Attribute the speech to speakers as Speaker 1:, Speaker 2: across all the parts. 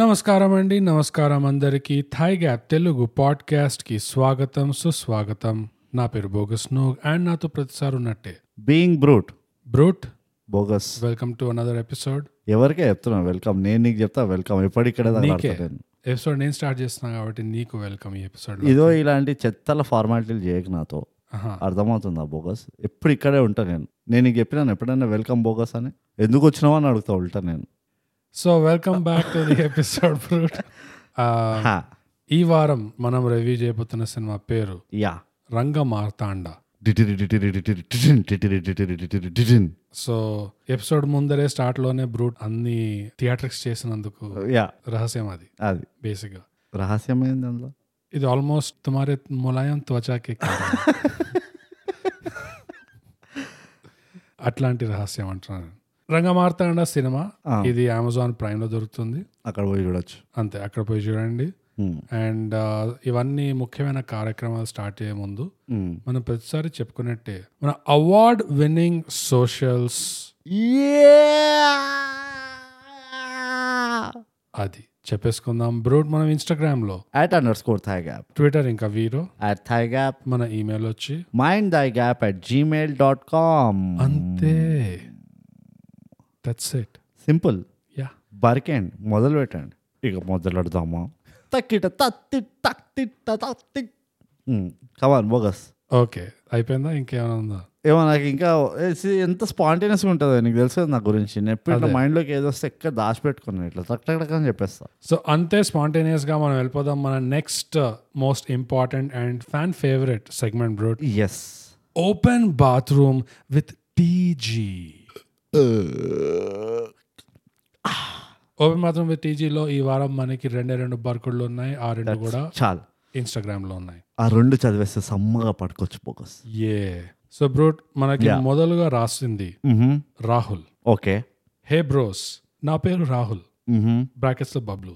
Speaker 1: నమస్కారం అండి నమస్కారం అందరికీ థాయ్ గ్యాప్ తెలుగు పాడ్కాస్ట్కి స్వాగతం సుస్వాగతం నా పేరు బోగస్ నోగ్ అండ్ నాతో ప్రతిసారి ఉన్నట్టే
Speaker 2: being brute
Speaker 1: brute
Speaker 2: bogus
Speaker 1: welcome to another episode
Speaker 2: ఎవరికే చెప్తున్నా వెల్కమ్ నేను నీకు చెప్తా వెల్కమ్ ఎప్పటిక్కడ
Speaker 1: నీకే ఎపిసోడ్ నేను స్టార్ట్ చేస్తున్నాను కాబట్టి నీకు వెల్కమ్ ఈ ఎపిసోడ్
Speaker 2: ఇదో ఇలాంటి చెత్తల ఫార్మాలిటీలు చేయక నాతో అర్థమవుతుందా బోగస్ ఎప్పుడు ఇక్కడే ఉంటా నేను నేను నీకు చెప్పినాను ఎప్పుడైనా వెల్కమ్ బోగస్ అని ఎందుకు వచ్చినావు అని అడుగుతా ఉంటా నేను
Speaker 1: so welcome back to the episode brute
Speaker 2: హా,
Speaker 1: ఈ వారం మనం రివ్యూ చేయబోతున్న సినిమా పేరు
Speaker 2: యా
Speaker 1: రంగ మార్తాండ
Speaker 2: డిటిరి డిటిరి డిటిరి డిటిరిన్, డిటిరి డిటిరి డిటిరి డిటిరిన్.
Speaker 1: సో ఎపిసోడ్ ముందరే స్టార్ట్ లోనే బ్రూట్ అన్ని థియేటర్స్ చేసినందుకు
Speaker 2: యా
Speaker 1: రహస్యం అది
Speaker 2: అది
Speaker 1: బేసిక్ గా
Speaker 2: రహస్యమైంది అందులో
Speaker 1: ఇది ఆల్మోస్ట్ తుమారే ములాయం త్వచాకే కారణం. అట్లాంటి రహస్యం అంటున్నాను రంగమార్తాండ సినిమా
Speaker 2: ఆ.
Speaker 1: ఇది అమెజాన్ ప్రైమ్ లో దొరుకుతుంది
Speaker 2: అక్కడ పోయి చూడొచ్చు
Speaker 1: అంతే అక్కడ పోయి చూడండి
Speaker 2: ఉమ్,
Speaker 1: అండ్ ఆ, ఇవన్నీ ముఖ్యమైన కార్యక్రమాలు స్టార్ట్ అయ్యే ముందు
Speaker 2: ఉమ్.
Speaker 1: మనం ప్రతిసారి చెప్పుకున్నట్టే మన అవార్డ్ విన్నింగ్ సోషల్స్ అది చెప్పేసుకుందాం బ్రూట్ మనం ఇన్స్టాగ్రామ్ లో
Speaker 2: at underscore thai gap
Speaker 1: Twitter ఇంకా వీరో
Speaker 2: యాట్ థాయ్ గ్యాప్
Speaker 1: మన ఈమెయిల్ వచ్చి
Speaker 2: mind thai gap at Gmail dot com
Speaker 1: అంతే దట్స్ ఇట్
Speaker 2: సింపుల్
Speaker 1: యా
Speaker 2: బరికండి మొదలు పెట్టండి ఇక మొదలెడదామా తక్కిట తత్తి Hmm. తక్తిట తత్తి కమాన్ బోగస్
Speaker 1: ఓకే అయిపోయిందా ఇంకేమైనా ఉందా
Speaker 2: ఏమో నాకు ఇంకా ఏ, see, ఎంత స్పాంటేనియస్గా ఉంటుందో నీకు తెలుసు కదా నా గురించి నేను ఎప్పుడు ఇట్లా మైండ్లోకి ఏదో వస్తే ఎక్కడ దాచిపెట్టుకున్నాను ఇట్లా టక్ టక్ టక్ అని చెప్పేస్తా
Speaker 1: సో అంతే spontaneous గా మనం వెళ్ళిపోదాం మన uh, next most important and fan favourite segment brute
Speaker 2: ఎస్
Speaker 1: open bathroom with TG
Speaker 2: Uh.
Speaker 1: Open bathroom with టీజీలో ఈ వారం మనకి రెండే రెండు బర్కుడ్లు ఉన్నాయి ఆ రెండు కూడా
Speaker 2: చాలు
Speaker 1: Instagram లో ఉన్నాయి
Speaker 2: ఆ రెండు చదివేస్తే సమ్మగా పడుకోవచ్చు బోగస్
Speaker 1: ఏ సో బ్రోట్ మనకి మొదలుగా రాసింది
Speaker 2: Mm-hmm.
Speaker 1: Rahul
Speaker 2: okay
Speaker 1: hey bros నా పేరు రాహుల్
Speaker 2: Mm-hmm.
Speaker 1: బ్రాకెట్స్ లో బబ్లు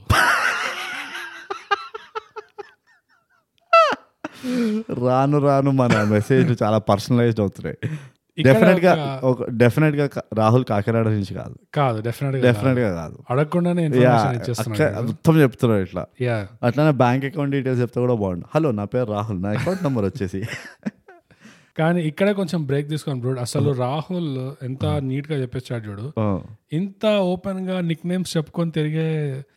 Speaker 2: రాను రాను మన మెసేజ్ చాలా పర్సనలైజ్డ్ అవుతున్నాయి
Speaker 1: ఇక్కడ
Speaker 2: డెఫినెట్ గా ఒక డెఫినెట్ గా క- రాహుల్ కాకినాడ నుంచి కాదు
Speaker 1: కాదు డెఫినెట్ గా
Speaker 2: డెఫినెట్ గా కాదు
Speaker 1: అడగకుండానే
Speaker 2: యా,
Speaker 1: ఇన్ఫర్మేషన్
Speaker 2: అక్క-
Speaker 1: ఇచ్చేస్తున్నాడు
Speaker 2: మొత్తం చెప్తున్నారు ఇట్లా
Speaker 1: యా
Speaker 2: అట్లానే బ్యాంక్ అకౌంట్ డీటెయిల్స్ చెప్తే కూడా బాగుండు హలో నా పేరు రాహుల్ నా అకౌంట్ నెంబర్ వచ్చేసి
Speaker 1: కానీ ఇక్కడ కొంచెం బ్రేక్ తీసుకొని బ్రోడ్ అసలు రాహుల్ ఎంత నీట్ గా చెప్పేస్తాడు చూడు
Speaker 2: ఆ.
Speaker 1: ఇంత ఓపెన్ గా నిక్ నేమ్స్ చెప్పుకొని తిరిగే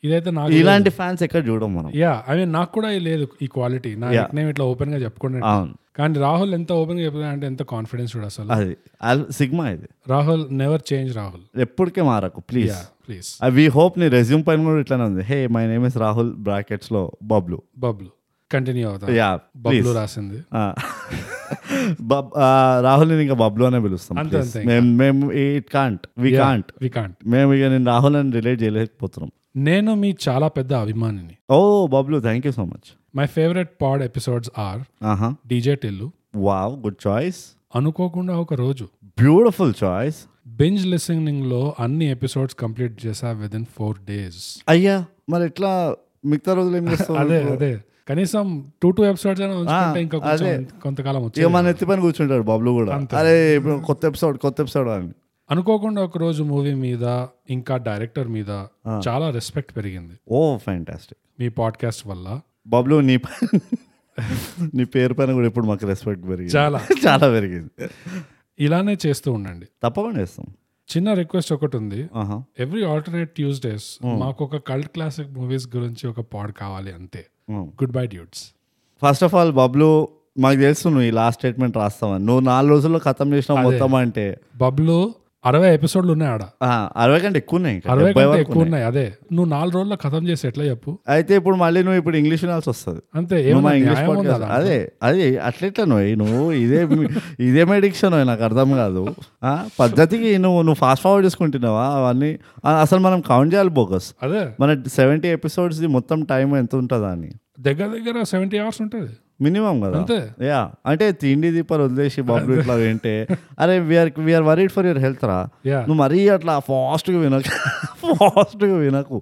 Speaker 1: ఇదైతే నాకు
Speaker 2: ఇలాంటి ఫ్యాన్స్ ఎక్కడ చూడం మనం
Speaker 1: యా ఐ మీన్ నాకు కూడా ఇది లేదు ఈ క్వాలిటీ నా నిక్ నేమ్ ఇట్లా ఓపెన్ గా చెప్పుకున్నాడు
Speaker 2: అవును
Speaker 1: కానీ రాహుల్ ఎంత ఓపెన్ గా చెప్పుకున్నాడు అంటే ఎంత కాన్ఫిడెన్స్ చూడు అసలు
Speaker 2: అది అల్- సిగ్మా ఇది
Speaker 1: రాహుల్ నెవర్ చేంజ్ రాహుల్
Speaker 2: ఎప్పటికే మారకు ప్లీజ్
Speaker 1: ప్లీజ్
Speaker 2: వి హోప్ నీ రెజ్యూమ్ పైన కూడా ఇట్లానే ఉంది hey my name is Rahul brackets లో బబ్లు
Speaker 1: బబ్లు కంటిన్యూ అవుతాం
Speaker 2: యా
Speaker 1: బబ్లు రాసింది
Speaker 2: ఆ. బబ్ ఆ, రాహుల్ నేను ah, ఇంకా బబ్లు అనే పిలుస్తాం
Speaker 1: అంతే,
Speaker 2: please.
Speaker 1: అంతే
Speaker 2: మేము మేము it can't we can't
Speaker 1: we can't
Speaker 2: మేము ఇక నేను రాహుల్ అని రిలేట్ చేయలేకపోతున్నాం
Speaker 1: నేను మీ చాలా పెద్ద అభిమానిని
Speaker 2: ఓ Bablu thank you so much
Speaker 1: my favourite pod episodes are
Speaker 2: ఆహా
Speaker 1: DJ Tillu
Speaker 2: wow good choice
Speaker 1: అనుకోకుండా ఒక రోజు
Speaker 2: బ్యూటిఫుల్ చాయిస్
Speaker 1: బింజ్ లిసనింగ్ లో అన్ని ఎపిసోడ్స్ కంప్లీట్ చేసా విద్ ఇన్ ఫోర్ డేస్
Speaker 2: అయ్యా మరి ఎట్లా మిగతా రోజులు ఏం చేస్తాం
Speaker 1: అదే అదే కనీసం టూ టూ ఎపిసోడ్స్ అయినా ఉంచుకుంటే ఇంకా కొంచెం కొంతకాలం
Speaker 2: ఇక
Speaker 1: వచ్చేది
Speaker 2: మన ఎత్తి పైన కూర్చుంటాడు బబ్లు కూడా అరే ఇప్పుడు కొత్త ఎపిసోడ్ కొత్త ఎపిసోడ్ అని
Speaker 1: అనుకోకుండా ఒక రోజు మూవీ మీద ఇంకా డైరెక్టర్ మీద చాలా రెస్పెక్ట్ పెరిగింది
Speaker 2: ఓ ఫ్యాంటాస్టిక్
Speaker 1: మీ పాడ్కాస్ట్ వల్ల
Speaker 2: బబ్లు నీ పైన నీ పేరు పైన కూడా ఇప్పుడు మాకు రెస్పెక్ట్ పెరిగింది
Speaker 1: చాలా
Speaker 2: చాలా పెరిగింది
Speaker 1: ఇలానే చేస్తూ ఉండండి
Speaker 2: తప్పకుండా వేస్తాం
Speaker 1: చిన్న రిక్వెస్ట్ ఒకటి ఉంది
Speaker 2: ఆహా
Speaker 1: ఎవ్రీ ఆల్టర్నేట్ ట్యూస్డేస్ మాకు ఒక కల్ట్ క్లాసిక్ మూవీస్ గురించి ఒక పాడ్ కావాలి అంతే good bye dudes
Speaker 2: first of all Bablu మాకు తెలుసు నువ్వు ఈ లాస్ట్ స్టేట్మెంట్ రాస్తావని నువ్వు నాలుగు రోజుల్లో ఖతం చేసిన మొత్తం అంటే
Speaker 1: బబ్లు అరవై ఎపిసోడ్లు ఉన్నాయి ఆడ
Speaker 2: ఆ, అరవై కంటే ఎక్కువ ఉన్నాయి ఇంకా.
Speaker 1: అరవై
Speaker 2: డెబ్బై
Speaker 1: కంటే
Speaker 2: వరకు
Speaker 1: ఎక్కువ ఉన్నాయి అదే నువ్వు నాలుగు రోజుల్లో ఖతం చేసి ఎట్లా చెప్పు
Speaker 2: అయితే ఇప్పుడు మళ్ళీ నువ్వు ఇప్పుడు ఇంగ్లీష్ వినాల్సి వస్తుంది
Speaker 1: అంతే
Speaker 2: నువ్వు
Speaker 1: ఏమన్నా
Speaker 2: మా ఇంగ్లీష్
Speaker 1: న్యాయం ఉందా
Speaker 2: podcast-
Speaker 1: దాంట్లో?
Speaker 2: అదే అదే అట్లెట్లా నువ్వు నువ్వు ఇదే ఇదేం ఎడిక్షన్ నాకు అర్థం కాదు ఆ, పద్ధతికి నువ్వు నువ్వు ఫాస్ట్ ఫార్వర్డ్ చేసుకుంటున్నావా అవన్నీ ఆ, అసలు మనం కౌంట్ చేయాలి బోకస్
Speaker 1: అదే
Speaker 2: మన సెవెంటీ ఎపిసోడ్స్ మొత్తం టైం ఎంత ఉంటుందా అని
Speaker 1: దగ్గర దగ్గర సెవెంటీ అవర్స్ ఉంటుంది
Speaker 2: మినిమం కదా
Speaker 1: అంతే
Speaker 2: యా అంటే తిండి దీపాలు వదిలేసి బాబు ఇట్లా వింటే అరే we're we're worried for your health రా
Speaker 1: యా
Speaker 2: నువ్వు మరీ అట్లా ఫాస్ట్గా వినకు ఫాస్ట్గా వినకు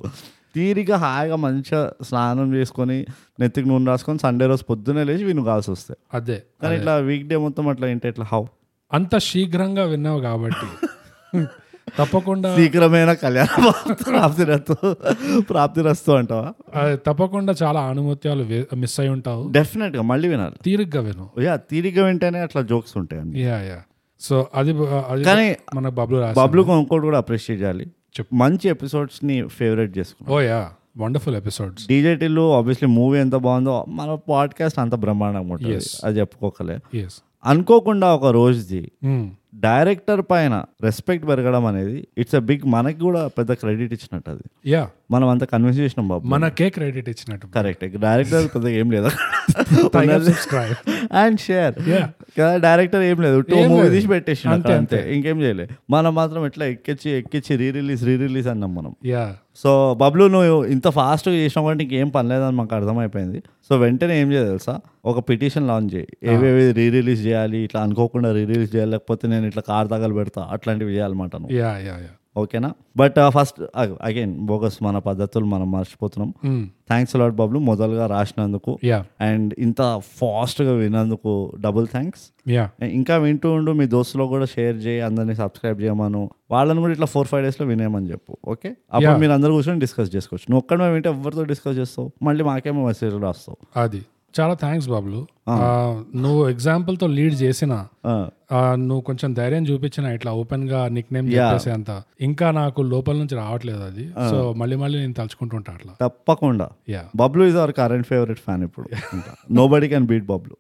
Speaker 2: తీరిక హాయిగా మంచిగా స్నానం చేసుకొని నెత్తికి నూనె రాసుకొని సండే రోజు పొద్దున్నే లేచి విను కావాల్సి వస్తాయి
Speaker 1: అదే
Speaker 2: కానీ ఇట్లా వీక్ డే మొత్తం అట్లా ఏంటి ఇట్లా హౌ
Speaker 1: అంత శీఘ్రంగా విన్నావు కాబట్టి తప్పకుండా
Speaker 2: శీఘ్రమైన కళ్యాణ ప్రాప్తిరస్తు ప్రాప్తిరస్తు అంటావా
Speaker 1: ఆ, తప్పకుండా చాలా అనుమత్యాలు మిస్ అయి ఉంటావు
Speaker 2: డెఫినెట్గా మళ్ళీ వినాలి
Speaker 1: తీరుగ్గా విను
Speaker 2: యా తీరిక వెంటనే అట్లా జోక్స్ ఉంటాయి అన్ని
Speaker 1: యా యా సో అది అది
Speaker 2: కానీ
Speaker 1: మన బబ్లు రాసి
Speaker 2: బబ్లు ఇంకోటి కూడా అప్రిషియేట్ చేయాలి
Speaker 1: చెప్పు.
Speaker 2: మంచి ఎపిసోడ్స్ని ఫేవరెట్ చేసుకున్నాం
Speaker 1: ఓ యా వండర్ఫుల్ ఎపిసోడ్స్
Speaker 2: డీజేటీలు ఆబ్వియస్లీ మూవీ ఎంత బాగుందో మన పాడ్కాస్ట్ అంత బ్రహ్మాండంగా ఉంటుంది
Speaker 1: Yes.
Speaker 2: అది చెప్పుకోకలే
Speaker 1: ఎస్
Speaker 2: అనుకోకుండా ఒక రోజుది
Speaker 1: Hmm.
Speaker 2: డైరెక్టర్ పైన రెస్పెక్ట్ పెరగడం అనేది ఇట్స్ అ బిగ్ మనకి కూడా పెద్ద క్రెడిట్ ఇచ్చినట్టు అది
Speaker 1: యా
Speaker 2: మనం అంత కన్విన్స్ చేసినాం బాబు
Speaker 1: మనకే క్రెడిట్ ఇచ్చినట్టు
Speaker 2: కరెక్ట్ డైరెక్టర్ పెద్దగా ఏం లేదు
Speaker 1: సబ్స్క్రైబ్
Speaker 2: అండ్ షేర్
Speaker 1: Yeah.
Speaker 2: కదా డైరెక్టర్ ఏం లేదు టూ
Speaker 1: ఏం
Speaker 2: మూవీ
Speaker 1: లేదు.
Speaker 2: తీసి పెట్టేసి
Speaker 1: అంతే,
Speaker 2: అంతే ఇంకేం చేయలేదు మనం మాత్రం ఇట్లా ఎక్కించి ఎక్కించి రీ రిలీజ్ రీ రిలీజ్ అన్నాం మనం
Speaker 1: యా
Speaker 2: సో బబ్లు నువ్వు ఇంత ఫాస్ట్గా చేసినా కూడా నీకు ఏం పని లేదని మాకు అర్థమైపోయింది సో వెంటనే ఏం చేయాలి తెలుసా ఒక పిటిషన్ లాంచ్ చేయి ఏవేవి రీ రిలీజ్ చేయాలి ఇట్లా అనుకోకుండా రీ రిలీజ్ చేయాలి లేకపోతే నేను ఇట్లా కార్ తగలు పెడతా అట్లాంటివి చేయాలన్నమాట నువ్వు
Speaker 1: యా యా యా
Speaker 2: ఓకేనా but first again bogus uh, మన పద్ధతులు మనం మర్చిపోతున్నాం థ్యాంక్స్ లాడ్ బబ్లు మొదలుగా రాసినందుకు
Speaker 1: Hmm. యా
Speaker 2: అండ్ ఇంత ఫాస్ట్గా వినందుకు డబుల్ థ్యాంక్స్
Speaker 1: యా
Speaker 2: ఇంకా వింటూ ఉండు మీ దోస్తులో కూడా షేర్ చేయి అందరినీ సబ్స్క్రైబ్ చేయమను వాళ్ళని కూడా ఇట్లా ఫోర్ ఫైవ్ డేస్లో వినేయమని చెప్పు ఓకే అప్పుడు మీరు అందరు కూర్చొని డిస్కస్ చేసుకోవచ్చు నువ్వు ఒక్కడే వింటే ఎవరితో డిస్కస్ చేస్తావు మళ్ళీ మాకేమో మెసేజ్ రాస్తావు
Speaker 1: అది చాలా థ్యాంక్స్ బాబులు ఆ, నువ్వు example తో లీడ్ చేసిన
Speaker 2: ఆ,
Speaker 1: ఆ, నువ్వు కొంచెం ధైర్యం చూపించిన ఇట్లా ఓపెన్ గా నిక్ నేమ్ చెప్పేసి అంత ఇంకా నాకు లోపల నుంచి రావట్లేదు అది సో మళ్ళీ మళ్ళీ నేను తలుచుకుంటుంటా అట్లా
Speaker 2: తప్పకుండా
Speaker 1: yeah
Speaker 2: Bablu is our current favourite fan ఇప్పుడు nobody can beat Bablu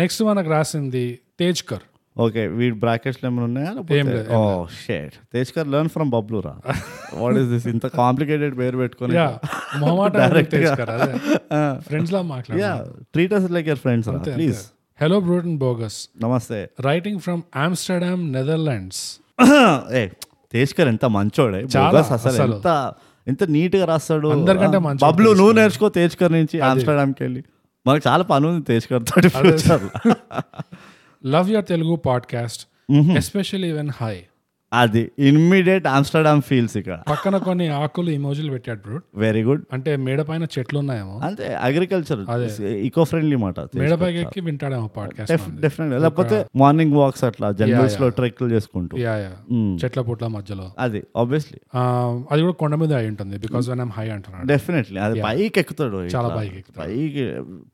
Speaker 1: next మనకు రాసింది తేజ్కర్
Speaker 2: ఓకే వీడి బ్రాకెట్స్ ఏమైనా ఉన్నాయా లేకపోతే- oh shit Tejkar learn from Bablu రా వాట్ ఈస్ దిస్ ఇంత కాంప్లికేటెడ్ పేరు పెట్టుకొని
Speaker 1: యా మొహమాట తేజ్కర్ అదే ఫ్రెండ్స్ లా మాట్లాడు
Speaker 2: yeah treat us like your friends రా ప్లీజ్
Speaker 1: హలో బ్రూటన్ బోగస్
Speaker 2: నమస్తే
Speaker 1: రైటింగ్ ఫ్రమ్ ఆమ్స్టర్డామ్ నెదర్లాండ్స్
Speaker 2: ఏ తేజ్కర్ ఎంత మంచోడే బోగస్ అసలు ఎంత ఎంత నీట్ గా రాస్తాడు
Speaker 1: అందరికంటే మంచోడు
Speaker 2: బబ్లు నువ్వు నేర్చుకో తేజ్కర్ నుంచి ఆమ్స్టర్డామ్కి వెళ్ళి మనకు చాలా పని ఉంది తేజ్కర్ తోటి future లో.
Speaker 1: Love your Telugu podcast especially when high
Speaker 2: అది ఇమ్మీడియట్ ఆమ్స్టర్డామ్ ఫీల్స్ ఇక్కడ
Speaker 1: పక్కన కొన్ని ఆకులు ఇమోజీలు పెట్టాడు బ్రూట్
Speaker 2: వెరీ గుడ్
Speaker 1: అంటే మేడ పైన చెట్లు ఉన్నాయేమో
Speaker 2: అంతే అగ్రికల్చర్ ఈకో ఫ్రెండ్లీ మాట
Speaker 1: మేడ పైకి ఎక్కి వింటాడేమో పాడ్కాస్ట్
Speaker 2: డెఫినెట్ లేకపోతే మార్నింగ్ వాక్స్ అట్లా జంగల్స్ లో ట్రెక్లు చేసుకుంటూ
Speaker 1: యా యా
Speaker 2: Hmm.
Speaker 1: చెట్ల పుట్ల మధ్యలో
Speaker 2: అది ఆబ్వియస్లీ
Speaker 1: ఆ, అది కూడా కొండ మీద అయి ఉంటుంది బికాస్ వెన్ ఐమ్ హై అంటున్నాడు
Speaker 2: డెఫినెట్లీ అది పైకి ఎక్కుతాడు
Speaker 1: చాలా పైకి ఎక్కుతాడు.
Speaker 2: పైకి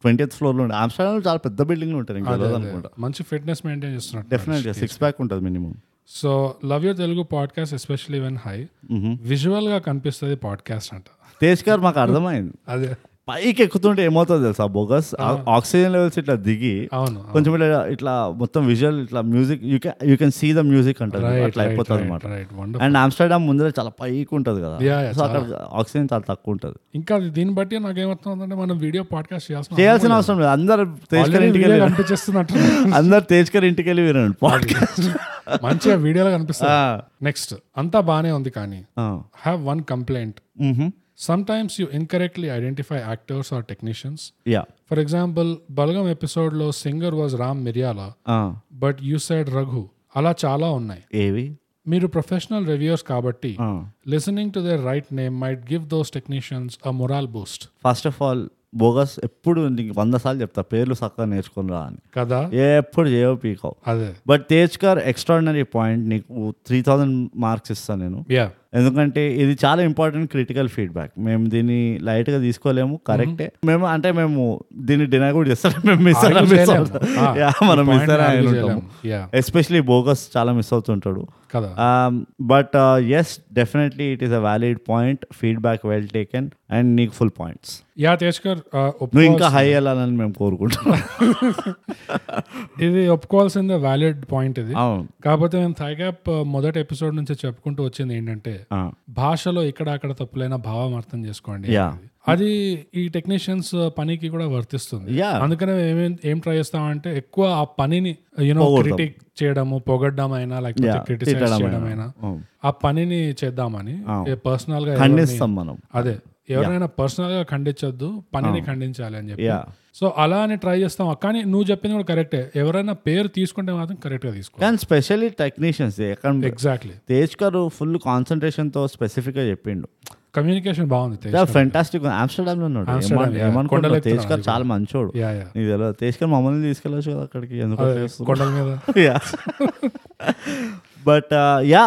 Speaker 2: ట్వంటీ ఫ్లోర్ లో ఉండే ఆమ్స్టర్డామ్ చాలా పెద్ద బిల్డింగ్ ఉంటారు ఇంకా అనుకుంటా
Speaker 1: మంచి ఫిట్నెస్ మెయింటైన్ చేస్తున్నాడు
Speaker 2: డెఫినెట్గా సిక్స్ ప్యాక్ ఉంటుంది minimum
Speaker 1: so love your Telugu podcast especially when high
Speaker 2: Mm-hmm.
Speaker 1: Visual గా కనిపిస్తుంది పాడ్కాస్ట్ అంట
Speaker 2: తేజ్ గారు మాకు అర్థమైంది
Speaker 1: అదే
Speaker 2: పైకి ఎక్కుతుంటే ఏమవుతుంది తెలుసా బొగస్ ఆక్సిజన్ లెవెల్స్ ఇట్లా దిగి
Speaker 1: అవును
Speaker 2: కొంచెం ఇట్లా ఇట్లా మొత్తం విజువల్ ఇట్లా music you can you can see the music అంటారు అట్లా అయిపోతుంది అనమాట
Speaker 1: రైట్ వండర్
Speaker 2: అండ్ ఆమ్స్టర్డామ్ ముందర చాలా పైకి ఉంటుంది కదా
Speaker 1: Yeah, yeah,
Speaker 2: సో అక్కడ ఆక్సిజన్ చాలా తక్కువ ఉంటుంది
Speaker 1: ఇంకా అది దీన్ని బట్టి నాకు ఏమవుతుందంటే మనం వీడియో పాడ్కాస్ట్ చేయాల్సిన
Speaker 2: చేయాల్సిన అవసరం లేదు అందరు తేజ్ గారి ఇంటికి
Speaker 1: వీడియో
Speaker 2: వెళ్ళి
Speaker 1: కనిపించేస్తున్నట్టు
Speaker 2: అందరు తేజ్ గారి ఇంటికి వెళ్ళి వినండి పాడ్కాస్ట్
Speaker 1: మంచిగా వీడియోలో కనిపిస్తుంది నెక్స్ట్ అంతా బానే ఉంది కానీ have one complaint sometimes you incorrectly identify actors or technicians
Speaker 2: yeah
Speaker 1: for example Balagam ఎపిసోడ్లో singer was Ram Miryala but you said Raghu అలా చాలా ఉన్నాయి
Speaker 2: ఏవి
Speaker 1: మీరు ప్రొఫెషనల్ రివ్యూర్స్ కాబట్టి
Speaker 2: ఆ.
Speaker 1: Listening to their right name might give those technicians a morale boost
Speaker 2: first of all bogus ఎప్పుడు నీకు వంద సార్లు చెప్తా పేర్లు చక్కగా నేర్చుకుని రా అని
Speaker 1: కదా
Speaker 2: ఎప్పుడు చేయవు పీకావు
Speaker 1: అదే
Speaker 2: బట్ తేజ్ గార్ ఎక్స్ట్రాడినరీ పాయింట్ నీకు త్రీ థౌజండ్ మార్క్స్ ఇస్తాను నేను
Speaker 1: యా
Speaker 2: ఎందుకంటే ఇది చాలా ఇంపార్టెంట్ క్రిటికల్ ఫీడ్బ్యాక్ మేము దీన్ని లైట్గా తీసుకోలేము కరెక్టే మేము అంటే మేము దీన్ని డినై కూడా చేస్తాం మేము మిస్
Speaker 1: Argue చేయలేము. Ah,
Speaker 2: మనం మిస్
Speaker 1: argue
Speaker 2: ఉంటాము
Speaker 1: చేయలేము. Yeah.
Speaker 2: ఎస్పెషలీ బోగస్ చాలా మిస్ అవుతుంటాడు Um, uh,
Speaker 1: కదా
Speaker 2: Ah. But yes definitely it is a valid point feedback well taken and నీకు ఫుల్ పాయింట్స్
Speaker 1: యా తేజ్కర్ ఆ, ఒప్పు-
Speaker 2: నువ్వు ఇంకా హై వెళ్ళాలని మేము కోరుకుంటున్నాం
Speaker 1: ఇది ఒప్పుకోవాల్సిందే వ్యాలిడ్ పాయింట్ ఇది
Speaker 2: అవును
Speaker 1: కాకపోతే మేము థైగ్యాప్ uh, మొదటి ఎపిసోడ్ నుంచి చెప్పుకుంటూ వచ్చింది ఏంటంటే
Speaker 2: Ah.
Speaker 1: భాషలో ఇక్కడ అక్కడ తప్పులైన భావం అర్థం చేసుకోండి
Speaker 2: యా
Speaker 1: అది ఈ టెక్నీషియన్స్ పనికి కూడా వర్తిస్తుంది
Speaker 2: Yeah.
Speaker 1: అందుకనే మేము ఏం- ఏం ట్రై చేస్తామంటే ఎక్కువ ఆ పనిని యూనో క్రిటిక్ చేయడము పొగడ్డం అయినా లేకపోతే
Speaker 2: Yeah, Oh.
Speaker 1: క్రిటిసైజ్
Speaker 2: తిట్టడం
Speaker 1: చేయడం అయినా ఆ పనిని చేద్దామని
Speaker 2: Oh.
Speaker 1: పర్సనల్ గా
Speaker 2: ఖండిస్తాం మనం
Speaker 1: అదే ఎవరైనా పర్సనల్ గా ఖండించొద్దు పనిని
Speaker 2: Oh.
Speaker 1: ఖండించాలి అని చెప్పి
Speaker 2: యా
Speaker 1: సో అలా అని ట్రై చేస్తాం కానీ నువ్వు చెప్పింది కూడా కరెక్టే ఎవరైనా పేరు తీసుకుంటే మాత్రం కరెక్ట్ గా తీసుకో
Speaker 2: కానీ స్పెషల్లీ టెక్నీషియన్స్ ఎక్కడ
Speaker 1: exactly
Speaker 2: Tej garu full concentration తో స్పెసిఫిక్ గా చెప్పిండు
Speaker 1: కమ్యూనికేషన్ బాగుంది తేజ్.
Speaker 2: ఫెంటాస్టిక్ ఆమ్స్టర్డామ్ లో ఉన్నాడు ఏమన్- ఏమనుకుంటున్నావు తేజ్ గారు చాలా మంచోడు
Speaker 1: యా యా
Speaker 2: నీకు తెలియదు తేజ్ గారు మమ్మల్ని తీసుకెళ్ళచ్చు కదా అక్కడికి ఎందుకు
Speaker 1: కొండల మీద
Speaker 2: uh, Yeah. But yeah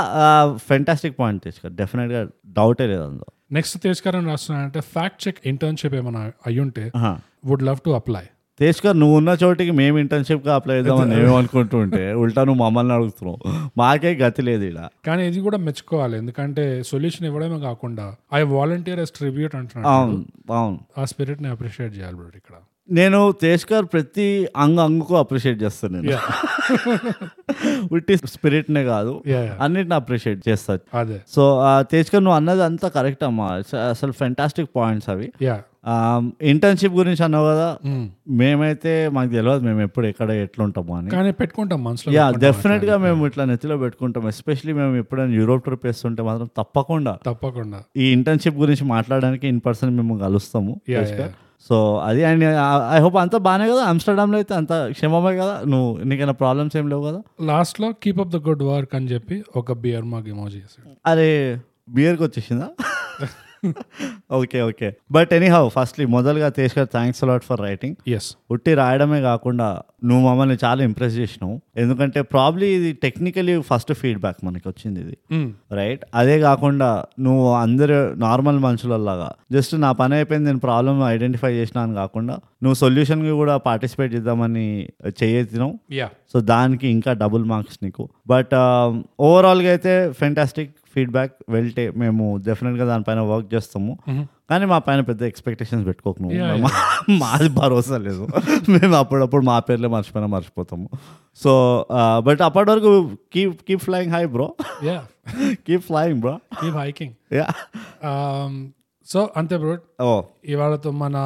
Speaker 2: fantastic point తీసుకు డెఫినెట్గా డౌటే లేదు అందులో
Speaker 1: నెక్స్ట్ తేజ్కర్ అని రాస్తున్నానంటే ఫ్యాక్ట్ చెక్ ఇంటర్న్షిప్ ఏమైనా అయ్యుంటే
Speaker 2: ఆహా.
Speaker 1: Would love to apply
Speaker 2: Tej garu నువ్వు ఉన్న చోటికి మేము ఇంటర్న్షిప్గా అప్లై చేద్దామని మేము అనుకుంటూ ఉంటే ఉల్టా నువ్వు మమ్మల్ని అడుగుతున్నావు మాకే గతి లేదు ఇలా
Speaker 1: కానీ ఇది కూడా మెచ్చుకోవాలి ఎందుకంటే సొల్యూషన్ ఇవ్వడమే కాకుండా ఐ వాలంటీర్ ఎస్ ట్రిబ్యూట్ అంటున్నాను
Speaker 2: అవును అవును
Speaker 1: ఆ స్పిరిట్ ని అప్రిషియేట్ చేయాలి బ్రో ఇక్కడ
Speaker 2: నేను తేజ్ గారు ప్రతి అంగు అంగుకు అప్రిషియేట్ చేస్తాను నేను ఉట్టి స్పిరిట్నే కాదు
Speaker 1: Yeah, yeah.
Speaker 2: అన్నిటిని అప్రిషియేట్ చేస్తాను
Speaker 1: అదే
Speaker 2: సో తేజ్ గారు నువ్వు అన్నది అంతా కరెక్ట్ అమ్మా అస- అసలు ఫెంటాస్టిక్ పాయింట్స్ అవి
Speaker 1: యా
Speaker 2: ఇంటర్న్షిప్ గురించి అన్నావు కదా
Speaker 1: Hmm.
Speaker 2: మేమైతే మాకు తెలియదు మేము ఎప్పుడు ఎక్కడ ఎట్లుంటాము అని
Speaker 1: కానీ పెట్టుకుంటాం మనసులో
Speaker 2: యా డెఫినెట్ గా మేము ఇట్లా నెత్తిలో పెట్టుకుంటాం ఎస్పెషలీ మేము ఎప్పుడైనా యూరోప్ ట్రిప్ వేస్తుంటే మాత్రం తప్పకుండా
Speaker 1: తప్పకుండా
Speaker 2: ఈ ఇంటర్న్షిప్ గురించి మాట్లాడడానికి ఇన్ పర్సన్ మేము కలుస్తాము
Speaker 1: Yeah,
Speaker 2: సో అది అండ్ ఐ హోప్ అంతా బాగానే కదా ఆమ్స్టర్డామ్ లో అయితే అంత క్షమమే కదా నువ్వు నీకైనా ప్రాబ్లమ్స్ ఏం లేవు కదా
Speaker 1: లాస్ట్ లో keep up the good work అని చెప్పి ఒక బియర్ మాకు ఎమోజ్ చేసాడు
Speaker 2: అరే బియర్కి వచ్చేసిందా okay okay but anyhow firstly మొదలుగా Tej garu thanks a lot for writing
Speaker 1: ఎస్
Speaker 2: ఉట్టి రాయడమే కాకుండా నువ్వు మమ్మల్ని చాలా ఇంప్రెస్ చేసినావు ఎందుకంటే ప్రాబ్లీ ఇది టెక్నికలీ ఫస్ట్ ఫీడ్బ్యాక్ మనకి వచ్చింది ఇది
Speaker 1: Hmm.
Speaker 2: రైట్ అదే కాకుండా నువ్వు అందరు నార్మల్ మనుషులలాగా జస్ట్ నా పని అయిపోయింది నేను ప్రాబ్లమ్ ఐడెంటిఫై చేసినా అని కాకుండా నువ్వు సొల్యూషన్కి కూడా పార్టిసిపేట్ చేద్దామని చేయెత్తినావు
Speaker 1: యా
Speaker 2: సో దానికి ఇంకా డబుల్ మార్క్స్ నీకు బట్ ఓవరాల్గా అయితే ఫెంటాస్టిక్ ఫీడ్బ్యాక్ వెళ్తే మేము డెఫినెట్గా దానిపైన వర్క్ చేస్తాము కానీ మా పైన పెద్ద ఎక్స్పెక్టేషన్స్ పెట్టుకోకు నువ్వు మా- మాది భరోసా లేదు మేము అప్పుడప్పుడు మా పేర్లే మర్చిపోయినా మర్చిపోతాము సో బట్ అప్పటి వరకు keep keep flying high bro
Speaker 1: yeah
Speaker 2: keep flying bro
Speaker 1: ఈ హైకింగ్
Speaker 2: యా
Speaker 1: సో Um, అంతే బ్రో
Speaker 2: ఓ
Speaker 1: ఇవాళతో మన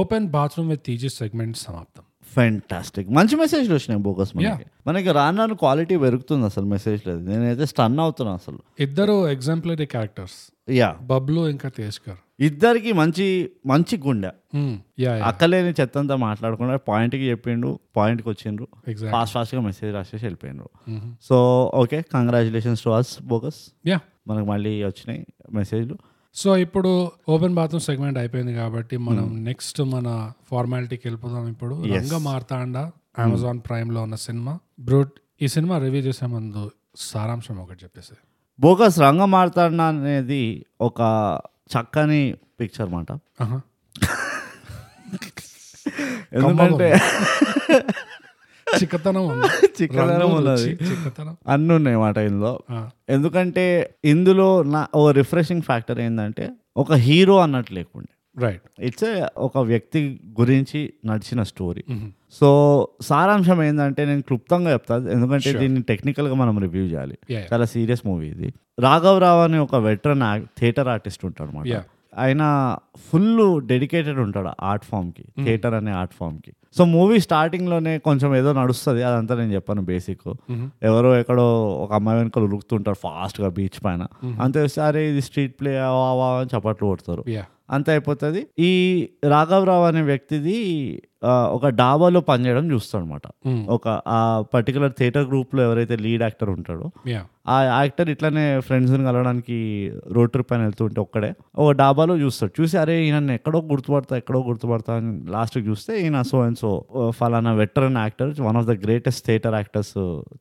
Speaker 1: open bathroom with TG segment సమాప్తం
Speaker 2: ఫెంటాస్టిక్ మంచి మెసేజ్లు వచ్చినాయి బోకస్ మనకి మనకి రాను రాను క్వాలిటీ పెరుగుతుంది అసలు మెసేజ్ లేదు నేనైతే స్టన్ అవుతున్నా అసలు
Speaker 1: ఇద్దరు ఎగ్జాంపులరీ క్యారెక్టర్స్
Speaker 2: యా
Speaker 1: బబ్లు ఇంకా తేజ్కర్
Speaker 2: ఇద్దరికి మంచి మంచి గుండె
Speaker 1: Mm, yeah, yeah,
Speaker 2: అక్కలేని చెత్త అంతా మాట్లాడకుండా పాయింట్కి చెప్పిండు పాయింట్కి వచ్చిండ్రు
Speaker 1: exactly.
Speaker 2: ఫాస్ట్ ఫాస్ట్గా మెసేజ్ రాసేసి వెళ్ళిపోయిండ్రు so okay congratulations to us bogus
Speaker 1: Yeah.
Speaker 2: మనకు మళ్ళీ వచ్చినాయి మెసేజ్లు
Speaker 1: సో ఇప్పుడు ఓపెన్ బాత్రూమ్ సెగ్మెంట్ అయిపోయింది కాబట్టి మనం నెక్స్ట్ మన ఫార్మాలిటీకి వెళ్ళిపోదాం ఇప్పుడు రంగ మార్తాండ అమెజాన్ ప్రైమ్ లో ఉన్న సినిమా బ్రూట్ ఈ సినిమా రివ్యూ చేసే ముందు సారాంశం ఒకటి చెప్పేసి
Speaker 2: బోకస్ రంగం మాట్లాడిన అనేది ఒక చక్కని పిక్చర్ మాట
Speaker 1: అహా.
Speaker 2: ఎందుకంటే
Speaker 1: చిక్కతనం ఉంది
Speaker 2: చిక్కదనం
Speaker 1: రంగు,
Speaker 2: ఉన్నది
Speaker 1: రుచి, చిక్కతనం
Speaker 2: అన్నీ ఉన్నాయి మాట ఇందులో
Speaker 1: ఆ.
Speaker 2: ఎందుకంటే ఇందులో నా ఓ రిఫ్రెషింగ్ ఫ్యాక్టర్ ఏంటంటే ఒక హీరో అన్నట్టు లేకుండే
Speaker 1: రైట్
Speaker 2: ఇట్స్ ఒక వ్యక్తి గురించి నడిచిన స్టోరీ
Speaker 1: Hmm.
Speaker 2: సో సారాంశం ఏంటంటే నేను క్లుప్తంగా చెప్తాను ఎందుకంటే దీన్ని టెక్నికల్గా మనం రివ్యూ చేయాలి
Speaker 1: Yeah, yeah.
Speaker 2: చాలా సీరియస్ మూవీ ఇది రాఘవరావు అనే ఒక వెటరన్ థియేటర్ ఆర్టిస్ట్ ఉంటాడు అనమాట
Speaker 1: Yeah.
Speaker 2: ఆయన ఫుల్ డెడికేటెడ్ ఉంటాడు ఆర్ట్ ఫామ్కి
Speaker 1: Hmm.
Speaker 2: థియేటర్ అనే ఆర్ట్ ఫామ్కి సో మూవీ స్టార్టింగ్లోనే కొంచెం ఏదో నడుస్తుంది అదంతా నేను చెప్పాను బేసిక్
Speaker 1: Hmm.
Speaker 2: ఎవరో ఎక్కడో ఒక అమ్మాయి వెనకాల ఉరుకుతుంటారు ఫాస్ట్గా బీచ్ పైన అంతే సరే ఇది స్ట్రీట్ ప్లే అవా అని చప్పట్లు కొడతారు
Speaker 1: యా
Speaker 2: అంత అయిపోతుంది ఈ రాఘవరావు అనే వ్యక్తిది ఆ, ఒక డాబాలో పనిచేయడం చూస్తాడు అనమాట
Speaker 1: Hmm.
Speaker 2: ఒక ఆ పర్టికులర్ థియేటర్ గ్రూప్లో ఎవరైతే లీడ్ యాక్టర్ ఉంటాడో
Speaker 1: యా
Speaker 2: ఆ యాక్టర్ ఇట్లానే ఫ్రెండ్స్ని కలవడానికి రోడ్ ట్రిప్ అని వెళ్తుంటే ఒక్కడే ఒక డాబాలో చూస్తాడు చూసి అరే ఈయన ఎక్కడో గుర్తుపడతా ఎక్కడో గుర్తుపడతా అని లాస్ట్కి చూస్తే ఈయన సో అండ్ సో ఫలానా veteran actor one of the greatest theatre actors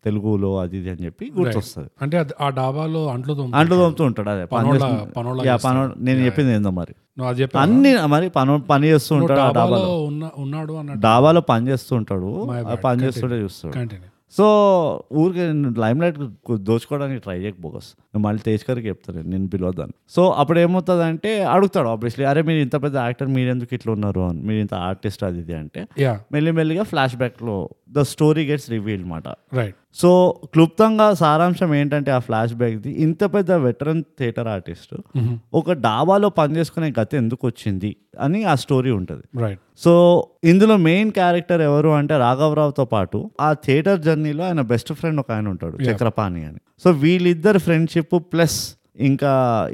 Speaker 2: తెలుగులో అది ఇది అని చెప్పి గుర్తొస్తుంది
Speaker 1: అంటే అది- ఆ డాబాలో అంట్లు తోము
Speaker 2: అంట్లో తోముతూ ఉంటాడు అదే పని
Speaker 1: పనోళ్ళ-
Speaker 2: చేస్తూ-
Speaker 1: పనోళ్ళ
Speaker 2: యా, పనోడు నేను చెప్పింది ఏందో మరి
Speaker 1: నువ్వు అది చెప్పావు
Speaker 2: అన్ని మరి పని పని చేస్తూ ఉంటాడు ఆ డాబాలో
Speaker 1: డాబాలో ఉన్న ఉన్నాడు అన్నట్టు
Speaker 2: డాబాలో పని చేస్తూ ఉంటాడు
Speaker 1: My
Speaker 2: ఆ
Speaker 1: bad.
Speaker 2: పని చేస్తుంటే చూస్తాడు
Speaker 1: కంటిన్యూ
Speaker 2: సో ఊరికే లైమ్ లైట్ దోచుకోవడానికి ట్రై చేయక బోగస్ నేను మళ్ళీ తేజ్ గారికి చెప్తాను నేను పిలవద్దాను సో అప్పుడు ఏమవుతుందంటే అడుగుతాడు ఆబ్వియస్లీ అరే మీరు ఇంత పెద్ద యాక్టర్ మీరు ఎందుకు ఇట్లా ఉన్నారు అని మీరు ఇంత ఆర్టిస్ట్ అది ఇది అంటే
Speaker 1: యా
Speaker 2: మెల్లిమెల్లిగా ఫ్లాష్ బ్యాక్లో ద స్టోరీ గెట్స్ రివీల్డ్ అనమాట
Speaker 1: రైట్
Speaker 2: సో క్లుప్తంగా సారాంశం ఏంటంటే ఆ ఫ్లాష్ బ్యాక్ది ఇంత పెద్ద వెటరన్ థియేటర్ ఆర్టిస్ట్
Speaker 1: Mm-hmm.
Speaker 2: ఒక డాబాలో పనిచేసుకునే గత ఎందుకు వచ్చింది అని ఆ స్టోరీ ఉంటుంది
Speaker 1: రైట్
Speaker 2: సో ఇందులో మెయిన్ క్యారెక్టర్ ఎవరు అంటే రాఘవరావుతో పాటు ఆ థియేటర్ జర్నీలో ఆయన బెస్ట్ ఫ్రెండ్ ఒక ఆయన ఉంటాడు చక్రపాణి అని సో వీళ్ళిద్దరు ఫ్రెండ్షిప్ ప్లస్ ఇంకా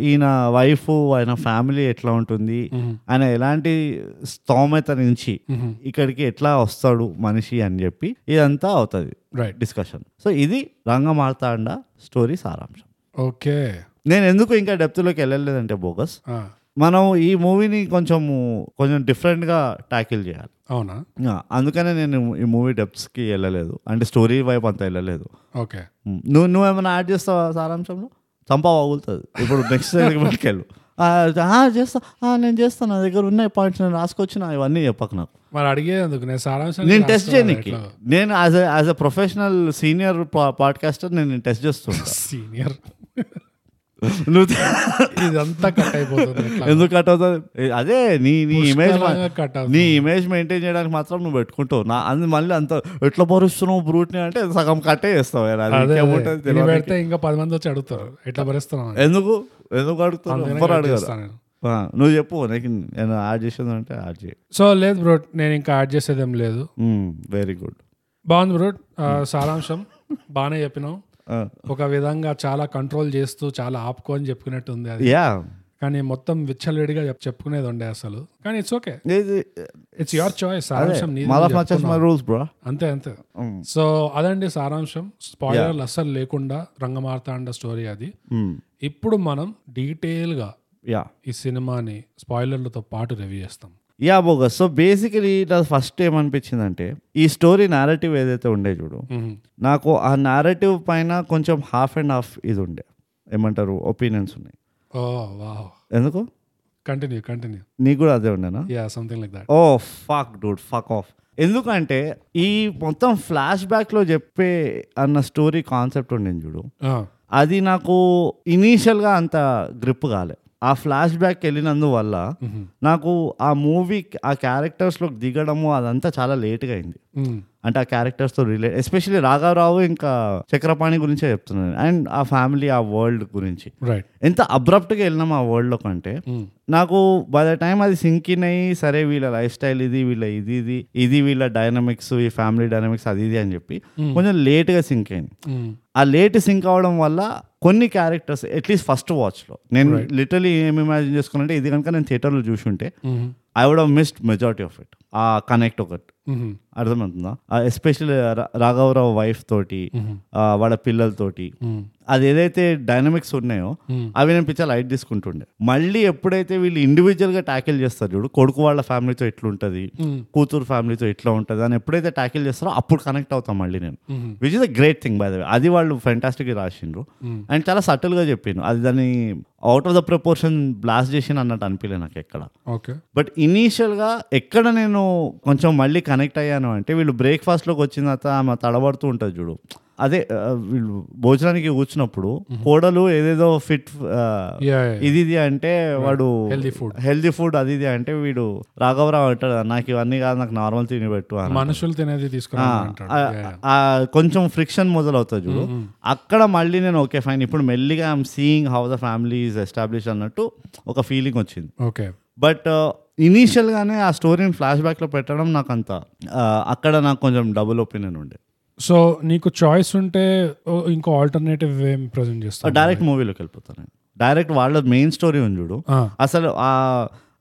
Speaker 2: ఈయన వైఫ్ ఆయన ఫ్యామిలీ ఎట్లా ఉంటుంది ఆయన ఎలాంటి స్తోమత నుంచి ఇక్కడికి ఎట్లా వస్తాడు మనిషి అని చెప్పి ఇదంతా అవుతుంది
Speaker 1: రైట్
Speaker 2: డిస్కషన్ సో ఇది రంగమార్తాండ స్టోరీ సారాంశం
Speaker 1: ఓకే Ah,
Speaker 2: నేను ఎందుకు ఇంకా డెప్త్లోకి వెళ్ళలేదంటే బోగస్ మనం ఈ మూవీని కొంచెము కొంచెం డిఫరెంట్గా ట్యాకిల్ చేయాలి
Speaker 1: అవునా
Speaker 2: ఆ, అందుకనే నేను ఈ మూవీ డెప్త్స్కి వెళ్ళలేదు అంటే స్టోరీ వైపు అంత వెళ్ళలేదు
Speaker 1: ఓకే
Speaker 2: ఉమ్, నువ్వు నువ్వేమైనా యాడ్ చేస్తావా సారాంశంలో చంపా పగులుతుంది ఇప్పుడు నెక్స్ట్ సెగ్మెంట్కి వెళ్ళు ఆ, ఆ, చేస్తా ఆ, నేను చేస్తాను నా దగ్గర ఉన్నాయి పాయింట్స్ నేను రాసుకొచ్చిన ఇవన్నీ చెప్పకు నాకు
Speaker 1: మరి అడిగేందుకు నేను సారాంశం
Speaker 2: నేను టెస్ట్ చేయడానికి నేను as as a professional senior podcaster నేను టెస్ట్ చేస్తున్నా
Speaker 1: సీనియర్
Speaker 2: నువ్వు
Speaker 1: ఇదంతా కట్ అయిపోతుంది ఎట్లా?
Speaker 2: ఎందుకు కట్ అవుతుంది ఏ- అదే నీ నీ ఇమేజ్
Speaker 1: పుష్కలంగా cut అవుతుంది.
Speaker 2: నీ ఇమేజ్ మెయింటైన్ చేయడానికి మాత్రం నువ్వు పెట్టుకుంటావు నా అందు మళ్ళీ అంత ఎట్లా భరుస్తున్నావు బ్రూట్ని అంటే సగం కట్టే చేస్తావు ఏ నాది
Speaker 1: అదే,
Speaker 2: ఇంకేముంటుంది
Speaker 1: అదే. ఇది
Speaker 2: తెలియదు.
Speaker 1: పెడితే ఇంకా పది మంది వచ్చి అడుగుతారు ఎట్లా భరిస్తున్నావు అని.
Speaker 2: ఎందుకు ఎందుకు అడుగుతావు
Speaker 1: అందుకనే
Speaker 2: ఎవ్వరు
Speaker 1: cut
Speaker 2: అడగరు
Speaker 1: చేస్తా నేను.
Speaker 2: ఆ, నువ్వు చెప్పు నీకు నేను యాడ్ చేసేది అంటే యాడ్ చేయి Hmm,
Speaker 1: సో లేదు బ్రో నేను ఇంకా యాడ్ చేసేది ఏం లేదు
Speaker 2: వెరీ గుడ్
Speaker 1: బాగుంది బ్రో ఆ,
Speaker 2: Hmm.
Speaker 1: సారాంశం బాగానే చెప్పినావు ఒక విధంగా చాలా కంట్రోల్ చేస్తూ చాలా ఆపుకొని చెప్పుకున్నట్టు ఉంది అది
Speaker 2: యా
Speaker 1: కానీ మొత్తం విచ్చలవిడిగా చెప్- చెప్పుకునేది ఉండే అసలు కానీ it's okay it's your choice సారాంశం నీది.
Speaker 2: మళ్ళా వచ్చేసి మై రూల్స్ బ్రో
Speaker 1: అంతే అంతే సో అదండి సారాంశం స్పాయిలర్లు అస్సలు లేకుండా రంగమార్తాండ స్టోరీ అది
Speaker 2: Hmm,
Speaker 1: ఇప్పుడు మనం డీటెయిల్ గా
Speaker 2: యా
Speaker 1: ఈ సినిమాని స్పాయిలర్లతో పాటు రివ్యూ చేస్తాం
Speaker 2: యా బోగస్ సో బేసికలీ నాకు ఫస్ట్ ఏమనిపించింది అంటే ఈ స్టోరీ నేరేటివ్ ఏదైతే ఉండే చూడు
Speaker 1: మ్మ్.
Speaker 2: నాకు ఆ నేరేటివ్ పైన కొంచెం హాఫ్ అండ్ హాఫ్ ఇది ఉండే ఏమంటారు ఒపీనియన్స్ ఉన్నాయి
Speaker 1: ఓ వావ్
Speaker 2: ఎందుకు
Speaker 1: కంటిన్యూ కంటిన్యూ
Speaker 2: నీకు కూడా అదే ఉండేనా Oh,
Speaker 1: yeah something like that
Speaker 2: oh fuck dude fuck off ఎందుకంటే ఈ మొత్తం ఫ్లాష్ బ్యాక్లో చెప్పే అన్న స్టోరీ కాన్సెప్ట్ ఉండే చూడు
Speaker 1: Ah.
Speaker 2: అది నాకు ఇనీషియల్గా అంత గ్రిప్ కాలే ఆ ఫ్లాష్ బ్యాక్ వెళ్ళినందువల్ల నాకు ఆ మూవీ ఆ క్యారెక్టర్స్లోకి దిగడము అదంతా చాలా లేట్గా అయింది
Speaker 1: Mm,
Speaker 2: అంటే ఆ క్యారెక్టర్స్తో రిలేట్ ఎస్పెషల్లీ రాఘవరావు ఇంకా చక్రపాణి గురించే చెప్తున్నాను అండ్ ఆ ఫ్యామిలీ ఆ వరల్డ్ గురించి
Speaker 1: రైట్
Speaker 2: ఎంత అబ్రప్ట్గా వెళ్ళినాం ఆ వరల్డ్లో కంటే
Speaker 1: Mm,
Speaker 2: నాకు బై ద టైం అది సింక్ ఇన్ అయ్యి సరే వీళ్ళ లైఫ్ స్టైల్ ఇది వీళ్ళ ఇది ఇది ఇది వీళ్ళ డైనమిక్స్ ఈ ఫ్యామిలీ డైనమిక్స్ అది ఇది అని చెప్పి కొంచెం లేట్గా సింక్ అయింది
Speaker 1: mm,
Speaker 2: ఆ లేట్ సింక్ అవడం వల్ల కొన్ని క్యారెక్టర్స్ అట్లీస్ట్ ఫస్ట్ వాచ్లో నేను లిటరలీ ఏం ఇమాజిన్ చేసుకున్నానంటే ఇది కనుక నేను థియేటర్లో చూసి ఉంటే
Speaker 1: mm-hmm,
Speaker 2: I would have missed majority of it ఆ కనెక్ట్ ఒకటి
Speaker 1: mm-hmm,
Speaker 2: అర్థమవుతుందా ఎస్పెషల్లీ రాఘవరావు వైఫ్ తోటి ఆ, వాళ్ళ పిల్లలతోటి
Speaker 1: mm.
Speaker 2: అది ఏదైతే డైనమిక్స్ ఉన్నాయో అవి నేను పిచ్చా లైట్ తీసుకుంటుండే మళ్ళీ ఎప్పుడైతే వీళ్ళు individual గా ట్యాకిల్ చేస్తారు చూడు కొడుకు వాళ్ళ ఫ్యామిలీతో ఇట్లుంటది కూతురు ఫ్యామిలీతో ఇట్లా ఉంటుంది అని ఎప్పుడైతే ట్యాకిల్ చేస్తారో అప్పుడు కనెక్ట్ అవుతాం మళ్ళీ నేను which is a great thing by the way అది వాళ్ళు ఫెంటాస్టిక్ రాసిండ్రు అండ్ చాలా సటిల్గా చెప్పిండ్రు అది దాన్ని out of the proportion blast చేసిన అన్నట్టు అనిపించలేదు నాకు ఎక్కడ
Speaker 1: ఓకే
Speaker 2: బట్ ఇనీషియల్గా ఎక్కడ నేను కొంచెం మళ్ళీ కనెక్ట్ అయ్యాను అంటే వీళ్ళు బ్రేక్ఫాస్ట్లోకి వచ్చిన తర్వాత ఆమె తడబడుతూ ఉంటుంది చూడు అదే ఆ, వీళ్ళు భోజనానికి కూర్చున్నప్పుడు కోడలు ఏదేదో ఫిట్ ఆ,
Speaker 1: యా
Speaker 2: ఇది ఇది అంటే వాడు
Speaker 1: Healthy food.
Speaker 2: హెల్దీ ఫుడ్ అది ఇది అంటే వీడు రాఘవరావు అంటాడు నాకు ఇవన్నీ కాదు నాకు నార్మల్ తిని పెట్టు అని
Speaker 1: మనుషులు తినేది తీసుకురా అంటాడు
Speaker 2: ఆ, ఆ, కొంచెం ఫ్రిక్షన్ మొదలవుతుంది చూడు అక్కడ మళ్ళీ నేను ఓకే ఫైన్ ఇప్పుడు మెల్లిగా I'm seeing how the family is establish అన్నట్టు ఒక ఫీలింగ్ వచ్చింది
Speaker 1: ఓకే
Speaker 2: బట్ ఇనీషియల్గానే ఆ స్టోరీని ఫ్లాష్ బ్యాక్లో పెట్టడం నాకు అంత ఆ, అక్కడ నాకు కొంచెం డబుల్ ఒపీనియన్ ఉండే
Speaker 1: సో నీకు చాయిస్ ఉంటే ఓ, ఇంకో ఆల్టర్నేటివ్ ఏం ప్రజెంట్ చేస్తావు
Speaker 2: డైరెక్ట్ మూవీలోకి వెళ్ళిపోతాను డైరెక్ట్ వాళ్ళ మెయిన్ స్టోరీ ఉంది చూడు అసలు ఆ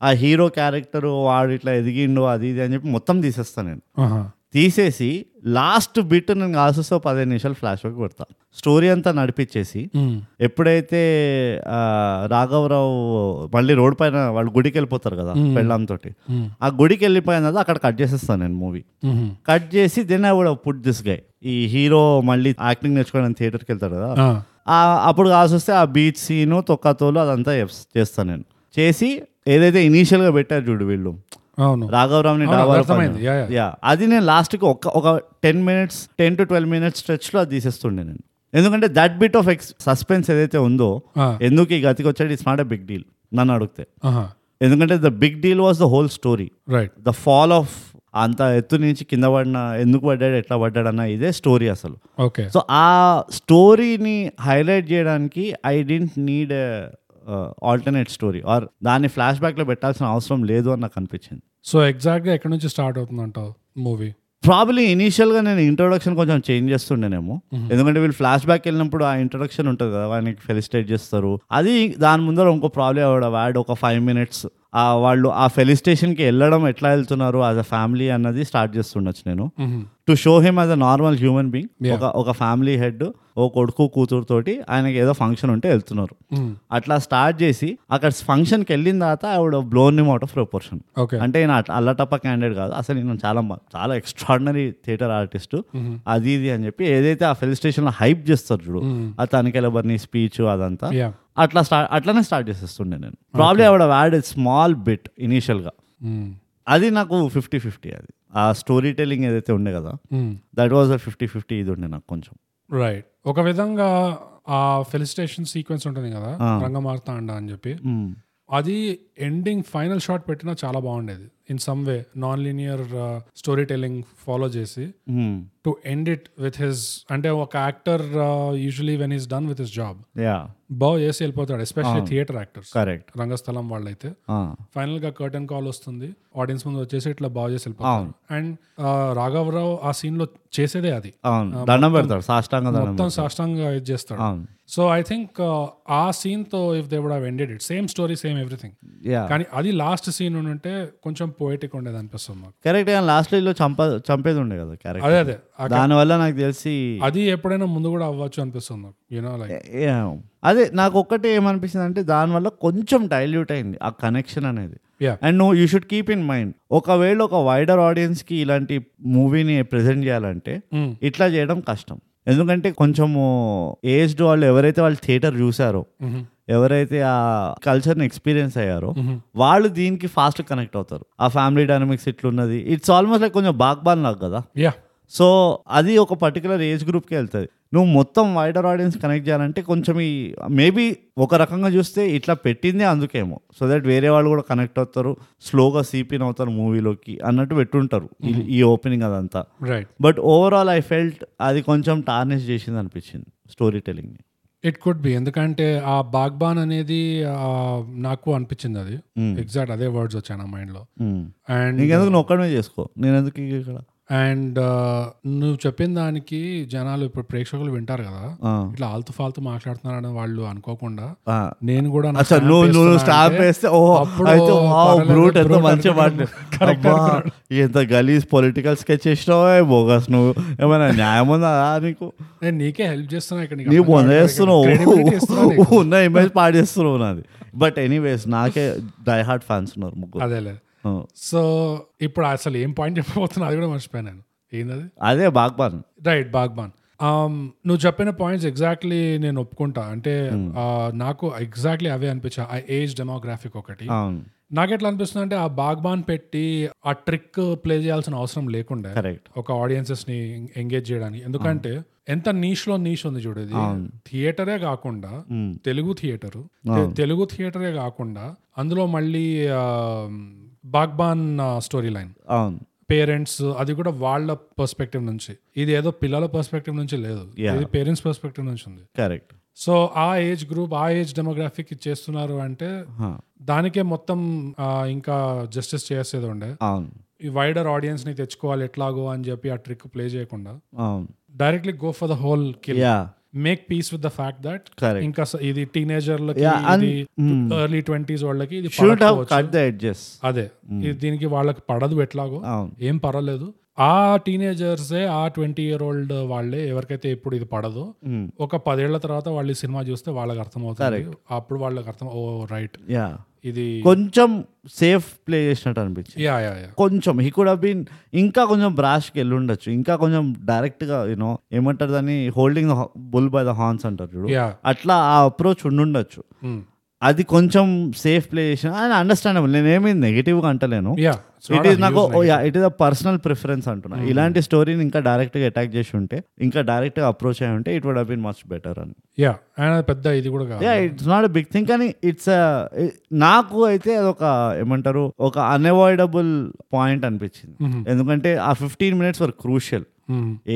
Speaker 2: ఆ హీరో క్యారెక్టర్ వాడు ఇట్లా ఎదిగిండు అది ఇది అని చెప్పి మొత్తం తీసేస్తాను నేను
Speaker 1: ఆహా.
Speaker 2: తీసేసి లాస్ట్ బిట్ నేను ఆశిస్తో పదిహేను నిమిషాలు ఫ్లాష్ బ్యాక్ పెడతాను స్టోరీ అంతా నడిపించేసి
Speaker 1: మ్మ్.
Speaker 2: ఎప్పుడైతే ఆ, రాఘవరావు మళ్ళీ రోడ్ పైన వాళ్ళు గుడికి వెళ్ళిపోతారు కదా పెళ్ళాంతో ఆ గుడికి వెళ్ళిపోయిన తర్వాత అక్కడ కట్ చేసేస్తాను నేను మూవీ
Speaker 1: మ్మ్.
Speaker 2: కట్ చేసి then I would put this guy ఈ హీరో మళ్ళీ యాక్టింగ్ నేర్చుకోవడానికి థియేటర్కి వెళ్తాడు కదా
Speaker 1: ఆ.
Speaker 2: ఆ- అప్పుడు కాల్సి వస్తే ఆ బీచ్ సీను తొక్కతోలు అదంతా చేస్- చేస్తాను నేను చేసి ఏదైతే ఇనీషియల్గా పెట్టారు చూడు వీళ్ళు
Speaker 1: అవును
Speaker 2: రాఘవరావుని
Speaker 1: అవును,
Speaker 2: డాబాలో
Speaker 1: అర్థమైంది.
Speaker 2: పడిన-
Speaker 1: యా, యా.
Speaker 2: యా అది నేను లాస్ట్కి ఒక ఒక ten minutes ten to twelve minutes స్ట్రెచ్లో అది తీసేస్తుండే నేను ఎందుకంటే that bit of ex suspense ఏదైతే ఉందో
Speaker 1: ఆ.
Speaker 2: ఎందుకు ఈ గతికి వచ్చాడు it's not a big deal నన్ను అడిగితే
Speaker 1: ఆహా.
Speaker 2: ఎందుకంటే the big deal was the whole story
Speaker 1: right
Speaker 2: the fall of అంత ఎత్తు నుంచి కింద పడిన ఎందుకు పడ్డాడు ఎట్లా పడ్డాడు అన్న ఇదే స్టోరీ అసలు
Speaker 1: ఓకే
Speaker 2: సో ఆ స్టోరీని హైలైట్ చేయడానికి I didn't need alternate story or దాన్ని ఫ్లాష్ బ్యాక్లో పెట్టాల్సిన అవసరం లేదు అని నాకు అనిపించింది
Speaker 1: సో ఎగ్జాక్ట్ గా ఎక్కడి నుంచి స్టార్ట్ అవుతుంది అంటావు మూవీ
Speaker 2: ప్రాబ్లీ ఇనీషియల్గా నేను ఇంట్రొడక్షన్ కొంచెం చేంజ్ చేస్తుండేనేమో ఎందుకంటే వీళ్ళు ఫ్లాష్ బ్యాక్ వెళ్ళినప్పుడు ఆ ఇంట్రొడక్షన్ ఉంటుంది కదా వానికి ఫెలిసిటేట్ చేస్తారు అది దాని ముందర ఇంకో ప్రాబ్లం ఆవిడ వాడు ఒక ఫైవ్ మినిట్స్ ఆ వాళ్ళు ఆ ఫెలిసిటేషన్కి వెళ్ళడం ఎట్లా వెళ్తున్నారు యాజ్ అ ఫ్యామిలీ అన్నది స్టార్ట్ చేస్తుండొచ్చు నేను to show him as a normal human being ఒక ఒక ఫ్యామిలీ హెడ్ ఓ కొడుకు కూతురుతోటి ఆయనకి ఏదో ఫంక్షన్ ఉంటే వెళ్తున్నారు అట్లా స్టార్ట్ చేసి అక్కడ ఫంక్షన్కి వెళ్ళిన తర్వాత ఆవిడ బ్లోన్ నిమ్ అవుట్ ఆఫ్ ప్రపోర్షన్
Speaker 1: ఓకే
Speaker 2: అంటే ఈయన అట్లా అల్లటప్ప క్యాండిడేట్ కాదు అసలు ఈయన చాలా మ- చాలా ఎక్స్ట్రాడినరీ థియేటర్ ఆర్టిస్ట్ అది ఇది అని చెప్పి ఏదైతే ఆ ఫెలిస్టేషన్ లో హైప్ చేస్తారు చూడు ఆ తనకెలబర్ని స్పీచ్ అదంతా
Speaker 1: యా
Speaker 2: అట్లా స్టార్ట్ అట్లనే స్టార్ట్ చేసేస్తుండే నేను ప్రాబ్లీ ఆవిడ యాడ్ స్మాల్ బిట్ ఇనీషియల్ గా అది నాకు ఫిఫ్టీ ఫిఫ్టీ అది ఆ స్టోరీ టెల్లింగ్ ఏదైతే ఉండే కదా దట్ వాజ్ ఫిఫ్టీ ఫిఫ్టీ ఇది ఉండే నాకు కొంచెం
Speaker 1: రైట్ ఒక విధంగా ఆ ఫెలిస్టేషన్ సీక్వెన్స్ ఉంటుంది కదా రంగమార్తా అండ అని చెప్పి
Speaker 2: మ్మ్.
Speaker 1: అది ఎండింగ్ ఫైనల్ షాట్ పెట్టినా చాలా బాగుండేది in some way non linear story telling follow చేసి
Speaker 2: మ్మ్.
Speaker 1: To end it with his అంటే ఒక uh, actor usually when is done with his job
Speaker 2: yeah
Speaker 1: బాగా చేసి వెళ్ళిపోతాడు ఎస్పెషల్లీ థియేటర్ యాక్టర్స్
Speaker 2: కరెక్ట్
Speaker 1: రంగస్థలం వాళ్ళైతే ఫైనల్ గా కర్టన్ కాల్ వస్తుంది ఆడియన్స్ ముందు వచ్చేసి ఇట్లా బాగా చేసి వెళ్ళిపోతారు అండ్ uh, రాఘవరావు ఆ సీన్ లో చేసేదే అది
Speaker 2: అవును దండం పెడతాడు సాష్టాంగ దండం
Speaker 1: మొత్తం సాష్టంగా ఇది చేస్తాడు
Speaker 2: అవును
Speaker 1: సో ఐ థింక్ uh, ఆ సీన్ తో if they would have ended it same story same everything
Speaker 2: yeah
Speaker 1: కానీ అది లాస్ట్ సీన్ ఉంటే కొంచెం పోయిటిక్ ఉండేది అనిపిస్తుంది నాకు
Speaker 2: కరెక్ట్ గా లాస్ట్ లో చంప చంపేది ఉండే కదా కరెక్ట్
Speaker 1: అదే అదే ఆ-
Speaker 2: దానివల్ల నాకు తెలిసి
Speaker 1: అది ఎప్పుడైనా ముందు కూడా అవ్వచ్చు అనిపిస్తుంది నాకు యూనో లైక్
Speaker 2: yeah. అదే నాకు ఒక్కటే ఏమనిపించింది అంటే దానివల్ల కొంచెం డైల్యూట్ అయింది ఆ కనెక్షన్ అనేది
Speaker 1: Yeah.
Speaker 2: అండ్ నువ్వు you should keep in mind ఒకవేళ ఒక వైడర్ ఆడియన్స్ కి ఇలాంటి మూవీని ప్రజెంట్ చేయాలంటే
Speaker 1: Mm.
Speaker 2: ఇట్లా చేయడం కష్టం ఎందుకంటే కొంచెము ఏజ్డ్ వాళ్ళు ఎవరైతే వాళ్ళు థియేటర్ చూసారో
Speaker 1: Mm-hmm.
Speaker 2: ఎవరైతే ఆ కల్చర్ని ఎక్స్పీరియన్స్ అయ్యారో వాళ్ళు దీనికి ఫాస్ట్ కనెక్ట్ అవుతారు ఆ ఫ్యామిలీ డైనమిక్స్ ఇట్లున్నది ఇట్స్ ఆల్మోస్ట్ లైక్ కొంచెం బాగ్బాన్ లాగా కదా
Speaker 1: యా
Speaker 2: సో అది ఒక పర్టికులర్ ఏజ్ గ్రూప్కి వెళ్తుంది నువ్వు మొత్తం వైడర్ ఆడియన్స్ కనెక్ట్ చేయాలంటే కొంచెం ఈ మేబీ ఒక రకంగా చూస్తే ఇట్లా పెట్టిందే అందుకేమో సో దట్ వేరే వాళ్ళు కూడా కనెక్ట్ అవుతారు స్లోగా సీపిన్ అవుతారు మూవీలోకి అన్నట్టు పెట్టుంటారు ఈ- ఈ ఓపెనింగ్ అదంతా
Speaker 1: right
Speaker 2: but overall I felt అది కొంచెం టార్నిష్ చేసింది అనిపించింది స్టోరీ టెలింగ్ని
Speaker 1: ఇట్ కుడ్ బి ఎందుకంటే ఆ బాగ్బాన్ అనేది ఆ, నాకు అనిపించింది అది
Speaker 2: Mm.
Speaker 1: ఎగ్జాక్ట్ అదే వర్డ్స్ వచ్చాను నా మైండ్ లో అండ్
Speaker 2: నీకెందుకు నువ్వు ఒక్కడమే చేసుకో నేను ఎందుకు ఇక్కడ
Speaker 1: అండ్ uh, నువ్వు చెప్పిన దానికి జనాలు ఇప్పుడు ప్రేక్షకులు వింటారు కదా
Speaker 2: ఆ.
Speaker 1: ఇట్లా ఆల్తు ఫాల్తు మాట్లాడుతున్నారని వాళ్ళు అనుకోకుండా
Speaker 2: ఆ.
Speaker 1: నేను కూడా నా
Speaker 2: అసలు
Speaker 1: stamp
Speaker 2: నువ్వు నువ్వు
Speaker 1: వేస్తున్నా
Speaker 2: స్టాంప్
Speaker 1: అంటే
Speaker 2: వేస్తే ఓ
Speaker 1: అప్పుడు
Speaker 2: అయితే
Speaker 1: పర్లేదు,
Speaker 2: బ్రూట్ ఎంత
Speaker 1: brute
Speaker 2: మంచిగా
Speaker 1: అనుకున్నాను. Correct
Speaker 2: అబ్బా ఎంత గలీజ్ పొలిటికల్ స్కెచ్ చేసినావే బోగస్ నువ్వు ఏమైనా న్యాయం ఉందా నీకు
Speaker 1: నేను నీకే హెల్ప్ చేస్తున్నా ఇక్కడ
Speaker 2: నీ
Speaker 1: నీకు అర్థం కాదు. Credibility ఇస్తున్నా నీకు.
Speaker 2: పొందేస్తున్నావు ఉన్న ఇమేజ్ పాడేస్తున్నావు నాది బట్ ఎనీవేస్ నాకే డై హార్ట్ ఫ్యాన్స్ ఉన్నారు ముగ్గురు
Speaker 1: అదేలే
Speaker 2: ఆ.
Speaker 1: సో ఇప్పుడు అసలు ఏం పాయింట్ చెప్పబోతున్నా అది కూడా మర్చిపోయాను ఏంటది
Speaker 2: అదే బాగ్బాన్
Speaker 1: రైట్ బాగ్బాన్ Um, నువ్వు చెప్పిన పాయింట్స్ ఎగ్జాక్ట్లీ నేను ఒప్పుకుంటా అంటే ఆ, నాకు ఎగ్జాక్ట్లీ అవే అనిపించా ఆ ఏజ్ డెమోగ్రాఫిక్ ఒకటి
Speaker 2: అవును
Speaker 1: నాకు ఎట్లా అనిపిస్తుంది అంటే ఆ బాగ్బాన్ పెట్టి ఆ ట్రిక్ ప్లే చేయాల్సిన అవసరం లేకుండా
Speaker 2: కరెక్ట్
Speaker 1: ఒక ఆడియన్సెస్ ని ఎంగేజ్ చేయడానికి ఎందుకంటే ఎంత నీష్ లో నీష్ ఉంది చూడు ఇది థియేటరే కాకుండా తెలుగు థియేటర్ తెలుగు థియేటరే కాకుండా అందులో మళ్ళీ ఆ, బాగ్బాన్ స్టోరీ లైన్
Speaker 2: అవును
Speaker 1: పేరెంట్స్ అది కూడా వాళ్ళ పర్స్పెక్టివ్ నుంచి ఇది ఏదో పిల్లల పర్స్పెక్టివ్ నుంచి లేదు
Speaker 2: Yeah.
Speaker 1: ఇది పేరెంట్స్ పర్స్పెక్టివ్ నుంచి ఉంది
Speaker 2: కరెక్ట్
Speaker 1: సో ఆ ఏజ్ గ్రూప్ ఆ ఏజ్ డెమోగ్రాఫిక్ చేస్తున్నారు అంటే దానికే మొత్తం ఆ, ఇంకా జస్టిస్ చేసేది ఉండే
Speaker 2: అవును
Speaker 1: ఈ వైడర్ ఆడియన్స్ ని తెచ్చుకోవాలి ఎట్లాగో అని చెప్పి ఆ ట్రిక్ ప్లే చేయకుండా
Speaker 2: అవును
Speaker 1: directly go for the whole kill
Speaker 2: yeah
Speaker 1: make peace with the fact that
Speaker 2: Correct.
Speaker 1: ఇంకా స- ఇది టీనేజర్లకి
Speaker 2: Yeah, and- mm.
Speaker 1: ఇది ఎర్లీ ట్వంటీస్ వాళ్ళకి ఇది
Speaker 2: షుడ్ హావ్
Speaker 1: పడకపోవచ్చు.
Speaker 2: కట్ ద ఎడ్జెస్
Speaker 1: అదే ఇది దీనికి వాళ్ళకి పడదు ఎట్లాగో
Speaker 2: అవును
Speaker 1: ఏం పర్వాలేదు ఆ టీనేజర్సే ఆ ట్వంటీ ఇయర్ ఓల్డ్ వాళ్ళే ఎవరికైతే ఇప్పుడు ఇది పడదు
Speaker 2: Hmm.
Speaker 1: ఒక పదేళ్ల తర్వాత వాళ్ళు ఈ సినిమా చూస్తే వాళ్ళకి అర్థమవుతుంది అప్పుడు వాళ్ళకి అర్థం ఓ రైట్
Speaker 2: యా
Speaker 1: ఇది
Speaker 2: కొంచెం సేఫ్ ప్లే చేసినట్టు అనిపించింది
Speaker 1: యా యా యా
Speaker 2: కొంచెం హీ కుడ్ బీన్ ఇంకా కొంచెం బ్రాష్కి వెళ్ళి ఉండొచ్చు ఇంకా కొంచెం డైరెక్ట్గా యూనో ఏమంటారు దాన్ని holding bull by the horns అంటారు చూడు
Speaker 1: యా
Speaker 2: అట్లా ఆ అప్రోచ్ ఉండుండొచ్చు అది కొంచెం సేఫ్ ప్లే చేసిన అండ్ అండర్స్టాండబుల్ నేనేమి నెగిటివ్గా అంటలేను
Speaker 1: యా
Speaker 2: ఇట్ ఈస్ నాకు oh, it is a personal preference అంటున్నా ఇలాంటి స్టోరీని ఇంకా డైరెక్ట్గా అటాక్ చేసి ఉంటే ఇంకా డైరెక్ట్గా అప్రోచ్ అయి ఉంటే it would been much better అని
Speaker 1: యా అండ్ అది పెద్ద ఇది కూడా కాదు
Speaker 2: yeah it's not big thing కానీ ఇట్స్ నాకు అయితే అదొక ఏమంటారు ఒక అన్అవాయిడబుల్ పాయింట్ అనిపించింది ఎందుకంటే ఆ ఫిఫ్టీన్ మినిట్స్ వరకు క్రూషియల్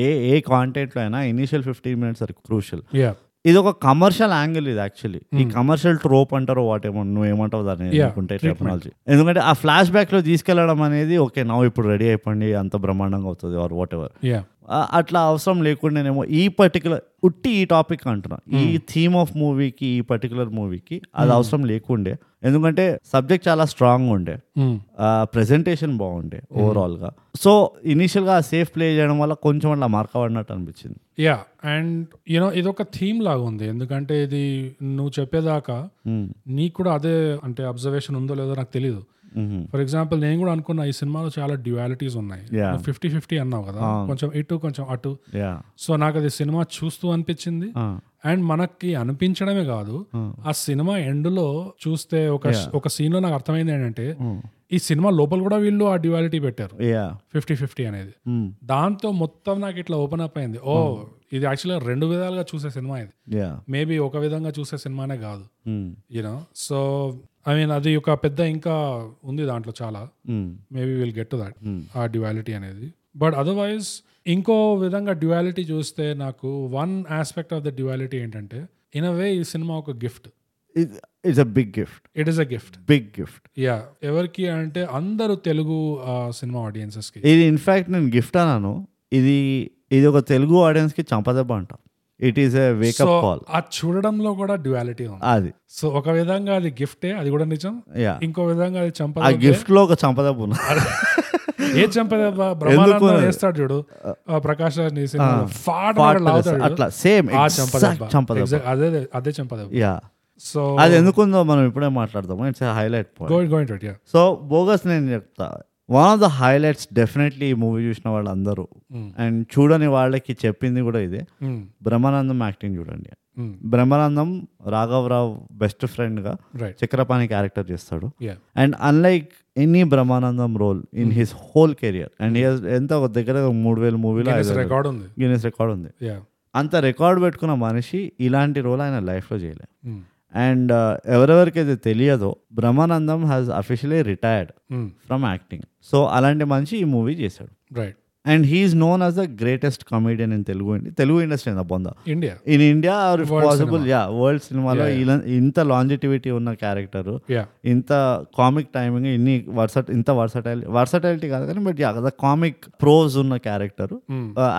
Speaker 2: ఏ ఏ కాంటెంట్లో అయినా ఇనీషియల్ ఫిఫ్టీన్ మినిట్స్ వరకు క్రూషియల్
Speaker 1: యా
Speaker 2: ఇది ఒక కమర్షియల్ యాంగిల్ ఇది యాక్చువల్లీ ఈ కమర్షియల్ ట్రోప్ అంటారో వాటేమో నువ్వు ఏమంటావు దాన్ని
Speaker 1: Yeah,
Speaker 2: అనుకుంటే టెక్నాలజీ ఎందుకంటే ఆ ఫ్లాష్ బ్యాక్ లో తీసుకెళ్లడం అనేది ఓకే నా ఇప్పుడు రెడీ అయిపోండి అంత బ్రహ్మాండంగా అవుతుంది ఆర్ వాట్ ఎవర్
Speaker 1: యా
Speaker 2: ఆ- అట్లా అవసరం లేకుండానేమో ఈ పర్టికులర్ ఉట్టి ఈ టాపిక్ అంటున్నా ఈ థీమ్ ఆఫ్ మూవీకి ఈ పర్టికులర్ మూవీకి అది అవసరం లేకుండే ఎందుకంటే సబ్జెక్ట్ చాలా స్ట్రాంగ్ ఉండే ప్రజెంటేషన్ బాగుండే ఓవరాల్గా సో ఇనీషియల్గా సేఫ్ ప్లే చేయడం వల్ల కొంచెం అట్లా మార్క్ అవ్వడినట్టు అనిపించింది
Speaker 1: యా అండ్ యూనో ఇది ఒక థీమ్ లాగా ఉంది ఎందుకంటే ఇది నువ్వు చెప్పేదాకా నీకు కూడా అదే అంటే అబ్జర్వేషన్ ఉందో లేదో నాకు తెలియదు
Speaker 2: Hmm.
Speaker 1: ఫర్ ఎగ్జాంపుల్ నేను కూడా అనుకున్నా ఈ సినిమాలో చాలా డ్యువాలిటీస్ ఉన్నాయి
Speaker 2: Yeah.
Speaker 1: ఫిఫ్టీ ఫిఫ్టీ అన్నావు కదా కొంచెం ఇటు కొంచెం అటు
Speaker 2: యా
Speaker 1: సో నాకు అది సినిమా చూస్తూ అనిపించింది అండ్ మనకి అనిపించడమే కాదు ఆ సినిమా ఎండ్ లో చూస్తే ఒక ఒక సీన్ లో నాకు అర్థమైంది ఏంటంటే
Speaker 2: Hmm.
Speaker 1: ఈ సినిమా లోపల కూడా వీళ్ళు ఆ డ్యువాలిటీ పెట్టారు
Speaker 2: యా
Speaker 1: ఫిఫ్టీ ఫిఫ్టీ అనేది
Speaker 2: Hmm.
Speaker 1: దాంతో మొత్తం నాకు ఇట్లా ఓపెన్ అప్ అయింది ఓ ఇది యాక్చువల్గా రెండు విధాలుగా చూసే సినిమా ఇది
Speaker 2: యా
Speaker 1: మేబీ ఒక విధంగా చూసే సినిమానే కాదు
Speaker 2: Hmm.
Speaker 1: You know so I mean అది ఒక పెద్ద ఇంకా ఉంది దాంట్లో చాలా
Speaker 2: Hmm.
Speaker 1: Maybe will get to that ఆ డ్యువాలిటీ అనేది బట్ అదర్వైజ్ ఇంకో విధంగా డ్యువాలిటీ చూస్తే నాకు one aspect of the duality ఏంటంటే ఇన్ అ వే ఈ సినిమా ఒక gift
Speaker 2: it's a big gift
Speaker 1: it is a gift
Speaker 2: big gift
Speaker 1: yeah ఎవరికి అంటే అందరూ తెలుగు ఆ, సినిమా audiences కి
Speaker 2: ఇది ఇన్ఫ్యాక్ట్ నేను గిఫ్ట్ అన్నాను ఇది ఇది ఒక తెలుగు ఆడియన్స్ కి చంపదెబ్బ అంట it is a
Speaker 1: so
Speaker 2: wake up call
Speaker 1: ఆ చూడడంలో కూడా డ్యువాలిటీ ఉంది
Speaker 2: అది
Speaker 1: సో ఒక విధంగా అది గిఫ్టే అది కూడా నిజం
Speaker 2: యా
Speaker 1: ఇంకో విధంగా అది చంప
Speaker 2: ఆ గిఫ్ట్ లో ఒక చంపదెబ్బ ఉన్నా
Speaker 1: ఏ చంపదా బ్రహ్మానందం వేస్తాడు చూడు ఆ ప్రకాష్ రాజ్ నీ సినిమాలో ఫాడ్ అని లాగుతాడు చూడు.
Speaker 2: అట్లా సేమ్
Speaker 1: ఆ చంపదెబ్బ
Speaker 2: చంపదెబ్బ
Speaker 1: Exact- అదే అదే చంపదెబ్బ
Speaker 2: యా
Speaker 1: సో
Speaker 2: అది ఎందుకుందో మనం ఇప్పుడే మాట్లాడదాం it's highlight point
Speaker 1: going going right yeah
Speaker 2: so bogus నేను చెప్తా one of the highlights definitely ఈ మూవీ చూసిన వాళ్ళు అందరూ అండ్ చూడని వాళ్ళకి చెప్పింది కూడా ఇదే
Speaker 1: Hmm.
Speaker 2: బ్రహ్మానందం యాక్టింగ్ చూడండి
Speaker 1: Mm.
Speaker 2: బ్రహ్మానందం రాఘవరావు బెస్ట్ ఫ్రెండ్గా
Speaker 1: రైట్
Speaker 2: చక్రపాణి క్యారెక్టర్ చేస్తాడు
Speaker 1: yeah
Speaker 2: and unlike any Brahmanandam role in his whole career and here ఎంత ఒక దగ్గర ఒక మూడు వేల మూవీలో
Speaker 1: రికార్డ్ ఉంది
Speaker 2: గిన్నెస్ రికార్డ్ ఉంది
Speaker 1: యా
Speaker 2: అంత రికార్డ్ పెట్టుకున్న మనిషి ఇలాంటి రోల్ ఆయన లైఫ్లో చేయలేదు
Speaker 1: Hmm.
Speaker 2: అండ్ uh, ఎవరెవరికైతే తెలియదో Brahmanandam has officially retired
Speaker 1: Hmm.
Speaker 2: From acting so అలాంటి మనిషి ఈ మూవీ చేశాడు
Speaker 1: right
Speaker 2: and he's known as the greatest comedian in Telugu indie Telugu industry అంత బొంద
Speaker 1: India
Speaker 2: in India or possible yeah world సినిమాలో ఇలా ఇంత లాంజిటివిటీ ఉన్న క్యారెక్టర్
Speaker 1: యా
Speaker 2: ఇంత కామిక్ టైమింగ్ ఇన్ని వర్స ఇంత వర్సటైల్ వర్సటైలిటీ కాదు కానీ but yeah the comic prose ఉన్న క్యారెక్టర్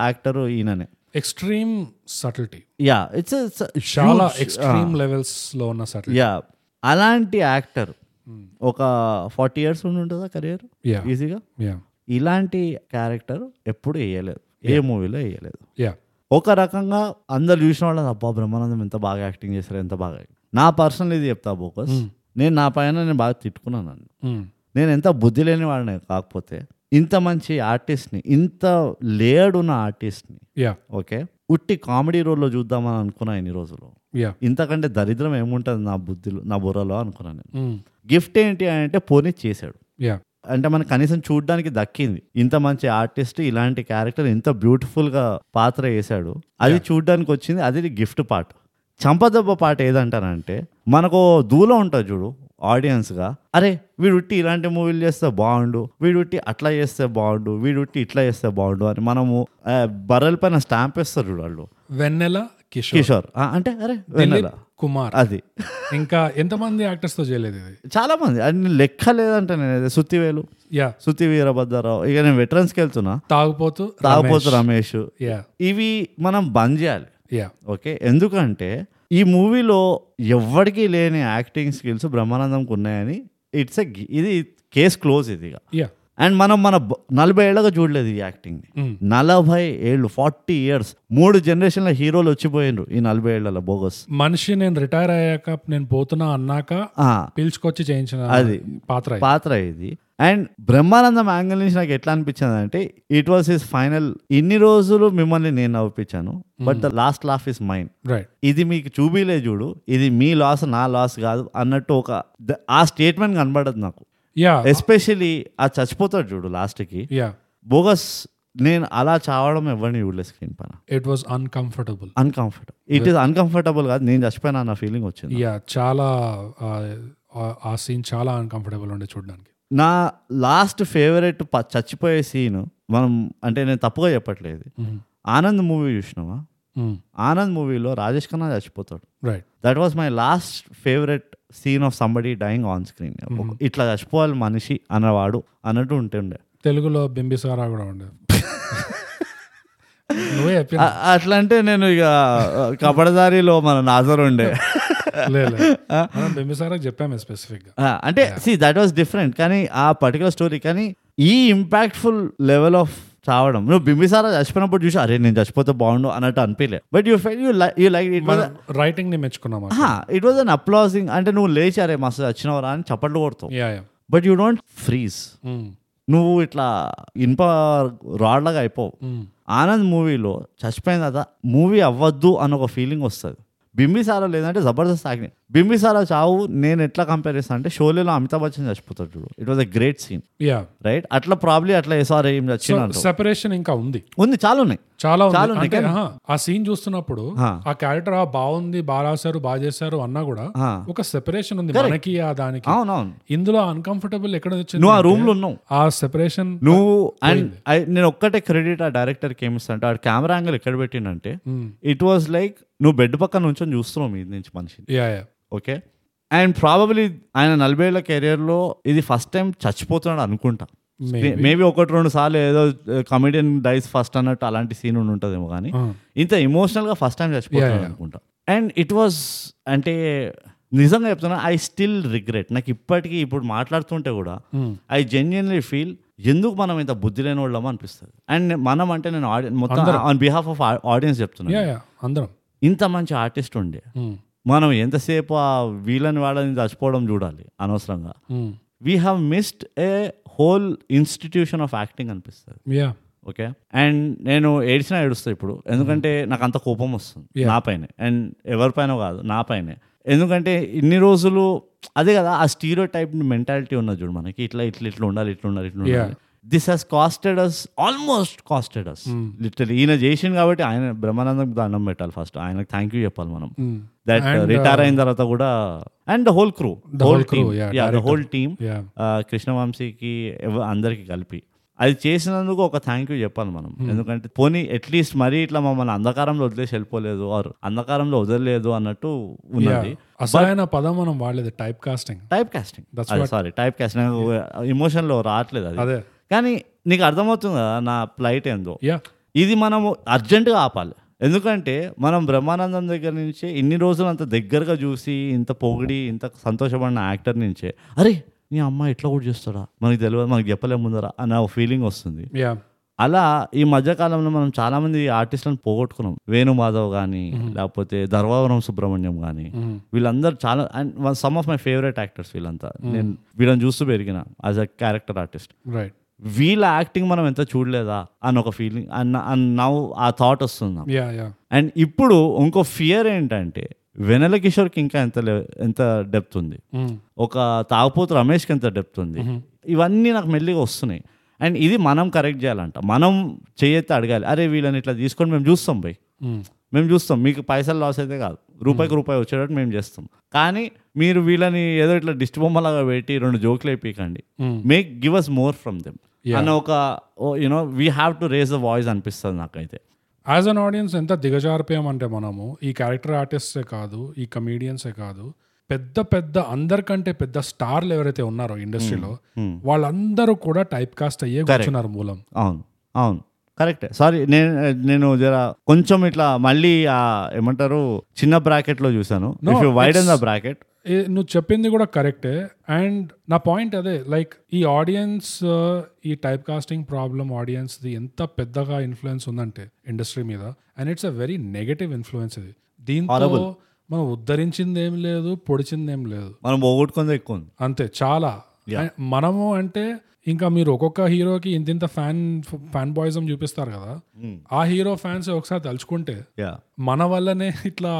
Speaker 2: యాక్టర్ ఈయననే
Speaker 1: ఎక్స్ట్రీమ్ సటిల్టీ
Speaker 2: యా ఇట్స్
Speaker 1: చాలా ఎక్స్ట్రీమ్ లెవెల్స్ లో ఉన్న సటిల్
Speaker 2: యా అలాంటి యాక్టర్ ఒక ఫార్టీ ఇయర్స్ ఉండి ఉంటుందా కెరియర్
Speaker 1: యా
Speaker 2: ఈజీగా
Speaker 1: యా
Speaker 2: ఇలాంటి క్యారెక్టర్ ఎప్పుడు వేయలేదు ఏ మూవీలో వేయలేదు
Speaker 1: యా
Speaker 2: ఒక రకంగా అందరు చూసిన వాళ్ళు అబ్బా బ్రహ్మానందం ఎంత బాగా యాక్టింగ్ చేశారు ఎంత బాగా యాక్టింగ్." నా పర్సనల్ ఇది చెప్తా బోకస్
Speaker 1: Hmm.
Speaker 2: నేను నా పైన నేను బాగా తిట్టుకున్నాను నన్ను నేను ఎంత బుద్ధి లేని వాడిని కాకపోతే ఇంత మంచి ఆర్టిస్ట్ని ఇంత లేయర్డ్ ఉన్న ఆర్టిస్ట్ని
Speaker 1: యా
Speaker 2: ఓకే ఉట్టి కామెడీ రోల్లో చూద్దామని అనుకున్నా ఇన్ని రోజులు
Speaker 1: యా
Speaker 2: ఇంతకంటే దరిద్రం ఏముంటుంది నా బుద్ధిలో నా బుర్రలో అనుకున్నాను నేను
Speaker 1: Hmm.
Speaker 2: గిఫ్ట్ ఏంటి అని అంటే పోనీ చేశాడు
Speaker 1: యా
Speaker 2: అంటే మనం కనీసం చూడడానికి దక్కింది ఇంత మంచి ఆర్టిస్ట్ ఇలాంటి క్యారెక్టర్ ఇంత బ్యూటిఫుల్ గా పాత్ర వేశాడు అది చూడడానికి వచ్చింది అది గిఫ్ట్ పార్ట్ చంపదెబ్బ పాట ఏదంటానంటే మనకు దూలో ఉంటుంది చూడు ఆడియన్స్ గా అరే వీడుట్టి ఇలాంటి మూవీలు చేస్తే బాగుండు వీడుట్టి అట్లా చేస్తే బాగుండు వీడుట్టి ఇట్లా చేస్తే బాగుండు అని మనము ఆ, బర్రెల పైన స్టాంప్ వేస్తారు చూడు వాళ్ళు
Speaker 1: వెన్నెల కిషోర్
Speaker 2: కిషోర్ ఆ, అంటే అరే వెన్నెల
Speaker 1: కుమార్
Speaker 2: అది
Speaker 1: ఇంకా ఎంతమంది యాక్టర్స్ తో చేయలేదు ఇది
Speaker 2: చాలా మంది అది లెక్క లేదంటే నేను సుత్తివేలు
Speaker 1: యా
Speaker 2: శృతి వీరభద్రరావు ఇక నేను వెటరన్స్కి వెళ్తున్నా
Speaker 1: తాగుపోతూ
Speaker 2: తాగపోతు రమేష్
Speaker 1: యా
Speaker 2: ఇవి మనం బంద్ చేయాలి
Speaker 1: యా
Speaker 2: ఓకే ఎందుకంటే ఈ మూవీలో ఎవ్వడికి లేని యాక్టింగ్ స్కిల్స్ బ్రహ్మానందంకి ఉన్నాయని ఇట్స్ ఎ ఇది కేస్ క్లోజ్ ఇది ఇక
Speaker 1: యా
Speaker 2: అండ్ మనం మన బ- నలభై ఏళ్ళగా చూడలేదు ఈ యాక్టింగ్ నలభై ఏళ్ళు ఫార్టీ ఇయర్స్ మూడు జనరేషన్ల హీరోలు వచ్చిపోయినరు ఈ నలభై ఏళ్ళలో బోగస్
Speaker 1: మనిషి నేను రిటైర్ అయ్యాక నేను పోతున్నా అన్నాక
Speaker 2: ఆ,
Speaker 1: పిలుచుకొచ్చి చేయించిన
Speaker 2: అది.
Speaker 1: పాత్ర ఇది.
Speaker 2: పాత్ర ఇది అండ్ బ్రహ్మానందం యాంగిల్ నుంచి నాకు ఎట్లా అనిపించింది అంటే ఇట్ వాస్ హిస్ ఫైనల్ ఇన్ని రోజులు మిమ్మల్ని నేను నవ్విపించాను but the last laugh is mind
Speaker 1: right
Speaker 2: ఇది మీకు చూపిలే చూడు ఇది మీ లాస్ నా లాస్ కాదు అన్నట్టు ఒక ద- ఆ స్టేట్మెంట్ కనబడదు నాకు
Speaker 1: యా
Speaker 2: ఎస్పెషలీ ఆ చచ్చిపోతాడు చూడు లాస్ట్కి
Speaker 1: యా
Speaker 2: బోగస్ నేను అలా చావడం ఎవరిని చూడలేదు స్క్రీన్ పైన
Speaker 1: it was uncomfortable
Speaker 2: uncomfortable it is uncomfortable కాదు నేను చచ్చిపోయినా అన్న ఫీలింగ్ వచ్చింది
Speaker 1: యా చాలా ఆ- ఆ- ఆ సీన్ చాలా అన్కంఫర్టబుల్ ఉండే చూడడానికి
Speaker 2: నా లాస్ట్ ఫేవరెట్ ప- చచ్చిపోయే సీన్ మనం అంటే నేను తప్పుగా చెప్పట్లేదు ఆనంద్ మూవీ చూసినావా ఆనంద్ మూవీలో రాజేష్ ఖన్నా చచ్చిపోతాడు
Speaker 1: right
Speaker 2: that was my last favourite scene of somebody dying on screen ఇట్లా చచ్చిపోవాలి మనిషి అన్నవాడు అన్నట్టు ఉంటుండే
Speaker 1: తెలుగులో బింబిసారా కూడా ఉండే నువ్వే చెప్పిన
Speaker 2: అ- అట్లా అంటే నేను ఇక కబడదారిలో మన నాజర్ ఉండే
Speaker 1: లే, లే. మనం బింబిసారాకి చెప్పాము స్పెసిఫిక్ గా
Speaker 2: ఆ, అంటే సి దట్ వాస్ డిఫరెంట్ కానీ ఆ పర్టికులర్ స్టోరీ కానీ ఈ ఇంపాక్ట్ఫుల్ లెవెల్ ఆఫ్ చావడం నువ్వు బింబిసారా చచ్చిపోయినప్పుడు చూసి అరే నేను చచ్చిపోతే బాగుండు అన్నట్టు అనిపించలే but you fell you like you like it was
Speaker 1: writing ని మెచ్చుకున్నాం
Speaker 2: ఇట్ వాజ్ అన్ అప్లాజింగ్ అంటే నువ్వు లేచి అరే మస్తు చచ్చినవరా అని చప్పట్లు కొడతావు
Speaker 1: yeah yeah
Speaker 2: but you don't freeze
Speaker 1: Hmm,
Speaker 2: నువ్వు ఇట్లా ఇనుప రాడ్లాగా అయిపోవు
Speaker 1: hmm.
Speaker 2: ఆనంద్ మూవీలో చచ్చిపోయిన తర్వాత మూవీ అవ్వద్దు అని ఒక ఫీలింగ్ వస్తుంది బింబిసారా లేదంటే జబర్దస్త్ ఆగ్ని బింబిసారా చావు నేను ఎట్లా కంపేర్ చేస్తాను అంటే షోలేలో అమితాబ్ బచ్చన్ చచ్చిపోతాడు చూడు it was a great scene
Speaker 1: yeah
Speaker 2: right అట్లా ప్రాబ్లీ అట్లా వేసారు ఏం చచ్చిన
Speaker 1: సెపరేషన్ ఇంకా ఉంది
Speaker 2: ఉంది చాలా ఉన్నాయి
Speaker 1: చాలా
Speaker 2: చాలా
Speaker 1: ఉంది
Speaker 2: ఉన్నాయి,
Speaker 1: అంటే ఆహా, ఆ సీన్ చూస్తున్నప్పుడు
Speaker 2: హా.
Speaker 1: ఆ క్యారెక్టర్ ఆ బాగుంది బాగా రాశారు బాగా చేశారు అన్నా కూడా
Speaker 2: హా.
Speaker 1: ఒక సెపరేషన్ ఉంది మనకి ఆ దానికి
Speaker 2: అవునవును
Speaker 1: ఇందులో అన్కంఫర్టబుల్ ఎక్కడ వచ్చింది
Speaker 2: నువ్వు ఆ రూమ్ లో ఉన్నావు
Speaker 1: ఆ సెపరేషన్
Speaker 2: నువ్వు అండ్ నేను ఒక్కటే క్రెడిట్ ఆ డైరెక్టర్ కి ఏమిస్తా అంటే ఆ కెమెరా యాంగిల్ ఎక్కడ పెట్టిండంటే ఇట్ వాజ్ లైక్ నువ్వు బెడ్ పక్కన నుంచొని చూస్తున్నావు మీద నుంచి మనిషిని
Speaker 1: yeah yeah
Speaker 2: okay and probably ఆయన నలభై ఏళ్ళ career లో ఇది ఫస్ట్ టైం చచ్చిపోతున్నాడు అనుకుంటా మేబీ ఒకటి రెండు సార్లు ఏదో కమెడియన్ డైస్ ఫస్ట్ అన్నట్టు అలాంటి సీన్ ఉంటుందేమో కానీ
Speaker 1: ఆ.
Speaker 2: ఇంత ఎమోషనల్ గా ఫస్ట్ టైం చచ్చిపోతున్నాడు అనుకుంటా అండ్ ఇట్ వాజ్ అంటే నిజంగా చెప్తున్నా ఐ స్టిల్ రిగ్రెట్ నాకు ఇప్పటికీ ఇప్పుడు మాట్లాడుతుంటే కూడా ఐ జెన్యున్లీ ఫీల్ ఎందుకు మనం ఇంత బుద్ధి లేని వాళ్ళం అనిపిస్తుంది అండ్ మనం అంటే నేను ఆడియన్స్ మొత్తం ఆన్ బిహాఫ్ ఆఫ్ ఆడియన్స్ చెప్తున్నాను
Speaker 1: యా యా అందరం
Speaker 2: ఇంత మంచి ఆర్టిస్ట్ ఉండే
Speaker 1: ఉమ్,
Speaker 2: మనం ఎంతసేపు ఆ వీళ్ళని వాళ్ళని చచ్చిపోవడం చూడాలి అనవసరంగా
Speaker 1: um,
Speaker 2: we have missed a whole institution of acting అనిపిస్తుంది
Speaker 1: యా
Speaker 2: ఓకే అండ్ నేను ఏడిచినా ఏడుస్తా ఇప్పుడు ఎందుకంటే
Speaker 1: Hmm.
Speaker 2: నాకు అంత కోపం వస్తుంది నా పైనే అండ్ ఎవరిపైన కాదు నా పైనే ఎందుకంటే ఇన్ని రోజులు అదే కదా ఆ స్టీరియో టైప్ మెంటాలిటీ ఉన్నది చూడు మనకి ఇట్లా ఇట్లా ఇట్లా ఉండాలి ఇట్లా ఉండాలి ఇట్లా ఉండాలి this Hess casted us almost casted us
Speaker 1: Hmm.
Speaker 2: Literal ఈయన చేసింది కాబట్టి ఆయన బ్రహ్మానందం దండం పెట్టాలి ఫస్ట్ ఆయనకు థ్యాంక్ యూ చెప్పాలి మనం
Speaker 1: Hmm.
Speaker 2: దట్ రిటైర్ అయిన తర్వాత కూడా and the whole crew whole
Speaker 1: uh, crew,
Speaker 2: team
Speaker 1: yeah,
Speaker 2: the whole team
Speaker 1: yeah
Speaker 2: ఆ, కృష్ణవంశీకి ఎవ- అందరికీ కలిపి అది చేసినందుకు ఒక థ్యాంక్ యూ చెప్పాలి మనం ఎందుకంటే పోనీ అట్లీస్ట్ మరీ ఇట్లా మమ్మల్ని అంధకారంలో వదిలేసి వెళ్ళిపోలేదు ఆరు అంధకారంలో వదలలేదు అన్నట్టు ఉన్నది
Speaker 1: అసలైన పదం మనం వాడలేదు type casting
Speaker 2: type casting sorry type casting ఎమోషన్లో రావట్లేదు అది
Speaker 1: అదే
Speaker 2: కానీ నీకు అర్థమవుతుంది కదా నా ఫ్లైట్ ఏందో
Speaker 1: యా
Speaker 2: ఇది మనము అర్జెంటుగా ఆపాలి ఎందుకంటే మనం బ్రహ్మానందం దగ్గర నుంచే ఇన్ని రోజులు అంత దగ్గరగా చూసి ఇంత పొగిడి ఇంత సంతోషపడిన యాక్టర్ నుంచే అరే నీ అమ్మాయి ఇట్లా కూడా చేస్తాడా మనకి తెలియదు మనకి చెప్పలేము ముందరా అన్న ఫీలింగ్ వస్తుంది
Speaker 1: యా
Speaker 2: అలా ఈ మధ్యకాలంలో మనం చాలామంది ఆర్టిస్టులను పోగొట్టుకున్నాం వేణుమాధవ్ కానీ లేకపోతే ధర్వావరం సుబ్రహ్మణ్యం కానీ వీళ్ళందరూ చాలా and some of my favourite actors వీళ్ళంతా నేను వీళ్ళని చూస్తూ పెరిగిన as a character artist
Speaker 1: right
Speaker 2: వీళ్ళ యాక్టింగ్ మనం ఎంత చూడలేదా అని ఒక ఫీలింగ్ అన్న అన్ నౌ ఆ థాట్ వస్తుంది
Speaker 1: యా యా
Speaker 2: అండ్ ఇప్పుడు ఇంకో ఫియర్ ఏంటంటే వెనెల కిషోర్కి ఇంకా ఎంత లే- ఎంత డెప్త్ ఉంది
Speaker 1: ఉమ్,
Speaker 2: ఒక తాగుపోతు రమేష్కి ఎంత డెప్త్ ఉంది ఇవన్నీ నాకు మెల్లిగా వస్తున్నాయి అండ్ ఇది మనం కరెక్ట్ చేయాలంట మనం చేయైతే అడగాలి అరే వీళ్ళని ఇట్లా తీసుకొని మేము చూస్తాం పోయి
Speaker 1: ఉమ్,
Speaker 2: మేము చూస్తాం మీకు పైసలు లాస్ అయితే కాదు రూపాయికి రూపాయి వచ్చేటట్టు మేము చేస్తాం కానీ మీరు వీళ్ళని ఏదో ఇట్లా దిష్టి బొమ్మలాగా పెట్టి రెండు జోకులు అయిపోయకండి
Speaker 1: Mm.
Speaker 2: Make give us more from them అన్న ఒక you know we have to raise the voice అనిపిస్తుంది నాకైతే
Speaker 1: యాజ్ అన్ ఆడియన్స్ ఎంత దిగజారిపోయామంటే మనము ఈ క్యారెక్టర్ ఆర్టిస్టే కాదు ఈ కమీడియన్సే కాదు పెద్ద పెద్ద అందరికంటే పెద్ద స్టార్లు ఎవరైతే ఉన్నారో ఇండస్ట్రీలో వాళ్ళందరూ కూడా టైప్ కాస్ట్ అయ్యే కూర్చున్నారు మూలం
Speaker 2: అవును అవును కరెక్టే సారీ నేను నేను జర కొంచెం ఇట్లా మళ్ళీ ఆ ఏమంటారు చిన్న బ్రాకెట్లో చూసాను if you wide the bracket
Speaker 1: ఏ, నువ్వు చెప్పింది కూడా కరెక్టే అండ్ నా పాయింట్ అదే లైక్ ఈ ఆడియన్స్ ఈ type casting problem audience the ఎంత పెద్దగా ఇన్ఫ్లుయెన్స్ ఉందంటే ఇండస్ట్రీ మీద and it's a very negative influence ఇది దీంతో మనం ఉద్ధరించింది ఏం లేదు పొడిచింది ఏం లేదు
Speaker 2: మనం పోగొట్టుకుంది ఎక్కువ ఉంది
Speaker 1: అంతే చాలా అండ్ మనము అంటే ఇంకా మీరు ఒక్కొక్క హీరోకి ఇంతింత ఫ్యాన్ ఫ్యాన్ బాయిజం చూపిస్తారు కదా ఆ హీరో ఫ్యాన్స్ ఒకసారి తలుచుకుంటే
Speaker 2: యా
Speaker 1: మన వల్లనే ఇట్లా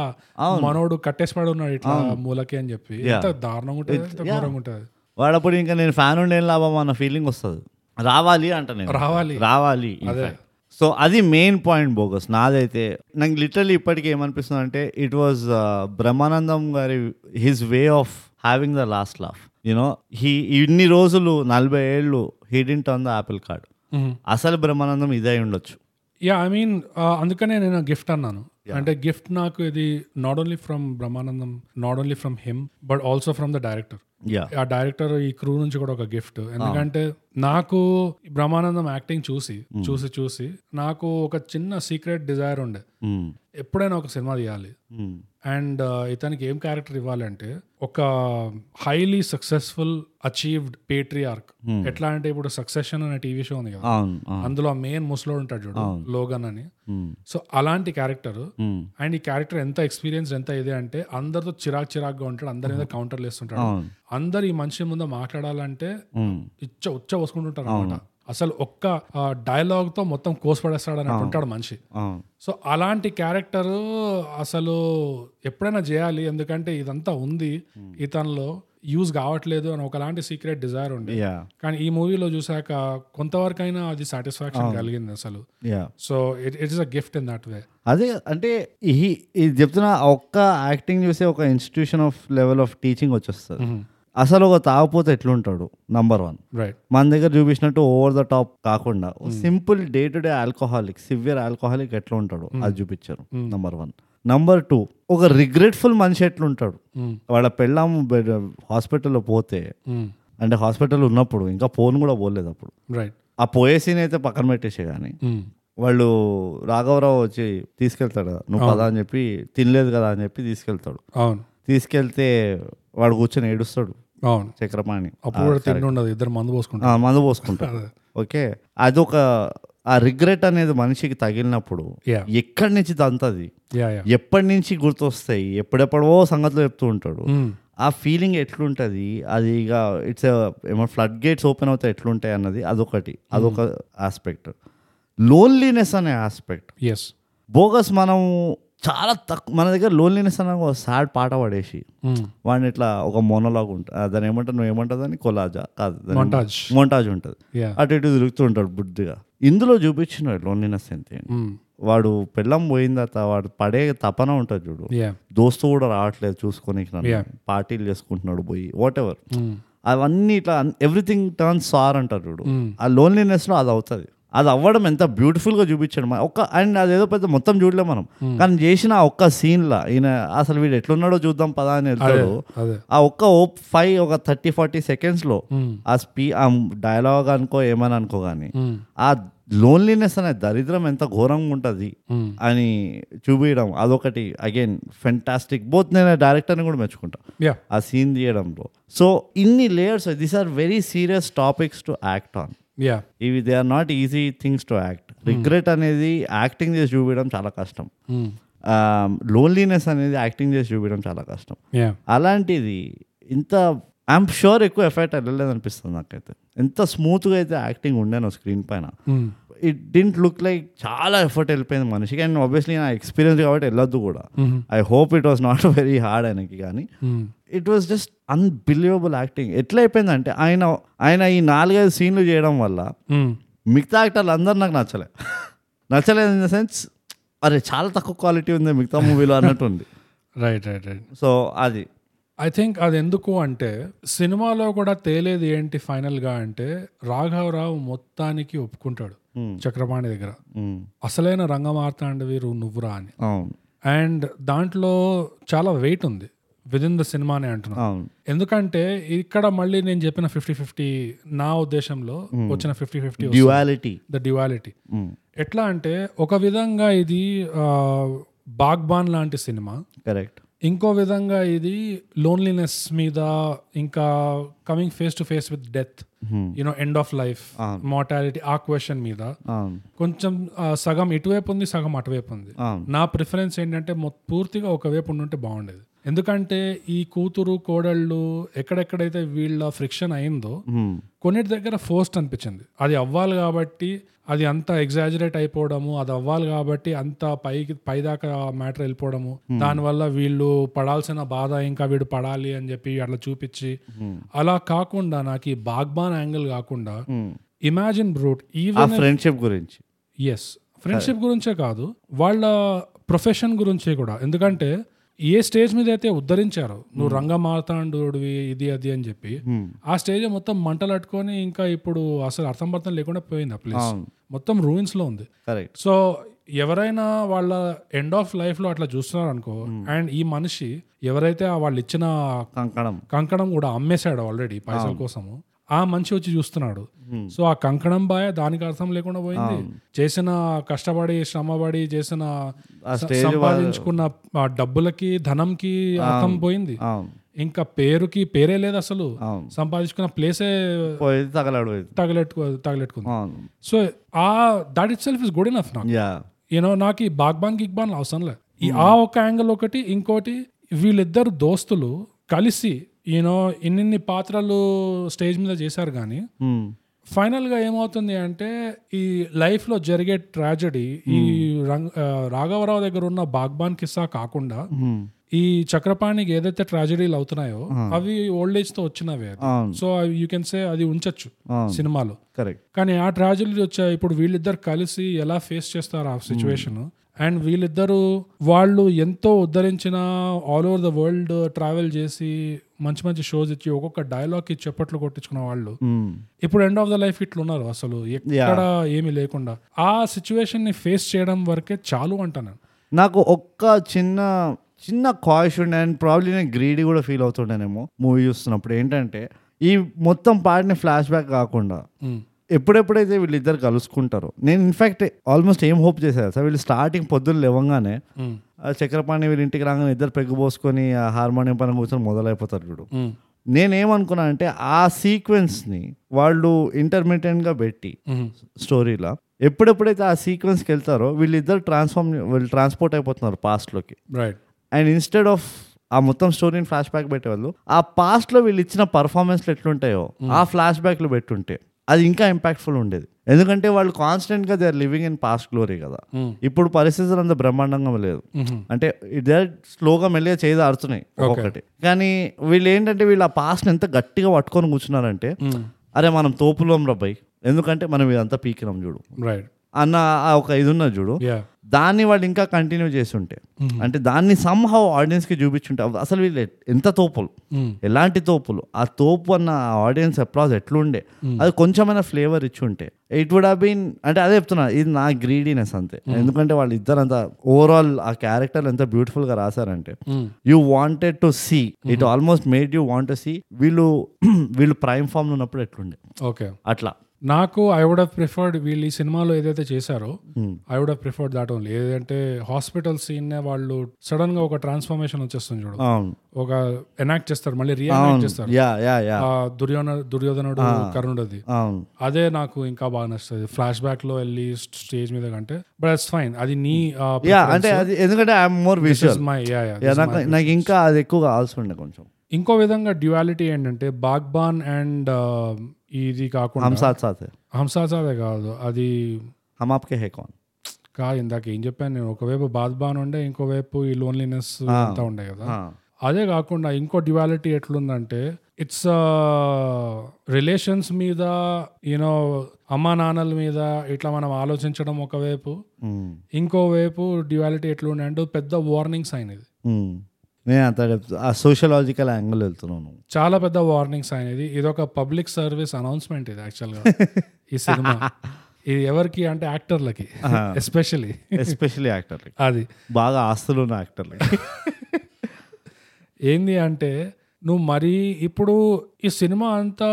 Speaker 1: మనోడు కట్టేసిపడి ఉన్నాడు ఇట్లా మూలకి అని చెప్పి ఎంత దారుణంగా ఉంటుంది ఎంత ఘోరంగా ఉంటుంది
Speaker 2: వాడప్పుడు ఇంకా నేను ఫ్యాన్ ఉండే లాభం అన్న ఫీలింగ్ వస్తుంది రావాలి అంట నేను
Speaker 1: రావాలి.
Speaker 2: రావాలి సో అది మెయిన్ పాయింట్ బోగస్ నాదైతే నాకు లిటరలీ ఇప్పటికీ ఏమనిపిస్తుంది అంటే ఇట్ వాజ్ బ్రహ్మానందం uh, గారి his way of having the last laugh you know he ఇన్ని రోజులు నలభై ఏళ్ళు he didn't on the apple cart అసలు బ్రహ్మానందం ఇదే అయి ఉండొచ్చు
Speaker 1: యా ఐ మీన్ uh, అందుకనే నేను గిఫ్ట్ అన్నాను అంటే గిఫ్ట్ నాకు ఇది not only from Brahmanandam not only from him but also from the director
Speaker 2: yeah
Speaker 1: ఆ డైరెక్టర్ ఈ క్రూ నుంచి కూడా ఒక గిఫ్ట్ ఎందుకంటే నాకు ఈ బ్రహ్మానందం యాక్టింగ్ చూసి చూసి చూసి నాకు ఒక చిన్న సీక్రెట్ డిజైర్ ఉండే
Speaker 2: మ్మ్.
Speaker 1: ఎప్పుడైనా ఒక సినిమా తీయాలి
Speaker 2: మ్మ్.
Speaker 1: అండ్ ఇతనికి ఏం క్యారెక్టర్ ఇవ్వాలంటే ఒక హైలీ సక్సెస్ఫుల్ అచీవ్డ్ పేట్రియార్క్ ఎట్లా అంటే ఇప్పుడు సక్సెషన్ అనే టీవీ షో ఉంది కదా
Speaker 2: అవును Hmm. అవును.
Speaker 1: అందులో మెయిన్ ముసలోడు ఉంటాడు చూడు లోగన్ అని
Speaker 2: మ్మ్.
Speaker 1: సో అలాంటి క్యారెక్టర్
Speaker 2: మ్మ్.
Speaker 1: అండ్ ఈ క్యారెక్టర్ ఎంత ఎక్స్పీరియన్స్ ఎంత ఇదే అంటే అందరితో చిరాక్ చిరాక్గా ఉంటాడు అందరి మీద కౌంటర్లు వేస్తుంటాడు
Speaker 2: అవును
Speaker 1: అందరు ఈ మనిషి ముందు మాట్లాడాలంటే
Speaker 2: మ్మ్.
Speaker 1: ఇచ్చ ఉచ్చ పోసుకుంటుంటారు అనమాట అసలు ఒక్క డైలాగ్ తో మొత్తం కోసిపడేస్తాడు అని ఉంటాడు మనిషి
Speaker 2: అవును
Speaker 1: సో అలాంటి క్యారెక్టర్ అసలు ఎప్పుడైనా చేయాలి ఎందుకంటే ఇదంతా ఉంది ఇతనిలో యూజ్ కావట్లేదు అని ఒకలాంటి సీక్రెట్ డిజైర్ ఉండే
Speaker 2: యా
Speaker 1: కానీ ఈ మూవీలో చూసాక కొంతవరకైనా అది సాటిస్ఫాక్షన్ కలిగింది అసలు
Speaker 2: yeah
Speaker 1: so it it is a gift in that way
Speaker 2: అదే అంటే ఈ ఇది చెప్తున్నా ఒక్క యాక్టింగ్ చూసే ఒక institution of level of teaching వచ్చేస్తుంది అసలు ఒక తాగపోతే ఎట్లుంటాడు నంబర్ వన్
Speaker 1: రైట్
Speaker 2: మన దగ్గర చూపించినట్టు ఓవర్ ద టాప్ కాకుండా simple day to day alcoholic severe alcoholic ఎట్లా ఉంటాడు అది చూపించారు నంబర్ వన్ నంబర్ టూ ఒక రిగ్రెట్ఫుల్ మనిషి ఎట్లుంటాడు
Speaker 1: Hmm.
Speaker 2: వాళ్ళ పెళ్ళాం హాస్పిటల్లో పోతే అంటే హాస్పిటల్ ఉన్నప్పుడు ఇంకా ఫోన్ కూడా పోలేదు అప్పుడు
Speaker 1: రైట్
Speaker 2: ఆ పోయే సీన్ అయితే పక్కన పెట్టేసే కానీ
Speaker 1: Hmm.
Speaker 2: వాళ్ళు రాఘవరావు వచ్చి తీసుకెళ్తాడు కదా, నువ్వు పదా అని చెప్పి తినలేదు కదా అని చెప్పి తీసుకెళ్తాడు
Speaker 1: అవును
Speaker 2: తీసుకెళ్తే వాడు కూర్చొని ఏడుస్తాడు
Speaker 1: అవును
Speaker 2: చక్రపాణి
Speaker 1: అప్పుడు కూడా తిండి ఉండదు ఇద్దరు మందు పోసుకుంటారు
Speaker 2: ఆ, మందు పోసుకుంటాడు ఓకే అదొక ఆ రిగ్రెట్ అనేది మనిషికి తగిలినప్పుడు
Speaker 1: యా
Speaker 2: ఎక్కడి నుంచి తంతది
Speaker 1: యా యా
Speaker 2: ఎప్పటి నుంచి గుర్తొస్తాయి ఎప్పుడెప్పుడో సంగతులు చెప్తూ ఉంటాడు
Speaker 1: Hmm.
Speaker 2: ఆ ఫీలింగ్ ఎట్లుంటుంది అది ఇక ఇట్స్ ఏమో ఫ్లడ్ గేట్స్ ఓపెన్ అవుతాయి ఎట్లుంటాయి అన్నది అదొకటి అదొక ఆస్పెక్ట్ లోన్లీనెస్ అనే ఆస్పెక్ట్
Speaker 1: ఎస్
Speaker 2: బోగస్ మనం చాలా తక్కువ మన దగ్గర లోన్లీనెస్ అనే ఒక సాడ్ పాట పడేసి
Speaker 1: Hmm.
Speaker 2: వాడిని ఇట్లా ఒక మోనోలాగ్ ఉంటుంది దాని ఏమంటారు నువ్వు ఏమంటుంది అని కొలాజా కాదు
Speaker 1: మొంటాజ్
Speaker 2: మోంటాజ్ ఉంటుంది
Speaker 1: యా
Speaker 2: అటు ఇటు తిరుగుతూ ఉంటాడు బుద్ధిగా ఇందులో చూపించిన లోన్లీనెస్ ఎంత ఏంటి?
Speaker 1: Hmm.
Speaker 2: వాడు పెళ్ళం పోయిన తర్వాత వాడు పడే తపన ఉంటుంది చూడు
Speaker 1: యా
Speaker 2: దోస్తు కూడా రావట్లేదు చూసుకోనికి నన్ను. పార్టీలు చేసుకుంటున్నాడు పోయి వాట్ ఎవర్
Speaker 1: Hmm.
Speaker 2: అవన్నీ ఇట్లా ఎవ్రీథింగ్ టర్న్స్ సార్ అంటారు చూడు ఆ loneliness లో అది అవుతుంది అది అవ్వడం ఎంత beautiful గా చూపించాడు మన ఒక్క అండ్ అదేదో పెద్ద మొత్తం చూడలేం మనం కానీ చేసిన ఆ ఒక్క scene లా ఈయన అసలు వీడు ఎట్లున్నాడో చూద్దాం పదా అని వెళ్తాడు
Speaker 1: అదే
Speaker 2: ఆ ఒక్క ఓ ఫైవ్ ఒక థర్టీ ఫార్టీ సెకండ్స్లో ఆ స్పీ ఆ డైలాగ్ అనుకో ఏమని అనుకో కానీ ఆ లోన్లీనెస్ అనే దరిద్రం ఎంత ఘోరంగా ఉంటుంది
Speaker 1: Mm.
Speaker 2: అని చూపించడం అదొకటి అగైన్ ఫెంటాస్టిక్ బోత్ నేను డైరెక్టర్ని కూడా మెచ్చుకుంటా
Speaker 1: యా
Speaker 2: ఆ సీన్ తీయడంలో సో ఇన్ని layers these are very serious topics to act on
Speaker 1: yeah
Speaker 2: ఇవి they are not easy things to act regret అనేది యాక్టింగ్ చేసి చూపించడం చాలా కష్టం
Speaker 1: Hmm.
Speaker 2: లోన్లీనెస్ అనేది యాక్టింగ్ చేసి చూపించడం చాలా కష్టం
Speaker 1: యా
Speaker 2: అలాంటిది ఇంత ఐఎమ్ షూర్ ఎక్కువ ఎఫర్ట్ వెళ్ళలేదు అనిపిస్తుంది నాకైతే ఎంత స్మూత్గా అయితే యాక్టింగ్ ఉండేను స్క్రీన్ పైన ఇట్ డింట్ లుక్ లైక్ చాలా ఎఫర్ట్ వెళ్ళిపోయింది మనిషికి అండ్ ఆబ్వియస్లీ నా ఎక్స్పీరియన్స్ కాబట్టి వెళ్ళొద్దు కూడా I hope it was not very hard ఆయనకి కానీ it was just unbelievable acting ఎట్లా అయిపోయిందంటే ఆయన ఆయన ఈ నాలుగైదు సీన్లు చేయడం వల్ల మిగతా యాక్టర్లు అందరు నాకు నచ్చలే నచ్చలేదు ఇన్ ద సెన్స్ అరే చాలా తక్కువ క్వాలిటీ ఉంది మిగతా మూవీలో అన్నట్టు ఉంది
Speaker 1: రైట్ రైట్ రైట్
Speaker 2: సో అది
Speaker 1: ఐ థింక్ అది ఎందుకు అంటే సినిమాలో కూడా తేలేది ఏంటి ఫైనల్ గా అంటే రాఘవరావు మొత్తానికి ఒప్పుకుంటాడు చక్రపాణి దగ్గర
Speaker 2: మ్మ్.
Speaker 1: అసలైన రంగం ఆడతాండవి నువ్వురా అని
Speaker 2: అవును
Speaker 1: అండ్ దాంట్లో చాలా వెయిట్ ఉంది విత్ ఇన్ ద సినిమా అని అంటున్నాను
Speaker 2: అవును
Speaker 1: ఎందుకంటే ఇక్కడ మళ్ళీ నేను చెప్పిన ఫిఫ్టీ ఫిఫ్టీ నా ఉద్దేశంలో వచ్చిన fifty fifty
Speaker 2: duality
Speaker 1: the duality ఎట్లా అంటే ఒక విధంగా ఇది ఆ, బాగ్బాన్ లాంటి సినిమా
Speaker 2: కరెక్ట్
Speaker 1: ఇంకో విధంగా ఇది లోన్లీనెస్ మీద ఇంకా coming face to face with death you know end of life mortality ఆ క్వశ్చన్ మీద
Speaker 2: అవును
Speaker 1: కొంచెం ఆ, సగం ఇటువైపు ఉంది సగం అటువైపు ఉంది
Speaker 2: అవును.
Speaker 1: నా ప్రిఫరెన్స్ ఏంటంటే మొ- పూర్తిగా ఒకవైపు ఉండుంటే బాగుండేది ఎందుకంటే ఈ కూతురు కోడళ్ళు ఎక్కడెక్కడైతే వీళ్ళ ఫ్రిక్షన్ అయిందో
Speaker 2: మ్మ్.
Speaker 1: కొన్నిటి దగ్గర ఫోస్ట్ అనిపించింది అది అవ్వాలి కాబట్టి అది అంత ఎగ్జాజరేట్ అయిపోవడము అది అవ్వాలి కాబట్టి అంత పైకి పైదాకా మ్యాటర్ వెళ్ళిపోవడము దానివల్ల వీళ్ళు పడాల్సిన బాధ ఇంకా వీడు పడాలి అని చెప్పి అట్లా చూపించి అలా కాకుండా నాకు ఈ బాగ్బాన్ యాంగిల్ కాకుండా ఇమాజిన్ బ్రూట్
Speaker 2: ఆ
Speaker 1: ఈవెన్
Speaker 2: ఫ్రెండ్షిప్ గురించి
Speaker 1: ఎస్ ఫ్రెండ్షిప్ గురించే కాదు వాళ్ళ ప్రొఫెషన్ గురించే కూడా ఎందుకంటే ఏ స్టేజ్ మీద అయితే ఉద్ధరించారు నువ్వు రంగం మారుతాండోడివి ఇది అది అని చెప్పి ఆ స్టేజ్ మొత్తం మంటలు అట్టుకొని ఇంకా ఇప్పుడు అసలు అర్థం పర్థం లేకుండా పోయింది ఆ ప్లేస్ మొత్తం రూయిన్స్ లో ఉంది
Speaker 2: కరెక్ట్
Speaker 1: సో ఎవరైనా వాళ్ళ ఎండ్ ఆఫ్ లైఫ్ లో అట్లా చూస్తున్నారు అనుకో అండ్ ఈ మనిషి ఎవరైతే ఆ వాళ్ళు ఇచ్చిన
Speaker 2: కంకణం
Speaker 1: కంకణం కూడా అమ్మేశాడు ఆల్రెడీ పైసల కోసము ఆ మనిషి వచ్చి చూస్తున్నాడు సో ఆ కంకణం బాయ దానికి అర్థం లేకుండా పోయింది చేసిన కష్టపడి శ్రమపడి చేసిన
Speaker 2: ఆ
Speaker 1: స-
Speaker 2: stage
Speaker 1: సంపాదించుకున్న ఆ డబ్బులకి ధనంకి అర్థం పోయింది
Speaker 2: అవును
Speaker 1: ఇంకా పేరుకి పేరే లేదు అసలు
Speaker 2: అవును.
Speaker 1: సంపాదించుకున్న ప్లేసే
Speaker 2: పోయి తగలాడు పోయింది
Speaker 1: తగలెట్టుకో తగలెట్టుకుంది
Speaker 2: అవును
Speaker 1: సో ఆ that itself is good enough నాకు
Speaker 2: యా
Speaker 1: యూనో నాకు ఈ బాగ్బాన్ గిగ్బాన్ అవసరం లేదు ఈ ఆ ఒక యాంగిల్ ఒకటి ఇంకోటి వీళ్ళిద్దరు దోస్తులు కలిసి యూనో ఇన్నిన్ని పాత్రలు స్టేజ్ మీద చేశారు కానీ
Speaker 2: Hmm.
Speaker 1: ఫైనల్గా ఏమవుతుంది అంటే ఈ లైఫ్లో జరిగే ట్రాజడీ ఈ రంగ్ ఆ, రాఘవరావు దగ్గర ఉన్న బాగ్బాన్ కిస్సా కాకుండా
Speaker 2: Hmm.
Speaker 1: ఈ చక్రపాణికి ఏదైతే ట్రాజడీలు అవుతున్నాయో అవి ఓల్డ్ ఏజ్ తో వచ్చినవే
Speaker 2: అవును
Speaker 1: సో యూ కెన్ సే అది ఉంచొచ్చు
Speaker 2: అవును
Speaker 1: సినిమాలో
Speaker 2: కరెక్ట్
Speaker 1: కానీ ఆ ట్రాజడీ వచ్చాయి ఇప్పుడు వీళ్ళిద్దరు కలిసి ఎలా ఫేస్ చేస్తారు ఆ సిచ్యువేషన్ అండ్ వీళ్ళిద్దరూ వాళ్ళు ఎంతో ఉద్ధరించిన all over the world travel చేసి మంచి మంచి షోస్ ఇచ్చి ఒక్కొక్క డైలాగ్ ఇచ్చి చప్పట్లు కొట్టించుకున్న వాళ్ళు
Speaker 2: Hmm.
Speaker 1: ఇప్పుడు ఎండ్ ఆఫ్ ద లైఫ్ ఇట్లున్నారు అసలు ఎక్కడ ఏమీ లేకుండా ఆ సిచ్యువేషన్ ని ఫేస్ చేయడం వరకే చాలు అంటాను నేను.
Speaker 2: నాకు ఒక్క చిన్న చిన్న కాష్ ఉండే అండ్ ప్రాబ్లీ నేను గ్రీడీ కూడా ఫీల్ అవుతుండేనేమో మూవీ చూస్తున్నప్పుడు ఏంటంటే ఈ మొత్తం పాటని ఫ్లాష్ బ్యాక్ కాకుండా
Speaker 1: మ్మ్.
Speaker 2: ఎప్పుడెప్పుడైతే వీళ్ళిద్దరు కలుసుకుంటారో నేను ఇన్ఫాక్ట్ ఆల్మోస్ట్ ఏం హోప్ చేశారు సార్ వీళ్ళు స్టార్టింగ్ పొద్దున్న లేవంగానే
Speaker 1: మ్మ్.
Speaker 2: ఆ చక్రపాణి వీళ్ళ ఇంటికి రాగానే ఇద్దరు పెగ్గు పోసుకొని ఆ హార్మోనియం పైన కూర్చొని మొదలైపోతారు చూడు
Speaker 1: మ్మ్.
Speaker 2: నేనేమనుకున్నా అంటే ఆ సీక్వెన్స్ని వాళ్ళు ఇంటర్మీడియట్గా పెట్టి
Speaker 1: మ్మ్.
Speaker 2: స్టోరీలో ఎప్పుడెప్పుడైతే ఆ సీక్వెన్స్కి వెళ్తారో వీళ్ళిద్దరు ట్రాన్స్ఫార్మ్ వీళ్ళు ట్రాన్స్పోర్ట్ అయిపోతున్నారు పాస్ట్లోకి
Speaker 1: రైట్
Speaker 2: అండ్ ఇన్స్టెడ్ ఆఫ్ ఆ మొత్తం స్టోరీని ఫ్లాష్ బ్యాక్ పెట్టేవాళ్ళు ఆ పాస్ట్లో వీళ్ళు ఇచ్చిన పర్ఫార్మెన్స్లు ఎట్లుంటాయో ఆ ఫ్లాష్ బ్యాక్లు పెట్టుంటే అది ఇంకా ఇంపాక్ట్ఫుల్ ఉండేది ఎందుకంటే వాళ్ళు కాన్స్టెంట్గా they are living in past glory కదా
Speaker 1: మ్మ్.
Speaker 2: ఇప్పుడు పరిస్థితులు అంత బ్రహ్మాండంగా లేదు
Speaker 1: మ్మ్.
Speaker 2: అంటే ఇదే స్లోగా మెల్లిగా చేయి ఆడుతున్నాయి ఒక్కొక్కటి కానీ వీళ్ళు ఏంటంటే వీళ్ళు ఆ పాస్ట్ని ఎంత గట్టిగా పట్టుకొని కూర్చున్నారంటే
Speaker 1: మ్మ్.
Speaker 2: అరే మనం తోపులోం రబ్బాయి ఎందుకంటే మనం ఇదంతా పీకినాం చూడు
Speaker 1: రైట్
Speaker 2: అన్న ఆ ఒక ఇది ఉన్నది చూడు
Speaker 1: యా
Speaker 2: దాన్ని వాళ్ళు ఇంకా కంటిన్యూ చేసి ఉంటే అంటే దాన్ని సంహవ్ ఆడియన్స్కి చూపించుంటే అవ- అసలు వీళ్ళు ఎట్- ఎంత తోపులు
Speaker 1: మ్మ్.
Speaker 2: ఎలాంటి తోపులు ఆ తోపు అన్న ఆడియన్స్ అప్రాజ్ ఎట్లుండే అది కొంచెమైనా ఫ్లేవర్ ఇచ్చి ఉంటే ఇట్ వుడ్ బీన్ అంటే అదే చెప్తున్నా ఇది నా గ్రీడీనెస్ అంతే ఎందుకంటే వాళ్ళు ఇద్దరు అంత ఓవరాల్ ఆ క్యారెక్టర్ ఎంత బ్యూటిఫుల్గా రాశారంటే
Speaker 1: మ్మ్.
Speaker 2: You wanted to see it almost made you want to see వీళ్ళు వీళ్ళు ప్రైమ్ ఫామ్ ఉన్నప్పుడు ఎట్లుండే
Speaker 1: ఓకే
Speaker 2: అట్లా
Speaker 1: నాకు ఐ వుడ్ హావ్ ప్రిఫర్డ్ వీళ్ళు ఈ సినిమాలో ఏదైతే చేశారో I would have preferred that only ఏదంటే హాస్పిటల్ సీన్ నే వాళ్ళు సడన్ గా ఒక ట్రాన్స్ఫర్మేషన్ వచ్చేస్తుంది చూడు
Speaker 2: అవును
Speaker 1: ఒక ఎనాక్ట్ చేస్తారు మళ్ళీ రియాక్ట్ చేస్తారు
Speaker 2: యా యా యా
Speaker 1: ఆ దుర్యోధన దుర్యోధనుడు కర్ణుడది
Speaker 2: అవును
Speaker 1: అదే నాకు ఇంకా బాగా నచ్చుతుంది ఫ్లాష్ బ్యాక్ లో వెళ్ళి స్టేజ్ మీద కంటే బట్ ఇట్స్ ఫైన్ అది నీ
Speaker 2: యా అంటే అది ఎందుకంటే I'm more visual
Speaker 1: my yeah
Speaker 2: yeah నాకు నాకు ఇంకా అది ఎక్కువ కావాల్సి ఉండే కొంచెం
Speaker 1: ఇంకో విధంగా డ్యువాలిటీ ఏంటంటే బాగ్బాన్ అండ్ ఇది కాకుండా
Speaker 2: హమ్ సాత్ సాత్ హై.
Speaker 1: హంసాజాదే కాదు అది
Speaker 2: హమ్ ఆప్కే హై కౌన్
Speaker 1: కాదు ఇందాక ఏం చెప్పాను నేను ఒకవైపు బాధబాన్ ఉండే ఇంకోవైపు ఈ లోన్లీనెస్ అంతా ఉండే కదా
Speaker 2: ఆ.
Speaker 1: అదే కాకుండా ఇంకో డ్యువాలిటీ ఎట్లుందంటే ఇట్స్ రిలేషన్స్ మీద యూనో అమ్మా నాన్నల మీద ఇట్లా మనం ఆలోచించడం ఒకవైపు
Speaker 2: మ్మ్.
Speaker 1: ఇంకోవైపు డ్యువాలిటీ ఎట్లుండే అంటే పెద్ద వార్నింగ్ సైన్ ఇది
Speaker 2: మ్మ్. నేను అంత చెప్తా- ఆ సోషియలాజికల్ యాంగిల్ వెళ్తున్నాను
Speaker 1: చాలా పెద్ద వార్నింగ్ సైన్ ఇది ఇది ఒక పబ్లిక్ సర్వీస్ అనౌన్స్మెంట్ ఇది యాక్చువల్గా ఈ సినిమా ఇది ఎవరికి అంటే యాక్టర్లకి ఎస్పెషలీ
Speaker 2: ఎస్పెషల్లీ యాక్టర్లకి
Speaker 1: అది
Speaker 2: బాగా ఆస్తులు ఉన్న యాక్టర్లకి
Speaker 1: ఏంది అంటే నువ్వు మరీ ఇప్పుడు ఈ సినిమా అంతా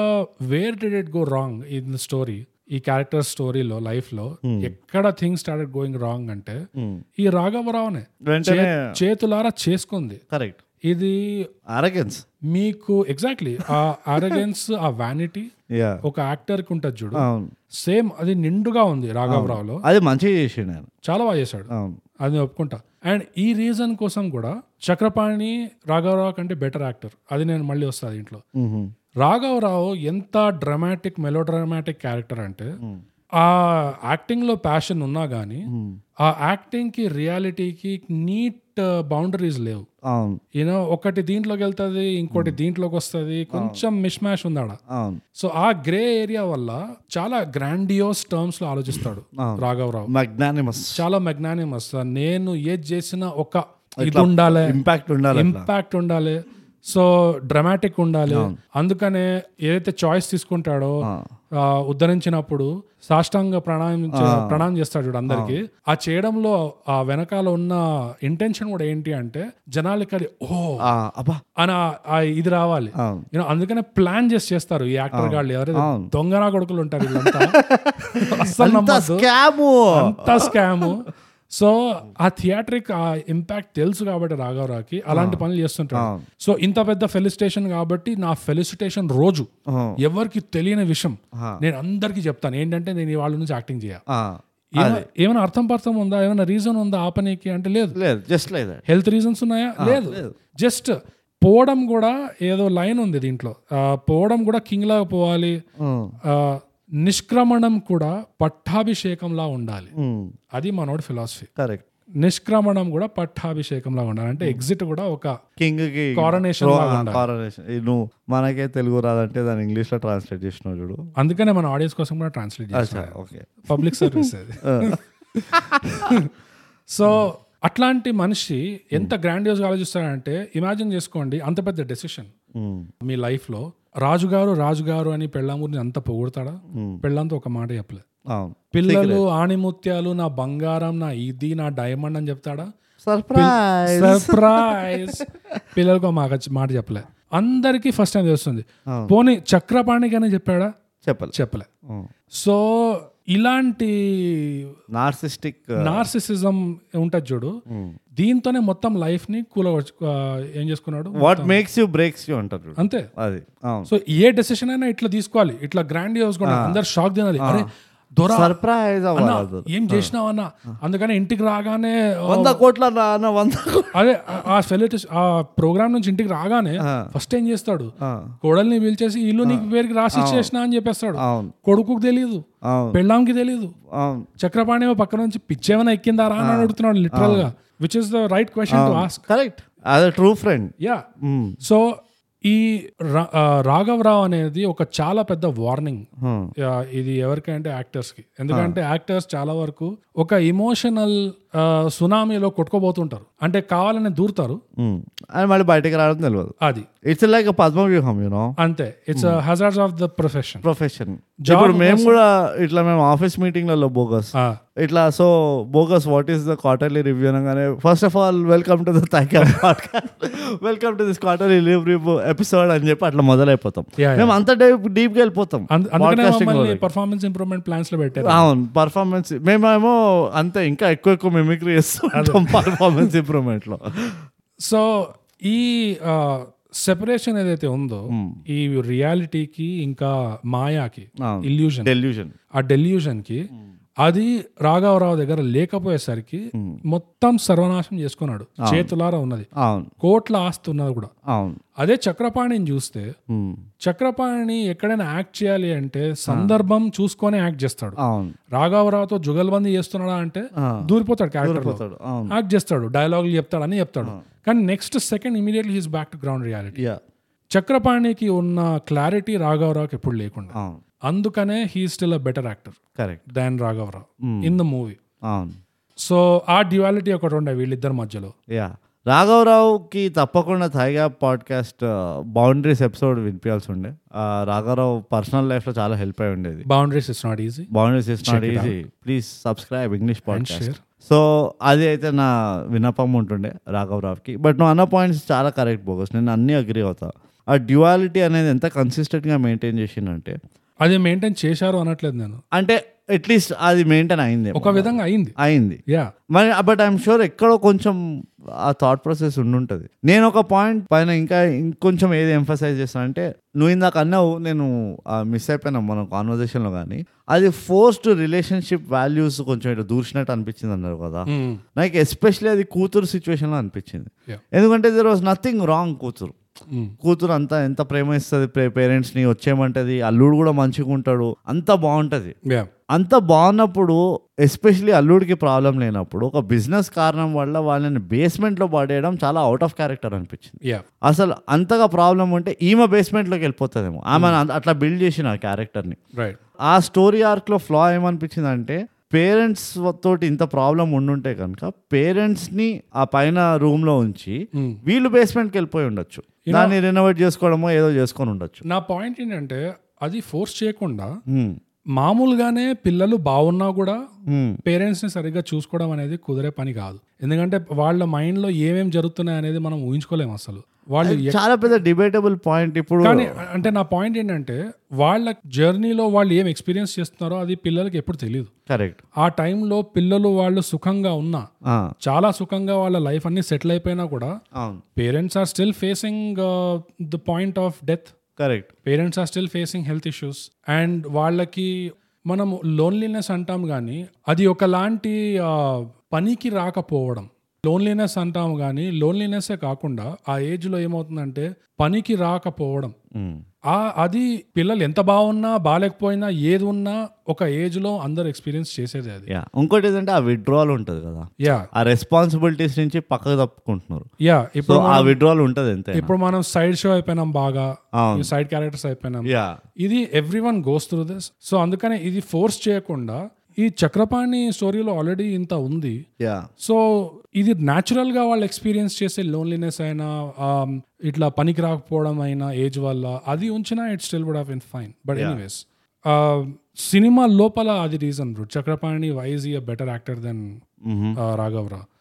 Speaker 1: where did it go wrong in story ఈ క్యారెక్టర్ స్టోరీలో లైఫ్ లో ఎక్కడ థింగ్స్ స్టార్టెడ్ గోయింగ్ రాంగ్ అంటే
Speaker 2: हम्म।
Speaker 1: ఈ రాఘవరావునే
Speaker 2: వెంటనే
Speaker 1: చేతులారా చేసుకుంది
Speaker 2: కరెక్ట్
Speaker 1: ఇది
Speaker 2: అరగెన్స్
Speaker 1: మీకు ఎగ్జాక్ట్లీ ఆ అరగెన్స్ ఆ వ్యానిటీ
Speaker 2: యా
Speaker 1: ఒక యాక్టర్ కి ఉంటుంది చూడు
Speaker 2: అవును
Speaker 1: సేమ్ అది నిండుగా ఉంది రాఘవరావులో
Speaker 2: అది మంచిగా చేసిండు ఆయన
Speaker 1: చాలా బాగా చేశాడు
Speaker 2: అవును
Speaker 1: అది నేను ఒప్పుకుంటా అండ్ ఈ రీజన్ కోసం కూడా చక్రపాణి రాఘవరావు కంటే బెటర్ యాక్టర్ అది నేను మళ్ళీ వస్తా దీంట్లో
Speaker 2: మ్మ్.
Speaker 1: రాఘవరావు ఎంత డ్రామాటిక్ మెలో డ్రామాటిక్ క్యారెక్టర్ అంటే ఆ యాక్టింగ్ లో ప్యాషన్ ఉన్నా కానీ ఆ యాక్టింగ్ కి రియాలిటీకి నీట్ బౌండరీస్ లేవు
Speaker 2: అవును
Speaker 1: యూనో ఒకటి దీంట్లోకి వెళ్తుంది ఇంకోటి దీంట్లోకి వస్తుంది కొంచెం మిష్ మ్యాష్ ఉందాడా
Speaker 2: అవును
Speaker 1: సో ఆ గ్రే ఏరియా వల్ల చాలా గ్రాండియోస్ టర్మ్స్ లో ఆలోచిస్తాడు రాఘవరావు
Speaker 2: మగ్నానిమస్
Speaker 1: చాలా మెగ్నానిమస్ నేను ఏది చేసినా ఒక ఇది ఉండాలి
Speaker 2: ఇంపాక్ట్ ఉండాలి
Speaker 1: ఇంపాక్ట్ ఉండాలి సో డ్రామాటిక్ ఉండాలి అందుకనే ఏదైతే చాయిస్ తీసుకుంటాడో ఆ, ఆ, ఉద్ధరించినప్పుడు సాష్టాంగ ప్రణాయం చే- ప్రణాయం చేస్తాడు చూడు అందరికి ఆ చేయడంలో ఆ వెనకాల ఉన్న ఇంటెన్షన్ కూడా ఏంటి అంటే జనాలకి అది ఓ
Speaker 2: ఆ, అబ్బా
Speaker 1: అని ఆ- ఆ ఇది రావాలి
Speaker 2: అవును.
Speaker 1: You know, అందుకనే ప్లాన్ చేసి చేస్తారు ఈ యాక్టర్ గాళ్ళు ఎవరైతే దొంగనా కొడుకులు ఉంటారు వీళ్ళంతా అస్సలు నమ్మద్దు
Speaker 2: స్కాము
Speaker 1: అంత స్కామ్ సో ఆ థియేటర్కి ఆ ఇంపాక్ట్ తెలుసు కాబట్టి రాఘవరావుకి అలాంటి పనులు చేస్తుంటాడు సో ఇంత పెద్ద ఫెలిసిటేషన్ కాబట్టి నా ఫెలిసిటేషన్ రోజు ఎవరికి తెలియని విషయం నేను అందరికీ చెప్తాను ఏంటంటే నేను ఇవాళ నుంచి యాక్టింగ్ చేయాలి
Speaker 2: ఆ,
Speaker 1: ఏమ- ఏమైనా అర్థం పర్థం ఉందా ఏమైనా రీజన్ ఉందా ఆపనీకి అంటే లేదు
Speaker 2: లేదు జస్ట్ లేదు
Speaker 1: హెల్త్ రీజన్స్ ఉన్నాయా లేదు జస్ట్ పోవడం కూడా ఏదో లైన్ ఉంది దీంట్లో ఆ, పోవడం కూడా కింగ్ లాగా పోవాలి ఆ, నిష్క్రమణం కూడా పట్టాభిషేకంలా ఉండాలి అది మనోడి ఫిలాసఫీ
Speaker 2: కరెక్ట్
Speaker 1: నిష్క్రమణం కూడా పట్టాభిషేకంలా ఉండాలి అంటే ఎగ్జిట్ కూడా ఒక
Speaker 2: కింగ్ కి
Speaker 1: Coronation లాగా ఉండాలి.
Speaker 2: కారనేషన్ నువ్వు మనకే తెలుగు రాదంటే దాన్ని ఇంగ్లీష్ లో ట్రాన్స్లేట్ చేసినావు చూడు
Speaker 1: అందుకనే మన ఆడియన్స్ కోసం కూడా ట్రాన్స్లేట్ చేస్తాం
Speaker 2: ఓకే
Speaker 1: పబ్లిక్ సర్వీస్ అది సో అట్లాంటి మనిషి ఎంత గ్రాండియోస్గా ఆలోచిస్తాడంటే ఇమాజిన్ చేసుకోండి అంత పెద్ద డెసిషన్ మీ లైఫ్లో రాజుగారు రాజుగారు అని పెళ్ళామూరిని అంత పొగుడతాడా పెళ్ళంతో ఒక మాట చెప్పలేదు
Speaker 2: అవును
Speaker 1: పిల్లలు ఆణిముత్యాలు నా బంగారం నా ఇది నా డైమండ్ అని చెప్తాడా
Speaker 2: సర్ప్రైజ్
Speaker 1: సర్ప్రైజ్ పిల్లలకు మాట మాట చెప్పలే అందరికీ ఫస్ట్ టైం తెలుస్తుంది పోనీ చక్రపాణి కానీ చెప్పాడా
Speaker 2: చెప్పాలి
Speaker 1: చెప్పలే సో ఇలాంటి
Speaker 2: నార్సిస్టిక్
Speaker 1: నార్సిసిజం ఉంటుంది చూడు దీంతోనే మొత్తం లైఫ్ ని కూల ఏం చేసుకున్నాడు
Speaker 2: what makes you breaks you అంటారు చూడు
Speaker 1: అంతే
Speaker 2: అది అవును
Speaker 1: సో ఏ డెసిషన్ అయినా ఇట్లా తీసుకోవాలి ఇట్లా గ్రాండ్ చేసుకున్నా అందరు షాక్ తినాలి అరే దొరా
Speaker 2: సర్ప్రైజ్
Speaker 1: అన్నా,
Speaker 2: అవ్వాలి
Speaker 1: ఏం చేసినావు అన్న అందుకని ఇంటికి రాగానే ఆ,
Speaker 2: వంద కోట్ల రా అన్న వంద కోట్ల
Speaker 1: అదే ఆ- ఆ ఫెలిటస్ ఆ ప్రోగ్రామ్ నుంచి ఇంటికి రాగానే ఫస్ట్ ఏం చేస్తాడు కోడల్ని పిలిచేసి ఇల్లు నీకు పేరుకి రాసి ఇచ్చేసిన అని చెప్పేస్తాడు
Speaker 2: అవును
Speaker 1: కొడుకుకి తెలియదు
Speaker 2: అవును
Speaker 1: పెళ్ళాంకి తెలియదు
Speaker 2: అవును
Speaker 1: చక్రపాణి ఏమో పక్క నుంచి పిచ్చేమైనా ఎక్కిందా రా అని అడుగుతున్నాడు లిటరల్ గా which is the right question to ask
Speaker 2: correct అదే ట్రూ ఫ్రెండ్
Speaker 1: యా సో ఈ రా- ఆ, రాఘవరావు అనేది ఒక చాలా పెద్ద వార్నింగ్ ఇది ఎవరికంటే యాక్టర్స్ కి ఎందుకంటే యాక్టర్స్ చాలా వరకు ఒక ఇమోషనల్ సునామీలో కొట్టుకోబోతుంటారు అంటే కావాలని దూరుతారు
Speaker 2: అని మళ్ళీ బయటకు రావడం తెలియదు
Speaker 1: అది
Speaker 2: ఇట్స్ లైక్ పద్మవ్యూహం యూనో
Speaker 1: అంతే it's hazards of the profession
Speaker 2: profession ఇప్పుడు మేము కూడా ఇట్లా మేము ఆఫీస్ మీటింగ్లలో బోగస్ ఇట్లా so bogus what is the quarterly review అనగానే first of all welcome to the థైకా podcast welcome to this quarterly review episode అని చెప్పి అట్లా మొదలైపోతాం
Speaker 1: Yeah, yeah.
Speaker 2: మేము అంత డీప్ డీప్గా వెళ్ళిపోతాం
Speaker 1: అందుకనే
Speaker 2: Podcasting
Speaker 1: మమ్మల్ని
Speaker 2: వాళ్ళకి.
Speaker 1: పర్ఫార్మెన్స్ ఇంప్రూవ్మెంట్ ప్లాన్స్ లో పెట్టారు
Speaker 2: అవును పర్ఫార్మెన్స్ మేమేమో అంతే ఇంకా ఎక్కువ ఎక్కువ మిమిక్రీ చేస్తుంటాం పర్ఫార్మెన్స్ ఇంప్రూవ్మెంట్లో
Speaker 1: సో ఈ సెపరేషన్ ఏదైతే ఉందో ఈ రియాలిటీకి ఇంకా మాయాకి
Speaker 2: అవును.
Speaker 1: ఇల్యూషన్
Speaker 2: డెల్యూషన్
Speaker 1: ఆ డెల్యూషన్ కి అది రాఘవరావు దగ్గర లేకపోయేసరికి మొత్తం సర్వనాశం చేసుకున్నాడు చేతులారా ఉన్నది
Speaker 2: అవును
Speaker 1: కోట్ల ఆస్తి ఉన్నది కూడా
Speaker 2: అవును
Speaker 1: అదే చక్రపాణిని చూస్తే
Speaker 2: Hmm.
Speaker 1: చక్రపాణిని ఎక్కడైనా యాక్ట్ చేయాలి అంటే సందర్భం చూసుకొని యాక్ట్ చేస్తాడు
Speaker 2: అవును
Speaker 1: రాఘవరావుతో జుగల్బందీ చేస్తున్నాడా అంటే దూరిపోతాడు క్యారెక్టర్
Speaker 2: పోతాడు అవును
Speaker 1: యాక్ట్ చేస్తాడు డైలాగులు చెప్తాడని చెప్తాడు కానీ next second immediately his back to ground reality
Speaker 2: yeah
Speaker 1: చక్రపాణికి ఉన్న క్లారిటీ రాఘవరావుకి ఎప్పుడు లేకుండా
Speaker 2: అవును
Speaker 1: అందుకనే he still a better actor
Speaker 2: correct
Speaker 1: than రాఘవరావు ఇన్ ద మూవీ
Speaker 2: అవును
Speaker 1: సో ఆ డ్యువాలిటీ ఒకటి ఉండే వీళ్ళిద్దరి మధ్యలో
Speaker 2: యా రాఘవరావుకి తప్పకుండా uh, థైగా పాడ్కాస్ట్ బౌండరీస్ ఎపిసోడ్ వినిపించాల్సి ఉండే ఆ, Uh, రాఘవరావు పర్సనల్ లైఫ్లో చాలా హెల్ప్ అయి ఉండేది
Speaker 1: boundaries it's not easy
Speaker 2: boundaries is not easy please subscribe English
Speaker 1: share.
Speaker 2: Podcast so అది అయితే నా విన్నపం ఉంటుండే రాఘవరావుకి బట్ నువ్వు అన్న పాయింట్స్ చాలా కరెక్ట్ బోగస్ నేను అన్నీ అగ్రి అవుతా ఆ డ్యువాలిటీ అనేది ఎంత కన్సిస్టెంట్గా మెయింటైన్ చేసిందంటే
Speaker 1: అది మెయింటైన్ చేశారు అనట్లేదు నేను
Speaker 2: అంటే అట్లీస్ట్ అది మెయింటైన్ అయింది
Speaker 1: ఒక విధంగా అయింది
Speaker 2: అయింది
Speaker 1: యా
Speaker 2: మరి బట్ ఐఎమ్ షూర్ ఎక్కడో కొంచెం ఆ థాట్ ప్రాసెస్ ఉండుంటుంది నేను ఒక పాయింట్ పైన ఇంకా ఇంకొంచెం ఏది ఎంఫసైజ్ చేస్తానంటే నువ్వు ఇందాక అన్నావు నేను మిస్ అయిపోయినా మన కాన్వర్జేషన్లో కానీ అది ఫోర్స్డ్ రిలేషన్షిప్ వాల్యూస్ కొంచెం ఇటు దూర్చినట్టు అనిపించింది అన్నారు కదా
Speaker 1: Hmm.
Speaker 2: నాకు ఎస్పెషలీ అది కూతురు సిచ్యువేషన్లో అనిపించింది
Speaker 1: Yeah.
Speaker 2: ఎందుకంటే దెర్ వాజ్ నథింగ్ రాంగ్ కూతురు
Speaker 1: Hmm.
Speaker 2: కూతురు అంతా ఎంత ప్రేమ ఇస్తుంది పేరెంట్స్ని వచ్చేయమంటది అల్లుడు కూడా మంచిగా ఉంటాడు అంత బాగుంటుంది
Speaker 1: యా
Speaker 2: అంత బాగున్నప్పుడు ఎస్పెషలీ అల్లుడికి ప్రాబ్లం లేనప్పుడు ఒక బిజినెస్ కారణం వల్ల వాళ్ళని బేస్మెంట్లో పడేయడం చాలా అవుట్ ఆఫ్ క్యారెక్టర్ అనిపించింది
Speaker 1: యా
Speaker 2: అసలు అంతగా ప్రాబ్లం ఉంటే ఈమె బేస్మెంట్లోకి వెళ్ళిపోతుందేమో ఆమె అట్లా బిల్డ్ చేసిన ఆ క్యారెక్టర్ని
Speaker 1: రైట్
Speaker 2: ఆ స్టోరీ ఆర్క్లో ఫ్లా ఏమనిపించింది అంటే పేరెంట్స్ తోటి ఇంత ప్రాబ్లం ఉండుంటే కనుక పేరెంట్స్ని ఆ పైన రూమ్లో ఉంచి వీళ్ళు బేస్మెంట్కి వెళ్ళిపోయి ఉండొచ్చు Hmm. దాన్ని రెనోవేట్ చేసుకోవడమో ఏదో చేసుకొని ఉండొచ్చు
Speaker 1: నా పాయింట్ ఏంటంటే అది ఫోర్స్ చేయకుండా మామూలుగానే పిల్లలు బాగున్నా కూడా
Speaker 2: Hmm.
Speaker 1: పేరెంట్స్ ని సరిగ్గా చూసుకోవడం అనేది కుదిరే పని కాదు ఎందుకంటే వాళ్ళ మైండ్ లో ఏమేం జరుగుతున్నాయి అనేది మనం ఊహించుకోలేము అసలు వాళ్ళు
Speaker 2: చాలా పెద్ద డిబేటబుల్ పాయింట్ ఇప్పుడు
Speaker 1: కానీ అంటే నా పాయింట్ ఏంటంటే వాళ్ళ జర్నీలో వాళ్ళు ఏం ఎక్స్పీరియన్స్ చేస్తున్నారో అది పిల్లలకి ఎప్పుడు తెలియదు
Speaker 2: కరెక్ట్
Speaker 1: ఆ టైంలో పిల్లలు వాళ్ళు సుఖంగా ఉన్నా చాలా సుఖంగా వాళ్ళ లైఫ్ అన్ని సెటిల్ అయిపోయినా కూడా
Speaker 2: అవును
Speaker 1: parents are still facing the point of death
Speaker 2: correct
Speaker 1: parents are still facing health issues and వాళ్ళకి మనం లోన్లీనెస్ అంటాం కానీ అది ఒకలాంటి ఆ, పనికి రాకపోవడం లోన్లీనెస్ అంటాం కానీ లోన్లీనెస్సే కాకుండా ఆ ఏజ్లో ఏమవుతుందంటే పనికి రాకపోవడం ఆ అది పిల్లలు ఎంత బాగున్నా బాగాలేకపోయినా ఏది ఉన్నా ఒక ఏజ్లో అందరు ఎక్స్పీరియన్స్ చేసేది అది
Speaker 2: యా ఇంకోటి ఏంటంటే ఆ విడ్రాల్ ఉంటుంది కదా
Speaker 1: యా
Speaker 2: ఆ రెస్పాన్సిబిలిటీస్ నుంచి పక్కకు తప్పుకుంటున్నారు
Speaker 1: యా
Speaker 2: సో
Speaker 1: ఇప్పుడు
Speaker 2: ఆ విడ్రాల్ ఉంటుంది అంతే
Speaker 1: ఇప్పుడు మనం సైడ్ షో అయిపోయినాం బాగా
Speaker 2: అవును.
Speaker 1: సైడ్ క్యారెక్టర్స్ అయిపోయినాం
Speaker 2: యా
Speaker 1: ఇది every one goes through this so అందుకనే ఇది ఫోర్స్ చేయకుండా ఈ చక్రపాణి స్టోరీలో ఆల్రెడీ ఇంత ఉంది
Speaker 2: యా
Speaker 1: సో ఇది natural గా వాళ్ళు ఎక్స్పీరియన్స్ చేసే లోన్లీనెస్ అయినా ఆమ్, ఇట్లా పనికి రాకపోవడం అయినా ఏజ్ వల్ల అది ఉంచినా it still would have in fine but anyways uh, cinema లోపల అది రీజన్ బ్రో చక్రపాణి వైజ్ ఈ బెటర్ యాక్టర్ దెన్ రాఘవరా uh,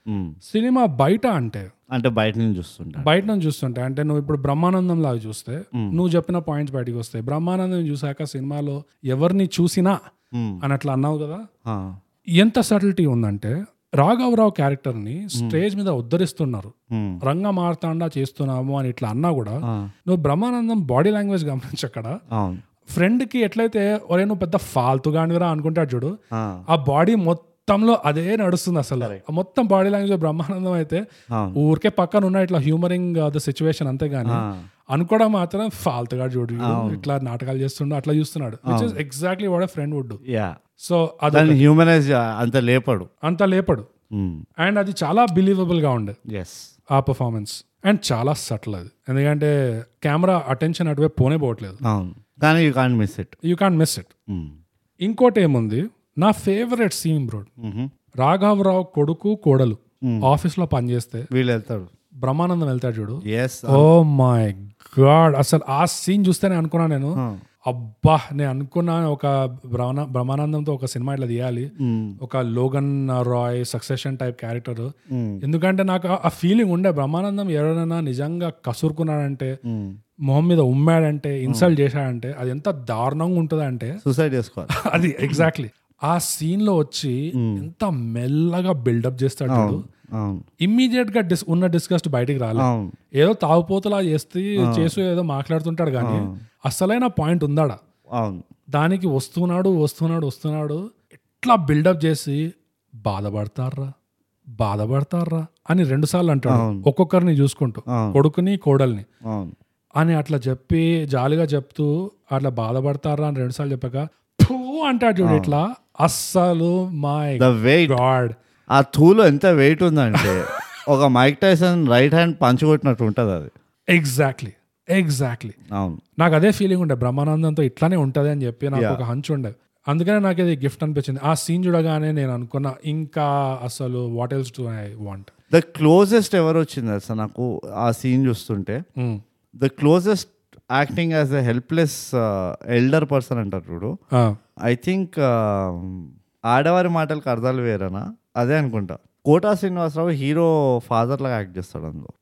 Speaker 1: సినిమా బయట అంటే
Speaker 2: అంటే బయట నుంచి చూస్తుంటా
Speaker 1: బయట నుంచి చూస్తుంటే అంటే నువ్వు ఇప్పుడు బ్రహ్మానందం లాగా చూస్తే నువ్వు చెప్పిన పాయింట్స్ బయటికి వస్తాయి బ్రహ్మానందం చూసాక సినిమాలో ఎవరిని చూసినా అని అట్లా అన్నావు కదా
Speaker 2: ఆ.
Speaker 1: ఎంత సటిల్టీ ఉందంటే రాఘవరావు క్యారెక్టర్ ని స్టేజ్ మీద ఉద్ధరిస్తున్నారు
Speaker 2: Hmm.
Speaker 1: రంగ మార్తాండా చేస్తున్నాము అని ఇట్లా అన్నా కూడా
Speaker 2: ఆ.
Speaker 1: నువ్వు బ్రహ్మానందం బాడీ లాంగ్వేజ్ గమనించక్కడ
Speaker 2: అవును
Speaker 1: ఫ్రెండ్ కి ఎట్లయితే ఒరే నువ్వు పెద్ద ఫాల్తుగానిరా అనుకుంటాడు చూడు
Speaker 2: ఆ.
Speaker 1: ఆ బాడీ మొత్తంలో అదే నడుస్తుంది అసలు మొత్తం బాడీ లాంగ్వేజ్ బ్రహ్మానందం అయితే
Speaker 2: అవును.
Speaker 1: ఊరికే పక్కన ఉన్న ఇట్లా uh, హ్యూమరింగ్ ద సిచ్యువేషన్ అంతేగాని అనుకోవడం మాత్రం ఫాల్తుగా చూడు వీడు. ఇట్లా నాటకాలు చేస్తుండు అట్లా చూస్తున్నాడు విచ్ ఇస్ ఎగ్జాక్ట్లీ వాడ ఫ్రెండ్ వుడ్
Speaker 2: యా
Speaker 1: సో అది
Speaker 2: దాన్ని హ్యూమనైజ్ అంత లేపడు
Speaker 1: అంత లేపడు అండ్ అది చాలా బిలీవబుల్ గా ఉండే
Speaker 2: ఎస్
Speaker 1: ఆ పర్ఫార్మెన్స్ అండ్ చాలా సటిల్ అది ఎందుకంటే కెమెరా అటెన్షన్ అటువైపు పోనే పోవట్లేదు
Speaker 2: అవును కానీ you can't miss it
Speaker 1: you can miss it ఇంకోటి ఏముంది నా ఫేవరెట్ సీన్ బ్రోడ్ రాఘవరావు కొడుకు కోడలు ఆఫీస్ లో పనిచేస్తే
Speaker 2: వీళ్ళు వెళ్తాడు
Speaker 1: బ్రహ్మానందం వెళ్తాడు చూడు
Speaker 2: yes
Speaker 1: oh my God Oh అసలు ఆ సీన్ చూస్తేనే అనుకున్నా నేను అబ్బా నేను అనుకున్నా ఒక బ్రహ్మాన- బ్రహ్మానందంతో ఒక సినిమా ఇట్లా తీయాలి ఒక Logan Roy Succession type character ఎందుకంటే నాకు ఆ- ఆ ఫీలింగ్ ఉండే బ్రహ్మానందం ఎవరైనా నిజంగా కసురుకున్నాడంటే మొహం మీద ఉమ్మాడంటే ఇన్సల్ట్ చేశాడంటే అది ఎంత దారుణంగా ఉంటుందంటే
Speaker 2: సూసైడ్ చేసుకోవాలి
Speaker 1: అది ఎగ్జాక్ట్లీ ఆ సీన్ లో వచ్చి ఎంత మెల్లగా బిల్డప్ చేస్తాడు చూడు.
Speaker 2: అవును
Speaker 1: ఇమ్మీడియట్ గా డిస్ ఉన్న డిస్కస్ట్ బయటికి రాలే
Speaker 2: అవును
Speaker 1: ఏదో తాగుపోతలా చేస్తే చేసు ఏదో మాట్లాడుతుంటాడు కానీ అసలైన పాయింట్ ఉందాడా
Speaker 2: అవును
Speaker 1: దానికి వస్తున్నాడు వస్తున్నాడు వస్తున్నాడు ఇట్లా బిల్డప్ చేసి బాధపడతారా బాధపడతారా అని రెండు సార్లు అంటాడు ఒక్కొక్కరిని చూసుకుంటూ కొడుకుని కోడల్ని
Speaker 2: అవును
Speaker 1: అని అట్లా చెప్పి జాలిగా చెప్తూ అట్లా బాధపడతారా అని రెండు సార్లు చెప్పాక "ఫూ" అంటాడు చూడు ఇట్లా అస్సలు మై
Speaker 2: ద వెయిట్
Speaker 1: గాడ్
Speaker 2: ఆ తూలో ఎంత వెయిట్ ఉందంటే ఒక Mike Tyson right hand punch కొట్టినట్టు ఉంటుంది అది
Speaker 1: ఎగ్జాక్ట్లీ ఎగ్జాక్ట్లీ
Speaker 2: అవును
Speaker 1: నాకు అదే ఫీలింగ్ ఉండే బ్రహ్మానందంతో ఇట్లానే ఉంటది అని చెప్పి నాకు ఒక హంచ్ ఉండే అందుకనే నాకు ఇది గిఫ్ట్ అనిపించింది ఆ సీన్ చూడగానే నేను అనుకున్నా ఇంకా అసలు what else to I want
Speaker 2: the closest ఎవరు వచ్చింది అసలు నాకు ఆ సీన్ చూస్తుంటే the closest acting as a helpless elder person uh, అంటారు చూడు ఐ థింక్ ఆడవారి మాటలకు అర్థాలు వేరేనా అదే అనుకుంటా కోటా శ్రీనివాసరావు హీరో ఫాదర్ లాగా యాక్ట్ చేస్తాడు అందులో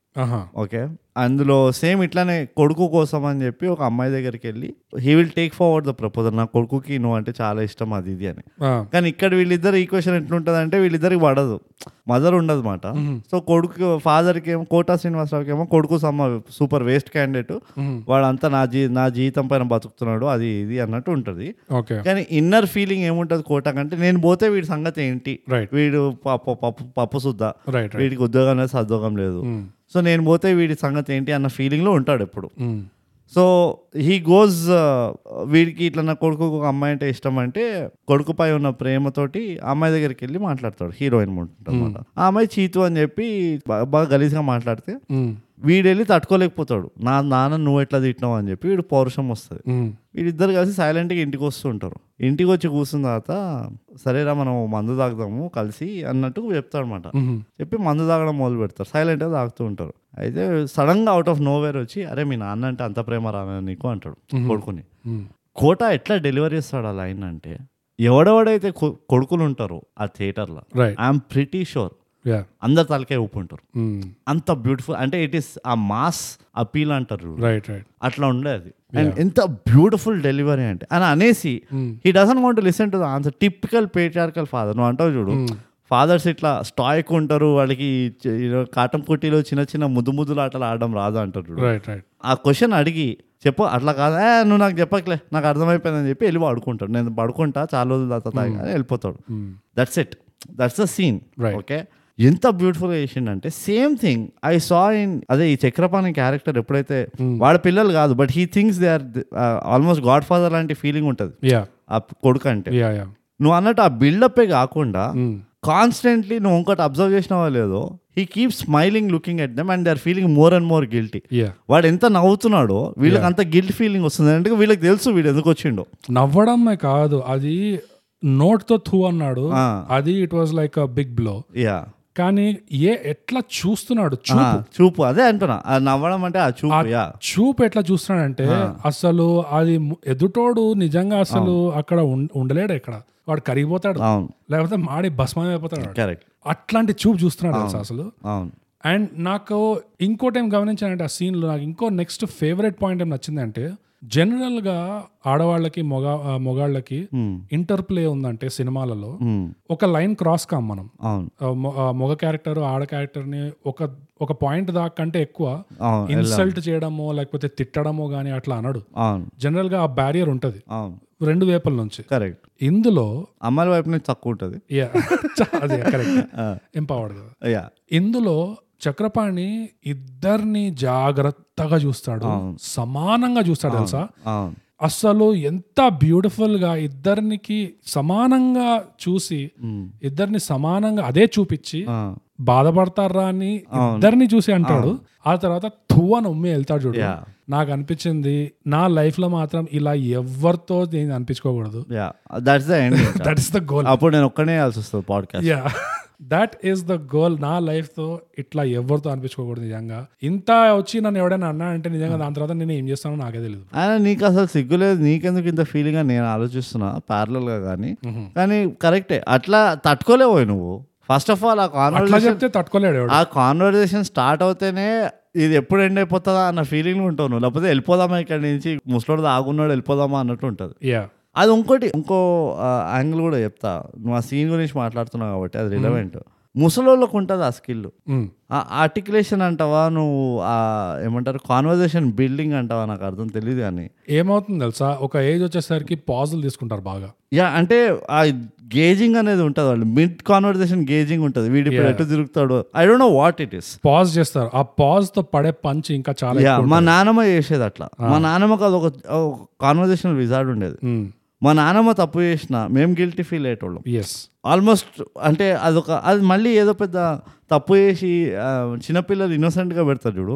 Speaker 2: ఓకే అందులో సేమ్ ఇట్లానే కొడుకు కోసం అని చెప్పి ఒక అమ్మాయి దగ్గరికి వెళ్ళి he will take forward the proposal నా కొడుకుకి నువ్వు అంటే చాలా ఇష్టం అది ఇది అని కానీ ఇక్కడ వీళ్ళిద్దరు ఈక్వేషన్ ఎట్లుంటుంది అంటే వీళ్ళిద్దరికి పడదు మదర్ ఉండదు మాట సో కొడుకు ఫాదర్కి ఏమో కోటా శ్రీనివాసరావుకి ఏమో కొడుకు సమ్మ సూపర్ వేస్ట్ క్యాండిడేట్ వాడంతా నా జీ నా జీవితం పైన బతుకుతున్నాడు అది ఇది అన్నట్టు ఉంటుంది
Speaker 1: ఓకే
Speaker 2: కానీ ఇన్నర్ ఫీలింగ్ ఏముంటుంది కోటా కంటే నేను పోతే వీడి సంగతి ఏంటి
Speaker 1: Right.
Speaker 2: వీడు పప్పు పప్పు పప్పు సుద్దా
Speaker 1: రైట్
Speaker 2: వీడికి ఉద్యోగం లేదు సద్యోగం లేదు సో నేను పోతే వీడి సంగతి ఏంటి అన్న ఫీలింగ్లో ఉంటాడు ఎప్పుడు
Speaker 1: Hmm,
Speaker 2: సో హీ గోజ్ వీడికి ఇట్లా నా కొడుకు ఒక అమ్మాయి అంటే ఇష్టం అంటే కొడుకుపై ఉన్న ప్రేమతోటి ఆ అమ్మాయి దగ్గరికి వెళ్ళి మాట్లాడతాడు హీరోయిన్ అనమాట ఆ అమ్మాయి చీతు అని చెప్పి బా- బాగా గలీజ్గా మాట్లాడితే
Speaker 1: hmm,
Speaker 2: వీడు వెళ్ళి తట్టుకోలేకపోతాడు నా నాన్న నువ్వు ఎట్లా తిట్టినావు అని చెప్పి వీడు పౌరుషం వస్తుంది
Speaker 1: hmm,
Speaker 2: వీళ్ళిద్దరు కలిసి సైలెంట్గా ఇంటికి వస్తుంటారు ఇంటికి వచ్చి కూర్చున్న తర్వాత సరేరా మనం మందు తాగుదాము కలిసి అన్నట్టు చెప్తాడనమాట
Speaker 1: hmm,
Speaker 2: చెప్పి మందు తాగడం మొదలు పెడతారు సైలెంట్గా తాగుతూ ఉంటారు
Speaker 1: hmm.
Speaker 2: అయితే సడన్గా అవుట్ ఆఫ్ నోవేర్ వచ్చి అరే మీ నాన్న అంటే అంత ప్రేమ రానా నీకు అంటాడు కొడుకుని కోట ఎట్లా డెలివరీ చేస్తాడు ఆ లైన్ అంటే ఎవడెవడైతే కొ- కొడుకులు ఉంటారో ఆ థియేటర్లో
Speaker 1: right
Speaker 2: I'm pretty sure
Speaker 1: yeah
Speaker 2: అందరు తలకే ఊపు ఉంటారు
Speaker 1: Hmm,
Speaker 2: అంత బ్యూటిఫుల్ అంటే it is a mass appeal అంటారు చూడు.
Speaker 1: రైట్ రైట్
Speaker 2: అట్లా ఉండేది అండ్ ఎంత బ్యూటిఫుల్ డెలివరీ అంటే అని అనేసి he doesn't want listen to the answer typical patriarchal father నువ్వు అంటావు చూడు ఫాదర్స్ ఇట్లా స్టాయిక్ ఉంటారు వాళ్ళకి చ- you know, కాటం కుట్టిలో చిన్న చిన్న ముద్దు ముద్దులు ఆటలు ఆడడం రాదు అంటారు చూడు
Speaker 1: రైట్ రైట్
Speaker 2: ఆ క్వశ్చన్ అడిగి చెప్పు అట్లా కాదు "ఏ, నువ్వు నాకు చెప్పకలే నాకు అర్థమైపోయిందని చెప్పి వెళ్ళి పడుకుంటాడు నేను పడుకుంటా చాలా రోజులు దాకా తాగి అని వెళ్ళిపోతాడు that's it that's the scene
Speaker 1: Right.
Speaker 2: Okay ఎంత బ్యూటిఫుల్గా చేసిండంటే same thing I saw in అదే ఈ చక్రపాణి క్యారెక్టర్ ఎప్పుడైతే వాడి పిల్లలు కాదు but he thinks they are almost godfather uh, లాంటి ఫీలింగ్ ఉంటుంది
Speaker 1: యా
Speaker 2: ఆ కొడుకు అంటే
Speaker 1: యా యా
Speaker 2: నువ్వు అన్నట్టు ఆ బిల్డప్పే కాకుండా కాన్స్టెంట్లీ నువ్వు ఇంకోటి అబ్జర్వ్ చేసినావా లేదో he keep smiling looking at them and they are feeling more and more guilty
Speaker 1: yeah
Speaker 2: వాడు ఎంత నవ్వుతున్నాడో వీళ్ళకి అంత గిల్ట్ ఫీలింగ్ వస్తుంది అంటే వీళ్ళకి తెలుసు వీడు ఎందుకు వచ్చిండో
Speaker 1: నవ్వడమే కాదు అది నోట్తో థూ అన్నాడు
Speaker 2: ఆ.
Speaker 1: అది it was like a big blow
Speaker 2: yeah
Speaker 1: కానీ ఏ ఎట్లా చూస్తున్నాడు చూ
Speaker 2: ఆ, Ah, చూపు అదే అంటున్నా ఆ నవ్వడం అంటే ఆ చూపు యా
Speaker 1: చూపు ఎట్లా చూస్తున్నాడంటే అసలు అది ము- ఎదుటోడు నిజంగా అసలు అక్కడ ఉం- ఉండలేడు ఇక్కడ వాడు కరిగిపోతాడు
Speaker 2: అవును
Speaker 1: లేకపోతే మాడి భస్మం అయిపోతాడు వాడు.
Speaker 2: కరెక్ట్
Speaker 1: అట్లాంటి చూపు చూస్తున్నాడు తెలుసా అసలు
Speaker 2: అవును
Speaker 1: అండ్ నాకు ఇంకోటి ఏం గమనించానంటే ఆ సీన్లో నాకు ఇంకో నెక్స్ట్ ఫేవరెట్ పాయింట్ ఏం నచ్చిందంటే జనరల్ గా ఆడవాళ్ళకి మొగ ఆ, మొగాళ్ళకి ఇంటర్ప్లే ఉందంటే సినిమాలలో
Speaker 2: Hmm.
Speaker 1: ఒక లైన్ క్రాస్ కాం మనం
Speaker 2: అవును
Speaker 1: ఆ, మొ- ఆ, మగ క్యారెక్టర్ ఆడ క్యారెక్టర్ ని ఒక ఒక పాయింట్ దాకా కంటే ఎక్కువ
Speaker 2: అవును
Speaker 1: ఇన్సల్ట్ చేయడమో లేకపోతే తిట్టడమో గానీ అట్లా అనడు
Speaker 2: అవును
Speaker 1: జనరల్ గా ఆ బ్యారియర్ ఉంటది
Speaker 2: అవును
Speaker 1: రెండు వేపల నుంచి
Speaker 2: కరెక్ట్
Speaker 1: ఇందులో
Speaker 2: అమ్మాయిల వైపు నుంచి తక్కువ ఉంటుంది
Speaker 1: Yeah. అది కరెక్ట్ ఎంపవర్డ్ కదా
Speaker 2: యా
Speaker 1: ఇందులో చక్రపాణి ఇద్దరిని జాగ్రత్తగా చూస్తాడు సమానంగా చూస్తాడు తెలుసా
Speaker 2: అవును
Speaker 1: అస్సలు ఎంత బ్యూటిఫుల్ గా ఇద్దరికి సమానంగా చూసి ఇద్దరిని సమానంగా అదే చూపించి
Speaker 2: ఆ,
Speaker 1: బాధపడతారా అని ఇద్దరిని చూసి అంటాడు ఆ తర్వాత తువ్వను ఉమ్మి వెళ్తాడు చూడు నాకు అనిపించింది నా లైఫ్ లో మాత్రం ఇలా ఎవరితో నేను అనిపించుకోకూడదు
Speaker 2: yeah that's the end
Speaker 1: that is the goal
Speaker 2: అప్పుడు నేను ఒక్కనే వెళ్ళాల్సి వస్తుంది podcast
Speaker 1: yeah that is the goal నా లైఫ్ తో ఇట్లా ఎవరితో అనిపించుకోకూడదు నిజంగా ఇంత వచ్చి నన్ను ఎవడైనా అన్నా అంటే నిజంగా దాని తర్వాత నేను ఏం చేస్తానో నాకే తెలియదు
Speaker 2: అయినా నీకు అసలు సిగ్గులేదు నీకెందుకు ఇంత ఫీలింగ్ అని నేను ఆలోచిస్తున్నా parallel గా కానీ కానీ కరెక్టే అట్లా తట్టుకోలేవు నువ్వు ఫస్ట్ ఆఫ్ ఆల్ ఆ
Speaker 1: అట్లా
Speaker 2: కాన్వర్సేషన్
Speaker 1: చెప్తే తట్టుకోలేడు ఎవడు
Speaker 2: ఆ కాన్వర్సేషన్ స్టార్ట్ అవుతేనే ఇది ఎప్పుడు ఎండ్ అయిపోతుందా అన్న ఫీలింగ్ ఉంటావు నువ్వు లేకపోతే వెళ్ళిపోదామా ఇక్కడ నుంచి ముసలోడు ఆగున్నాడు వెళ్ళిపోదామా అన్నట్టు ఉంటుంది
Speaker 1: యా
Speaker 2: అది ఇంకోటి ఇంకో యాంగిల్ కూడా చెప్తా నువ్వు ఆ సీన్ గురించి మాట్లాడుతున్నావు కాబట్టి అది రిలవెంట్ ముసలోళ్ళకు ఉంటుంది ఆ స్కిల్
Speaker 1: Hmm.
Speaker 2: ఆ ఆర్టికులేషన్ అంటావా నువ్వు ఆ ఏమంటారు కాన్వర్జేషన్ బిల్డింగ్ అంటావా నాకు అర్థం తెలియదు కానీ
Speaker 1: ఏమవుతుంది తెలుసా ఒక ఏజ్ వచ్చేసరికి పాజులు తీసుకుంటారు బాగా
Speaker 2: యా అంటే ఆ గేజింగ్ అనేది ఉంటుంది వాళ్ళు మిడ్ కాన్వర్జేషన్ గేజింగ్ ఉంటుంది వీడి ఇప్పుడు ఎటు తిరుగుతాడు I don't know what it is
Speaker 1: pause చేస్తారు ఆ పాజ్ తో పడే పంచ్ ఇంకా చాలా
Speaker 2: యా మా నాన్నమ్మ చేసేది అట్లా మా నాన్నమ్మకి అది ఒక కాన్వర్జేషన్ విజార్డ్ ఉండేది
Speaker 1: Hmm.
Speaker 2: మా నాన్నమ్మ తప్పు చేసిన మేము గిల్టీ ఫీల్ అయ్యేటోళ్ళం
Speaker 1: ఎస్
Speaker 2: ఆల్మోస్ట్ అంటే అదొక అది మళ్ళీ ఏదో పెద్ద తప్పు చేసి ఆ, చిన్నపిల్లలు innocent గా పెడతారు చూడు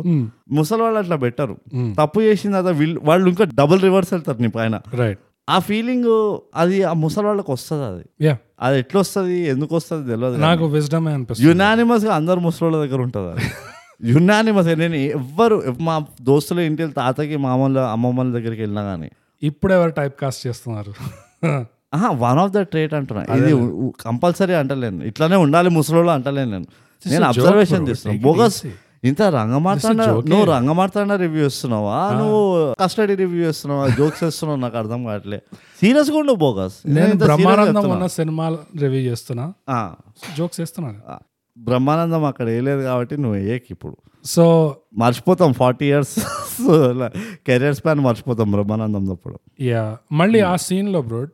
Speaker 2: ముసలి వాళ్ళు అట్లా పెట్టరు తప్పు చేసిన తర్వాత వీళ్ళు వాళ్ళు ఇంకా డబుల్ రివర్స్ వెళ్తారు నీ పైన
Speaker 1: రైట్
Speaker 2: ఆ ఫీలింగ్ అది ఆ ముసలి వాళ్ళకి వస్తుంది అది
Speaker 1: యా
Speaker 2: అది ఎట్లా వస్తుంది ఎందుకు వస్తుంది తెలియదు
Speaker 1: నాకు విజ్డమే అనిపిస్తుంది
Speaker 2: యునానిమస్ గా అందరు ముసలోళ్ళ దగ్గర ఉంటుంది అది యునానిమస్ నేను ఎవ్వరు మా దోస్తుల ఇంటి వెళ్ళి తాతకి మామూలు అమ్మమ్మల దగ్గరికి వెళ్ళినా కానీ
Speaker 1: ఇప్పుడు ఎవరు టైప్ కాస్ట్ చేస్తున్నారు
Speaker 2: వన్ ఆఫ్ ద ట్రేట్ అంటున్నా ఇది కంపల్సరీ అంటలేను ఇట్లానే ఉండాలి ముసలోళ్ళు అంటలేను నేను నేను అబ్జర్వేషన్ చేస్తున్నాను బోగస్ ఇంత రంగమార్తాండ నువ్వు రంగమార్తాండ రివ్యూ ఇస్తున్నావా నువ్ా కస్టడీ రివ్యూ ఇస్తున్నావా జోక్స్ ఇస్తున్నావు నాకు అర్థం కావట్లే సీరియస్ గా ఉండవు బోగస్
Speaker 1: నేను బ్రహ్మానందం ఉన్న సినిమా రివ్యూ చేస్తున్నా జోక్స్ వేస్తున్నాను
Speaker 2: బ్రహ్మానందం అక్కడ వేయలేదు కాబట్టి నువ్వు వేయకి ఇప్పుడు
Speaker 1: సో
Speaker 2: మర్చిపోతాం ఫార్టీ ఇయర్స్ కెరియర్ స్పాన్ మర్చిపోతాం బ్రహ్మానందం అప్పుడు
Speaker 1: యా మళ్ళీ ఆ సీన్ లో um, broad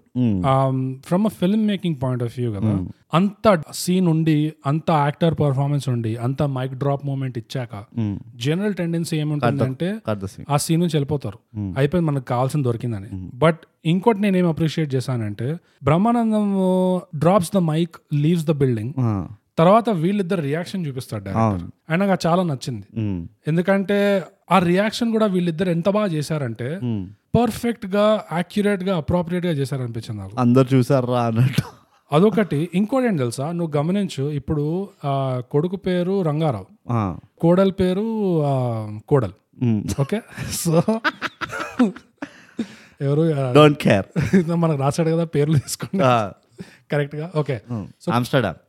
Speaker 1: from a film making point of view కదా అంత సీన్ ఉండి అంత యాక్టర్ పర్ఫార్మెన్స్ ఉండి అంత మైక్ డ్రాప్ మూమెంట్ ఇచ్చాక జనరల్ టెండెన్సీ ఏముంటుందంటే
Speaker 2: కర్ద సింగ్
Speaker 1: ఆ సీన్ నుంచి వెళ్ళిపోతారు అయిపోయింది మనకు కావాల్సింది దొరికిందని బట్ ఇంకోటి నేనేం అప్రిషియేట్ చేశానంటే Brahmanandam drops the mic leaves the building తర్వాత వీళ్ళిద్దరు రియాక్షన్ చూపిస్తాడు డైరెక్టర్ అండ్ నాకు అది చాలా నచ్చింది ఎందుకంటే ఆ రియాక్షన్ కూడా వీళ్ళిద్దరు ఎంత బాగా చేశారంటే పర్ఫెక్ట్ గా యాక్యురేట్ గా అప్రోప్రియేట్ గా చేశారనిపించింది నాకు
Speaker 2: అందరు చూసారా అన్నట్టు
Speaker 1: అదొకటి ఇంకోటి ఏంటి తెలుసా నువ్వు గమనించు ఇప్పుడు ఆ కొడుకు పేరు రంగారావు
Speaker 2: ఆ,
Speaker 1: కోడల్ పేరు ఆ, కోడల్
Speaker 2: ఉమ్.
Speaker 1: ఓకే సో ఎవరు ఆ,
Speaker 2: డోంట్ కేర్
Speaker 1: మనకు రాశాడు కదా పేర్లు తీసుకోండి కరెక్ట్ గా ఓకే
Speaker 2: ఆమ్స్టర్డామ్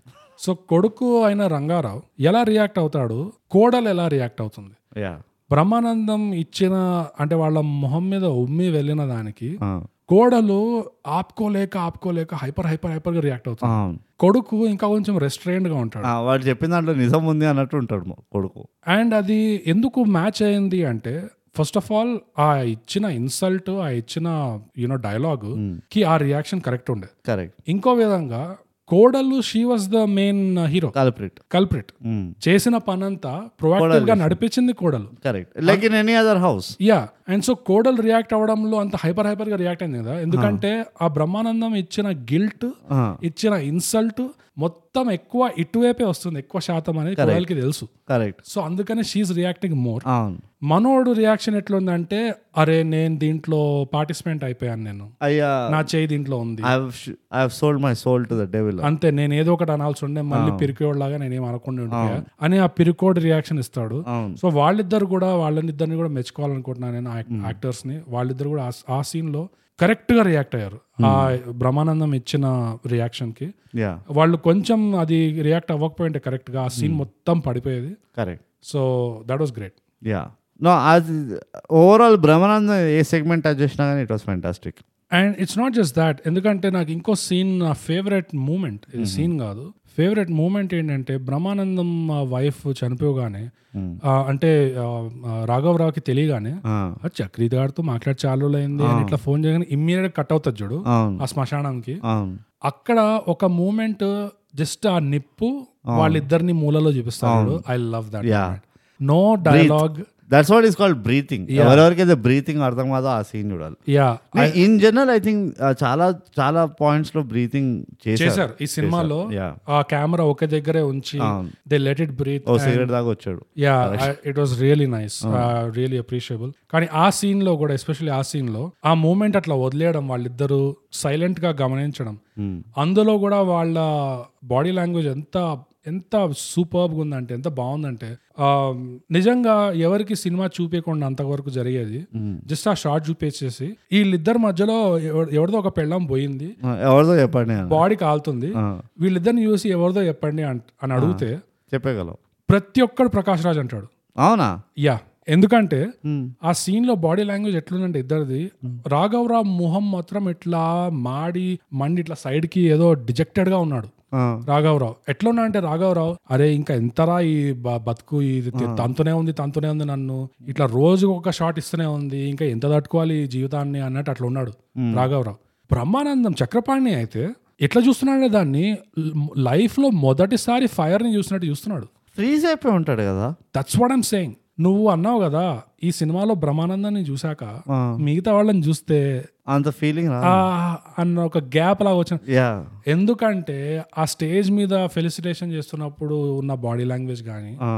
Speaker 1: సో కొడుకు అయిన రంగారావు ఎలా రియాక్ట్ అవుతాడు కోడలు ఎలా రియాక్ట్ అవుతుంది
Speaker 2: యా
Speaker 1: బ్రహ్మానందం ఇచ్చిన అంటే వాళ్ళ మొహం మీద ఉమ్మి వెళ్ళిన దానికి కోడలు ఆపుకోలేక ఆపుకోలేక హైపర్ హైపర్ హైపర్ గా రియాక్ట్ అవుతుంది కొడుకు ఇంకా కొంచెం రెస్ట్రైన్డ్ గా ఉంటాడు
Speaker 2: వాడు చెప్పిన దాంట్లో నిజం ఉంది అన్నట్టు ఉంటాడు మా కొడుకు
Speaker 1: అండ్ అది ఎందుకు మ్యాచ్ అయింది అంటే ఫస్ట్ ఆఫ్ ఆల్ ఆ ఇచ్చిన ఇన్సల్ట్ ఆ ఇచ్చిన యూనో డైలాగ్ కి ఆ రియాక్షన్ కరెక్ట్ ఉండే
Speaker 2: కరెక్ట్
Speaker 1: ఇంకో విధంగా కోడలు she was the main hero
Speaker 2: culprit
Speaker 1: culprit చేసిన పనంతా ప్రొయాక్టివ్ గా నడిపించింది కోడలు
Speaker 2: correct like in any other house
Speaker 1: yeah and so కోడలు రియాక్ట్ అవ్వడంలో అంత హైపర్ హైపర్ గా రియాక్ట్ అయింది కదా ఎందుకంటే ఆ బ్రహ్మానందం ఇచ్చిన గిల్ట్ ఇచ్చిన ఇన్సల్ట్ మొత్తం ఎక్కువ ఇటువైపే వస్తుంది ఎక్కువ శాతం అనేది కోడలికి తెలుసు
Speaker 2: కరెక్ట్
Speaker 1: సో అందుకనే షీఈ్ రియాక్టింగ్ మోర్
Speaker 2: అవును
Speaker 1: మనోడు రియాక్షన్ ఎట్లుందంటే అరే నేను దీంట్లో పార్టిసిపెంట్ అయిపోయాను నేను
Speaker 2: అయ్యా
Speaker 1: నా చేయి దీంట్లో ఉంది
Speaker 2: I have sold my soul to the devil
Speaker 1: అంతే నేను ఏదో ఒకటి అనాల్సి ఉండే మళ్ళీ పిరికోడ్లాగా నేనేం అనకుండా ఉంటాయా అని ఆ పిరికోడ్ రియాక్షన్ ఇస్తాడు
Speaker 2: అవును
Speaker 1: సో వాళ్ళిద్దరు కూడా వాళ్ళనిద్దరిని కూడా మెచ్చుకోవాలనుకుంటున్నాను నేను యాక్టర్స్ ని వాళ్ళిద్దరు కూడా ఆ- ఆ సీన్ లో కరెక్ట్ గా రియాక్ట్ అయ్యారు ఆ బ్రహ్మానందం ఇచ్చిన రియాక్షన్ కి
Speaker 2: యా
Speaker 1: వాళ్ళు కొంచెం అది రియాక్ట్ అవ్వకపోయింటే కరెక్ట్ గా ఆ సీన్ మొత్తం పడిపోయేది
Speaker 2: correct
Speaker 1: so that was great
Speaker 2: yeah no అది ఓవరాల్ బ్రహ్మానందం ఏ సెగ్మెంట్ టచ్ చేసినా కానీ it was fantastic
Speaker 1: and it's not just that ఎందుకంటే నాకు ఇంకో సీన్ నా ఫేవరెట్ మూమెంట్ ఇది సీన్ కాదు ఫేవరెట్ మూమెంట్ ఏంటంటే బ్రహ్మానందం వైఫ్ చనిపోగానే ఆ, అంటే ఆ, ఆ, రాఘవరావుకి తెలియగానే
Speaker 2: Ah,
Speaker 1: ఆ చక్రీదారితో మాట్లాడి చాలా రోజులైంది అని ఇట్లా ఫోన్ చేయగానే ఇమ్మీడియట్ కట్ అవుతుంది చూడు
Speaker 2: అవును
Speaker 1: ఆ శ్మశానంకి
Speaker 2: అవును
Speaker 1: అక్కడ ఒక మూమెంట్ జస్ట్ ఆ నిప్పు వాళ్ళిద్దరిని మూలలో చూపిస్తారు I love that
Speaker 2: yeah
Speaker 1: no dialogue
Speaker 2: that's what is called breathing ఎవరెవరికైతే బ్రీతింగ్ అర్థం కాదో ఆ సీన్ చూడాలి
Speaker 1: yeah
Speaker 2: in general I think uh, చాలా చాలా పాయింట్స్ లో బ్రీతింగ్ చేశారు
Speaker 1: చేశారు ఈ సినిమాలో
Speaker 2: యా
Speaker 1: ఆ కెమెరా ఒక దగ్గరే ఉంచి దే లెట్ ఇట్ బ్రీత్
Speaker 2: ఓ సిగరెట్ దాకా వచ్చాడు
Speaker 1: yeah it was really nice really appreciable కానీ ఆ సీన్ లో కూడా ఎస్పెషల్లీ ఆ సీన్ లో ఆ మూమెంట్ అట్లా వదిలేయడం వాళ్ళిద్దరూ సైలెంట్ గా గమనించడం
Speaker 2: Hmm.
Speaker 1: అందులో కూడా వాళ్ళ బాడీ లాంగ్వేజ్ ఎంత ఎంత సూపర్బ్ ఉందంటే ఎంత బాగుందంటే ఆ, నిజంగా ఎవరికి సినిమా చూపించకుండా అంతవరకు జరిగేది జస్ట్ ఆ షార్ట్ చూపించేసి వీళ్ళిద్దరి మధ్యలో ఎవరి- ఎవరిదో ఒక పెళ్ళం పోయింది
Speaker 2: ఆ, Ah, ఎవరిదో చెప్పండి అని. Ah,
Speaker 1: బాడీ కాలుతుంది
Speaker 2: ఆ,
Speaker 1: వీళ్ళిద్దరిని చూసి ఎవరిదో చెప్పండి అంట్- అని అడిగితే
Speaker 2: చెప్పగలవు
Speaker 1: ప్రతి ఒక్కడు ప్రకాష్ రాజ్ అంటాడు
Speaker 2: అవునా
Speaker 1: యా ఎందుకంటే
Speaker 2: మ్మ్.
Speaker 1: ఆ సీన్ లో బాడీ లాంగ్వేజ్ ఎట్లుందంటే ఇద్దరిది రాఘవరావు మొహం మాత్రం ఇట్లా మాడి మండి ఇట్లా సైడ్ కి ఏదో డిజెక్టెడ్ గా ఉన్నాడు
Speaker 2: ఆ,
Speaker 1: రాఘవరావు ఎట్లున్నా అంటే రాఘవరావు అరే ఇంకా ఎంతరా ఈ బ- బతుకు ఇది తి- తనతోనే ఉంది తనతోనే ఉంది నన్ను ఇట్లా రోజు ఒక షాట్ ఇస్తూనే ఉంది ఇంకా ఎంత తట్టుకోవాలి ఈ జీవితాన్ని అన్నట్టు అట్లా ఉన్నాడు రాఘవరావు బ్రహ్మానందం చక్రపాణి అయితే ఎట్లా చూస్తున్నాడే దాన్ని లైఫ్ లో మొదటిసారి ఫైర్ ని చూసినట్టు చూస్తున్నాడు
Speaker 2: ఫ్రీజ్ అయిపోయి ఉంటాడు కదా
Speaker 1: దట్స్ వాట్ ఐమ్ సేయింగ్ నువ్వు అన్నావు కదా ఈ సినిమాలో బ్రహ్మానందాన్ని చూశాక
Speaker 2: ఆ,
Speaker 1: మిగతా వాళ్ళని చూస్తే
Speaker 2: అంత ఫీలింగ్ రా
Speaker 1: ఆ అన్న ఒక గ్యాప్ లాగా వచ్చిన
Speaker 2: యా
Speaker 1: ఎందుకంటే ఆ స్టేజ్ మీద ఫెలిసిటేషన్ చేస్తున్నప్పుడు ఉన్న బాడీ లాంగ్వేజ్ కానీ
Speaker 2: ఆ,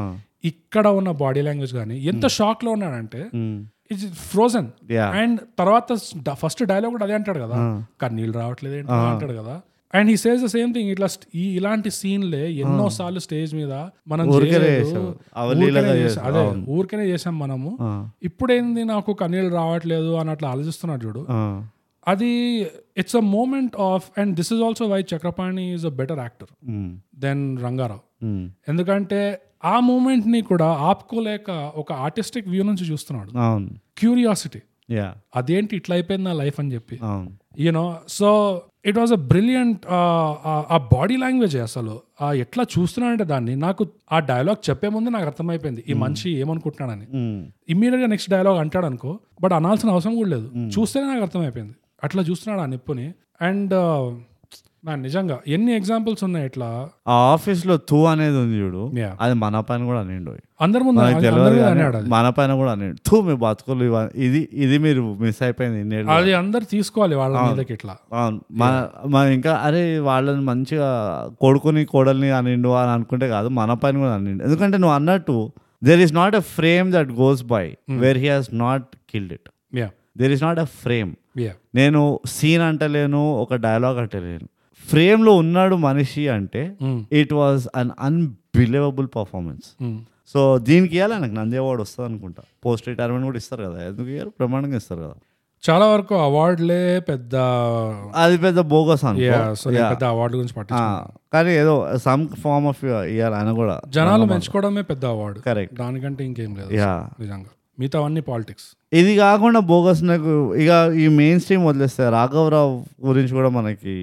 Speaker 1: ఇక్కడ ఉన్న బాడీ లాంగ్వేజ్ కానీ ఎంత
Speaker 2: Hmm.
Speaker 1: షాక్ లో ఉన్నాడంటే
Speaker 2: మ్,
Speaker 1: ఇట్స్ ఫ్రోజన్
Speaker 2: యా
Speaker 1: అండ్ తర్వాత ఫస్ట్ డైలాగ్ కూడా అదే అంటాడు కదా
Speaker 2: Hmm.
Speaker 1: కన్నీళ్ళు రావట్లేదు ఏంటి
Speaker 2: Ah.
Speaker 1: అని అంటాడు కదా and he says the same thing ఇట్లా st- ఈ ఇలాంటి సీన్లే ఎన్నో సార్లు స్టేజ్ మీద మనం
Speaker 2: Hmm. ఊరికనే
Speaker 1: చేయలేదు.
Speaker 2: చేశావు. అవలీలగా Ah.
Speaker 1: ఊరికనే చేశాం.
Speaker 2: చేశావు.
Speaker 1: అదే ఊరికనే చేసాం మనము
Speaker 2: ఆ,
Speaker 1: ఇప్పుడేంది నాకు కన్నీళ్ళు రావట్లేదు అని అట్లా ఆలోచిస్తున్నాడు చూడు
Speaker 2: ఆ,
Speaker 1: అది it's a moment of and this is also why Chakrapani is a better actor
Speaker 2: hmm,
Speaker 1: than Rangarao
Speaker 2: మ్,
Speaker 1: ఎందుకంటే ఆ మూమెంట్ ని కూడా ఆపుకోలేక ఒక ఆర్టిస్టిక్ వ్యూ నుంచి చూస్తున్నాడు
Speaker 2: అవును
Speaker 1: క్యూరియాసిటీ
Speaker 2: యా
Speaker 1: అదేంటి ఇట్లా అయిపోయింది నా లైఫ్ అని చెప్పి
Speaker 2: అవును
Speaker 1: you know so it was a brilliant uh, ఆ బాడీ లాంగ్వేజ్ అసలు ఆ ఎట్లా చూస్తున్నానంటే దాన్ని నాకు ఆ డైలాగ్ చెప్పే ముందు నాకు అర్థమైపోయింది ఈ మనిషి ఏమనుకుంటున్నాడని
Speaker 2: మ్,
Speaker 1: ఇమ్మీడియట్ గా నెక్స్ట్ డైలాగ్ అంటాడు అనుకో బట్ అనాల్సిన అవసరం కూడా లేదు
Speaker 2: Hmm.
Speaker 1: చూస్తేనే నాకు అర్థమైపోయింది అట్లా చూస్తున్నాడు ఆ నిప్పుని అండ్ మ్యాన్ నిజంగా ఎన్ని ఎగ్జాంపుల్స్ ఉన్నాయి ఇట్లా
Speaker 2: ఆ ఆఫీస్ లో తూ అనేది ఉంది చూడు
Speaker 1: Yeah.
Speaker 2: అది మన పైన కూడా నిండు
Speaker 1: అందరి ముందు
Speaker 2: మనకు
Speaker 1: అందరి
Speaker 2: తెలియదు
Speaker 1: ముందు
Speaker 2: కానీ
Speaker 1: అన్నాడు అది.
Speaker 2: మన పైన కూడా నిండు తూ మీ బతుకులు ఇవ- ఇది ఇది మీరు మిస్ అయిపోయింది ఇన్నేళ్ళు
Speaker 1: అది అందరు తీసుకోవాలి వాళ్ళ మీదకి ఇట్లా
Speaker 2: Hmm. అవును మన మనం ఇంకా అరే వాళ్ళని మంచిగా కొడుకుని కోడల్ని అనిండు అని అనుకుంటే కాదు మన పైన కూడా అనిండు ఎందుకంటే నువ్వు అన్నట్టు there is not a frame that goes by
Speaker 1: Hmm.
Speaker 2: Where he has not killed it
Speaker 1: yeah
Speaker 2: there is not a frame
Speaker 1: yeah
Speaker 2: నేను సీన్ అంటలేను ఒక డైలాగ్ అంటలేను ఫ్రేమ్లో ఉన్నాడు మనిషి అంటే it was un unbelievable performance
Speaker 1: Hmm.
Speaker 2: So దీనికి ఇవ్వాలి నాకు నంది అవార్డు వస్తుంది అనుకుంటా పోస్ట్ రిటైర్మెంట్ కూడా ఇస్తారు కదా ఎందుకు ఇయ్యారు ప్రమాణంగా ఇస్తారు కదా
Speaker 1: చాలా వరకు అవార్డులే పెద్ద
Speaker 2: అది పెద్ద బోగస్
Speaker 1: Yeah,
Speaker 2: అనుకో
Speaker 1: so నేను పెద్ద అవార్డు గురించి పట్టించు
Speaker 2: ఆ, కానీ ఏదో some form of year uh, ఆయన కూడా
Speaker 1: జనాలు మెచ్చుకోవడమే పెద్ద అవార్డు
Speaker 2: Correct.
Speaker 1: దానికంటే ఇంకేం లేదు
Speaker 2: యా
Speaker 1: నిజంగా మిగతా అన్ని పాలిటిక్స్
Speaker 2: ఇది కాకుండా బోగస్ నాకు ఇక ఈ మెయిన్ స్ట్రీమ్ వదిలేస్తే రాఘవరావు గురించి కూడా మనకి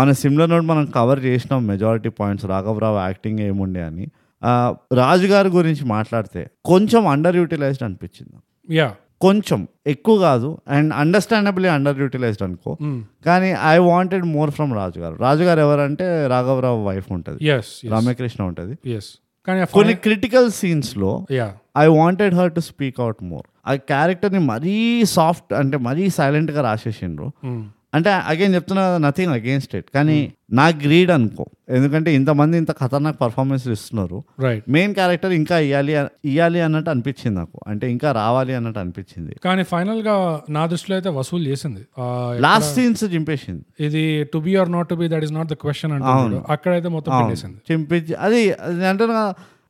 Speaker 2: ఆన్ సిమ్లర్ నోట్ మనం కవర్ చేసినాం మెజారిటీ పాయింట్స్ రాఘవరావు యాక్టింగ్ ఏముండే అని ఆ, రాజు గారి గురించి మాట్లాడితే కొంచెం అండర్ యూటిలైజ్డ్ అనిపించింది
Speaker 1: యా
Speaker 2: కొంచెం ఎక్కువ కాదు అండ్ అండర్స్టాండబుల్లీ అండర్ యూటిలైజ్డ్ అనుకో
Speaker 1: Hmm.
Speaker 2: కానీ I wanted more from Raju గారు రాజు గారు ఎవరంటే రాఘవరావు వైఫ్ ఉంటుంది
Speaker 1: ఎస్
Speaker 2: రామకృష్ణ ఉంటుంది
Speaker 1: ఎస్ కానీ ఆ
Speaker 2: కొన్ని క్రిటికల్ సీన్స్లో
Speaker 1: yeah
Speaker 2: I wanted her to speak out more ఆ క్యారెక్టర్ని మరీ సాఫ్ట్ అంటే మరీ సైలెంట్గా రాసేసిండ్రు
Speaker 1: Hmm.
Speaker 2: అంటే అగైన్ చెప్తున్నా నథింగ్ అగేన్స్ట్ ఇట్ కానీ నా గ్రీడ్ అనుకో ఎందుకంటే ఇంతమంది ఇంత ఖతర్నాక్ పర్ఫార్మెన్స్ ఇస్తున్నారు
Speaker 1: రైట్
Speaker 2: మెయిన్ క్యారెక్టర్ ఇంకా ఇవ్వాలి ఇవ్వాలి అన్నట్టు అనిపించింది నాకు అంటే ఇంకా రావాలి అన్నట్టు అనిపించింది
Speaker 1: కానీ ఫైనల్ గా నా దృష్టిలో అయితే వసూలు చేసింది ఆ,
Speaker 2: లాస్ట్ సీన్స్ చింపేసింది
Speaker 1: ఇది to be or not to be that is not the question అంటున్నాడు అక్కడైతే మొత్తం పెట్టేసింది
Speaker 2: చింపించి అది అది అంటారు కదా,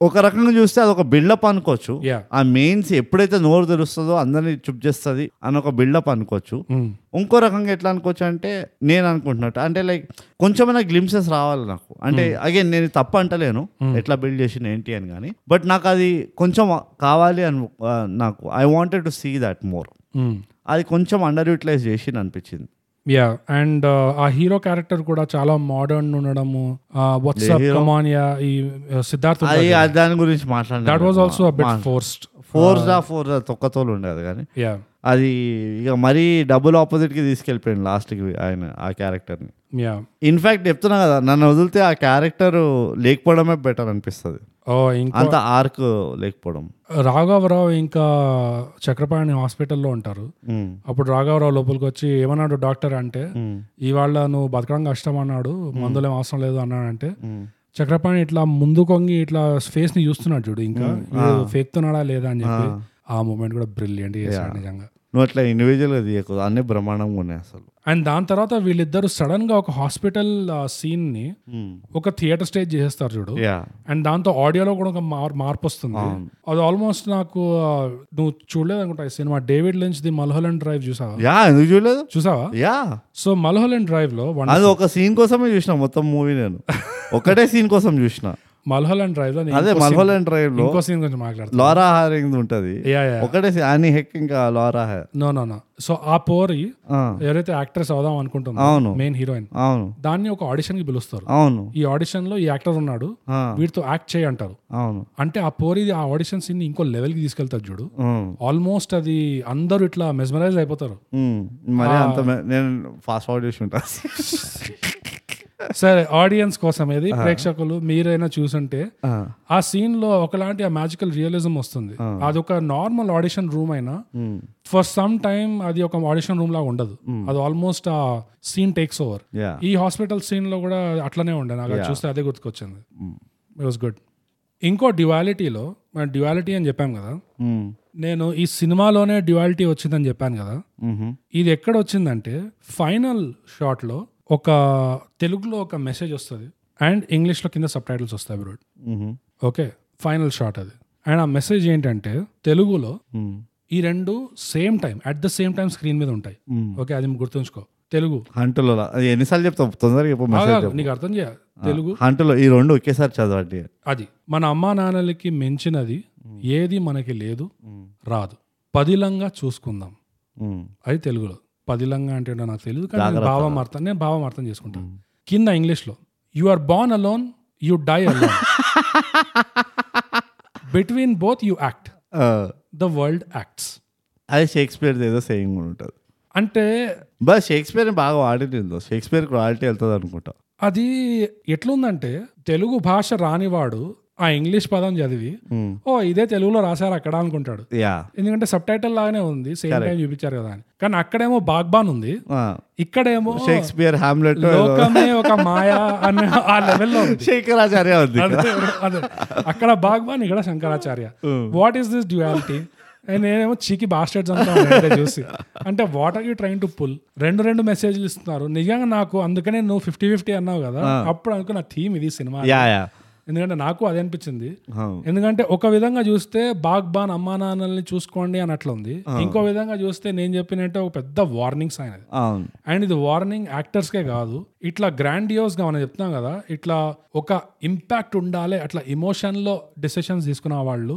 Speaker 2: ఒక రకంగా చూస్తే అది ఒక బిల్డప్ అనుకోవచ్చు
Speaker 1: యా
Speaker 2: ఆ మెయిన్స్ ఎప్పుడైతే నోరు తెరుస్తుందో అందరినీ చుప్ చేస్తుంది అని ఒక బిల్డప్ అనుకోవచ్చు ఇంకో రకంగా ఎట్లా అనుకోవచ్చు అంటే నేను అనుకుంటున్నట్టు అంటే లైక్ కొంచెమైనా గ్లిమ్సెస్ రావాలి నాకు అంటే అగైన్ నేను తప్ప అంటలేను ఎట్లా బిల్డ్ చేసిన ఏంటి అని కానీ బట్ నాకు అది కొంచెం కావాలి అని ఆ, నాకు I wanted to see that more అది కొంచెం అండర్ యూటిలైజ్ చేసి అనిపించింది
Speaker 1: యా అండ్ uh, ఆ హీరో క్యారెక్టర్ కూడా చాలా మోడర్న్ ఉండడము వాట్సాప్ కమాన్ యా ఈ uh, ఆ, సిద్ధార్థ్
Speaker 2: అది అది దాని గురించి మాట్లాడినా
Speaker 1: that was also bit forced
Speaker 2: force ఆ ఫోర్స్ తొక్కతోలు ఉండేది కానీ
Speaker 1: యా
Speaker 2: అది ఇక మరీ డబుల్ ఆపోజిట్కి తీసుకెళ్ళిపోయాడు లాస్ట్కి ఆయన ఆ క్యారెక్టర్ని
Speaker 1: యా
Speaker 2: ఇన్ఫ్యాక్ట్ చెప్తున్నా కదా నన్ను వదిలితే ఆ క్యారెక్టర్ లేకపోవడమే బెటర్ అనిపిస్తుంది
Speaker 1: ఓ ఇంకా
Speaker 2: అంత ఆర్క్ లేకపోవడం
Speaker 1: Oh, రాఘవరావు ఇంకా చక్రపాణి హాస్పిటల్లో ఉంటారు అప్పుడు రాఘవరావు లోపలికి వచ్చి ఏమన్నాడు డాక్టర్ అంటే ఇవాళ నువ్వు బతకడం కష్టం అన్నాడు మందులేం అవసరం లేదు అన్నాడంటే చక్రపాణి ఇట్లా ముందు కొంగి ఇట్లా ఫేస్ ని చూస్తున్నాడు చూడు ఇంకా వీడు ఫేక్తున్నాడా లేదా అని చెప్పి ఆ మూమెంట్ కూడా బ్రిలియంట్ చేశాడు నిజంగా
Speaker 2: నువ్వు అట్లా individual గా తీయకూడదు అన్నీ బ్రహ్మాండంగా ఉన్నాయి అసలు
Speaker 1: అండ్ దాని తర్వాత వీళ్ళిద్దరు సడన్ గా ఒక హాస్పిటల్ సీన్ ని ఒక థియేటర్ స్టేజ్ చేసేస్తారు చూడు
Speaker 2: యా
Speaker 1: అండ్ దాంతో ఆడియోలో కూడా ఒక మార్- మార్పు వస్తుంది అది ఆల్మోస్ట్ నాకు ఆ, నువ్వు చూడలేదు అనుకుంటా ఈ cinema David Lynch the Mulholland Drive చూసావా
Speaker 2: యా ఎందుకు చూడలేదు
Speaker 1: చూసావా
Speaker 2: యా
Speaker 1: సో మల్హోలెండ్ డ్రైవ్ లో వన్
Speaker 2: అది ఒక సీన్ కోసమే చూసిన మొత్తం మూవీ నేను ఒకటే సీన్ కోసం చూసిన
Speaker 1: మల్హోలెండ్ డ్రైవ్ లో నేను
Speaker 2: అదే మల్హోలెండ్ డ్రైవ్ లో
Speaker 1: ఇంకో సీన్ గురించి మాట్లాడతాను
Speaker 2: లారా హారింగ్ ఉంటది
Speaker 1: యా యా
Speaker 2: ఒకటే scene, అని హెక్ ఇంకా లారా హార్
Speaker 1: నో నో నో సో ఆ పోరి
Speaker 2: ఆ,
Speaker 1: ఎవరైతే యాక్ట్రెస్ అవుదాం అనుకుంటుందో
Speaker 2: అవును
Speaker 1: మెయిన్ హీరోయిన్
Speaker 2: అవును
Speaker 1: దాన్ని ఒక ఆడిషన్ కి పిలుస్తారు
Speaker 2: అవును
Speaker 1: ఈ ఆడిషన్ లో ఈ యాక్టర్ ఉన్నాడు
Speaker 2: ఆ,
Speaker 1: వీటితో యాక్ట్ చేయి అంటారు
Speaker 2: అవును
Speaker 1: అంటే ఆ పోరి ఆ ఆడిషన్ సీన్ ఇంకో లెవెల్ కి తీసుకెళ్తారు చూడు
Speaker 2: ఉమ్,
Speaker 1: ఆల్మోస్ట్ అది అందరూ ఇట్లా మెస్మరైజ్ అయిపోతారు
Speaker 2: ఉమ్, మరి అంత మె- నేను ఫాస్ట్ ఫార్వర్డ్ చేసి ఉంటా
Speaker 1: సరే ఆడియన్స్ కోసం ఇది ప్రేక్షకులు మీరైనా చూసుంటే ఆ సీన్ లో ఒకలాంటి ఆ మ్యాజికల్ రియలిజం వస్తుంది అదొక నార్మల్ ఆడిషన్ రూమ్ అయినా ఫర్ సమ్ టైమ్ అది ఒక ఆడిషన్ రూమ్ లాగా ఉండదు అది ఆల్మోస్ట్ ఆ సీన్ టేక్స్ ఓవర్
Speaker 2: యా
Speaker 1: ఈ హాస్పిటల్ సీన్ లో కూడా అట్లనే ఉండే నాకు అది చూస్తే అదే గుర్తుకొచ్చింది ఇట్ వాస్ గుడ్ ఇంకో డ్యువాలిటీలో మనం డ్యువాలిటీ అని చెప్పాం కదా
Speaker 2: మ్మ్.
Speaker 1: నేను ఈ సినిమాలోనే డ్యువాలిటీ వచ్చిందని చెప్పాను కదా
Speaker 2: మ్హూ.
Speaker 1: ఇది ఎక్కడ వచ్చిందంటే ఫైనల్ షాట్లో ఒక తెలుగులో ఒక మెసేజ్ వస్తుంది అండ్ ఇంగ్లీష్లో కింద సబ్ టైటిల్స్ వస్తాయి బ్రోడ్
Speaker 2: మ్హూ.
Speaker 1: ఓకే ఫైనల్ షాట్ అది అండ్ ఆ మెసేజ్ ఏంటంటే తెలుగులో
Speaker 2: మ్మ్.
Speaker 1: ఈ రెండు same time at the same time screen మీద ఉంటాయి
Speaker 2: మ్మ్.
Speaker 1: ఓకే అది గుర్తుంచుకో తెలుగు
Speaker 2: హంటులో లా- అది ఎన్నిసార్లు చెప్తాం తొందరగా చెప్పు
Speaker 1: బాగా
Speaker 2: మెసేజ్
Speaker 1: నీకు అర్థం చేయ తెలుగు
Speaker 2: హంటులో ఈ రెండు ఒకేసారి చదవండి
Speaker 1: అది మన అమ్మా నాన్నలకి మించినది ఏది మనకి లేదు రాదు పదిలంగా చూసుకుందాం
Speaker 2: మ్మ్.
Speaker 1: అది తెలుగులో పదిలంగా అంటే ఏంటో నాకు తెలియదు కానీ నేను భావం అర్థం నేను భావం అర్థం చేసుకుంటాను కింద ఇంగ్లీష్లో you are born alone you die alone between both you act
Speaker 2: ఆ,
Speaker 1: ద వరల్డ్ యాక్ట్స్
Speaker 2: అది షేక్స్పియర్ ఏదో సేయింగ్ కూడా ఉంటుంది
Speaker 1: అంటే
Speaker 2: బస్ షేక్స్పియర్ బాగా వాడిందో షేక్స్పియర్ క్వాలిటీ వెళ్తుంది అనుకుంటా
Speaker 1: అది ఎట్లుందంటే తెలుగు భాష రానివాడు ఆ ఇంగ్లీష్ పదం చదివి
Speaker 2: మ్మ్.
Speaker 1: ఓ ఇదే తెలుగులో రాశారు అక్కడ అనుకుంటాడు
Speaker 2: యా
Speaker 1: ఎందుకంటే సబ్ టైటిల్ లాగానే ఉంది సేమ్ టైం చూపించారు కదా అని కానీ అక్కడేమో బాగ్బాన్ ఉంది
Speaker 2: ఆ,
Speaker 1: ఇక్కడేమో
Speaker 2: షేక్స్పియర్ హామ్లెట్
Speaker 1: లోకమే ఒక మాయా అన్న ఆ లెవెల్లో ఉంది
Speaker 2: శేఖరాచార్య ఉంది
Speaker 1: అదే, అదే. అక్కడ బాగ్బాన్ ఇక్కడ Shankaracharya what is this duality నేనేమో చీకి బాస్టర్డ్స్ అంటే చూసి అంటే what are you train to pull రెండు రెండు మెసేజ్లు ఇస్తున్నారు నిజంగా నాకు అందుకనే నువ్వు ఫిఫ్టీ ఫిఫ్టీ అన్నావు కదా అప్పుడు అనుకున్న థీమ్ ఇది సినిమా
Speaker 2: యా యా
Speaker 1: ఎందుకంటే నాకు అది అనిపించింది
Speaker 2: ఆ,
Speaker 1: ఎందుకంటే ఒక విధంగా చూస్తే బాగ్బాన్ అమ్మా నాన్నల్ని చూసుకోండి అని అట్లా ఉంది ఇంకో విధంగా చూస్తే నేను చెప్పినట్టే ఒక పెద్ద వార్నింగ్స్ ఆయనది
Speaker 2: అవును
Speaker 1: అండ్ ఇది వార్నింగ్ యాక్టర్స్కే కాదు ఇట్లా గ్రాండియోస్ గా మనం చెప్తున్నాం కదా ఇట్లా ఒక ఇంపాక్ట్ ఉండాలి అట్లా ఎమోషన్ లో డిసిషన్స్ తీసుకున్న వాళ్ళు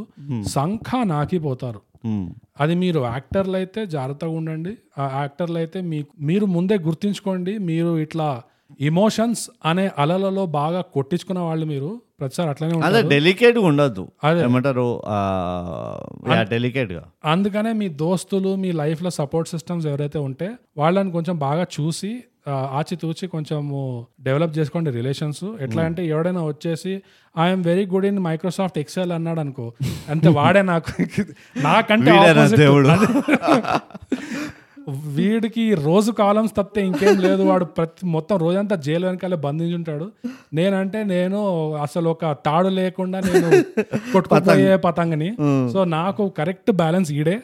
Speaker 1: సంఖ నాకిపోతారు
Speaker 2: ఉమ్,
Speaker 1: అది మీరు యాక్టర్లు అయితే జాగ్రత్తగా ఉండండి ఆ యాక్టర్లు అయితే మీకు మీరు ముందే గుర్తించుకోండి మీరు ఇట్లా ఎమోషన్స్ అనే అలలలో బాగా కొట్టించుకున్న వాళ్ళు మీరు ప్రతిసారి అట్లనే ఉంటారు
Speaker 2: అదే డెలికేట్ ఉండద్దు
Speaker 1: అదే.
Speaker 2: ఏమంటారు డెలికేట్ గా
Speaker 1: అందుకనే మీ దోస్తులు మీ లైఫ్లో సపోర్ట్ సిస్టమ్స్ ఎవరైతే ఉంటే వాళ్ళని కొంచెం బాగా చూసి ఆ, ఆచితూచి కొంచెము డెవలప్ చేసుకోండి రిలేషన్స్ ఎట్లా అంటే ఎవడైనా వచ్చేసి I'm very good in Microsoft Excel అన్నాడు అనుకో అంతే వాడే నాకు నాకంటే
Speaker 2: వీడేనా
Speaker 1: opposite.
Speaker 2: దేవుడు?
Speaker 1: అదే. వీడికి రోజు కాలమ్స్ తప్పితే ఇంకేం లేదు వాడు ప్రతి మొత్తం రోజంతా జైలు వెనకాలే బంధించి ఉంటాడు నేనంటే నేను అసలు ఒక తాడు లేకుండా నేను కొట్టుకుపోయే పతంగని సో నాకు కరెక్ట్ బ్యాలెన్స్ ఈడే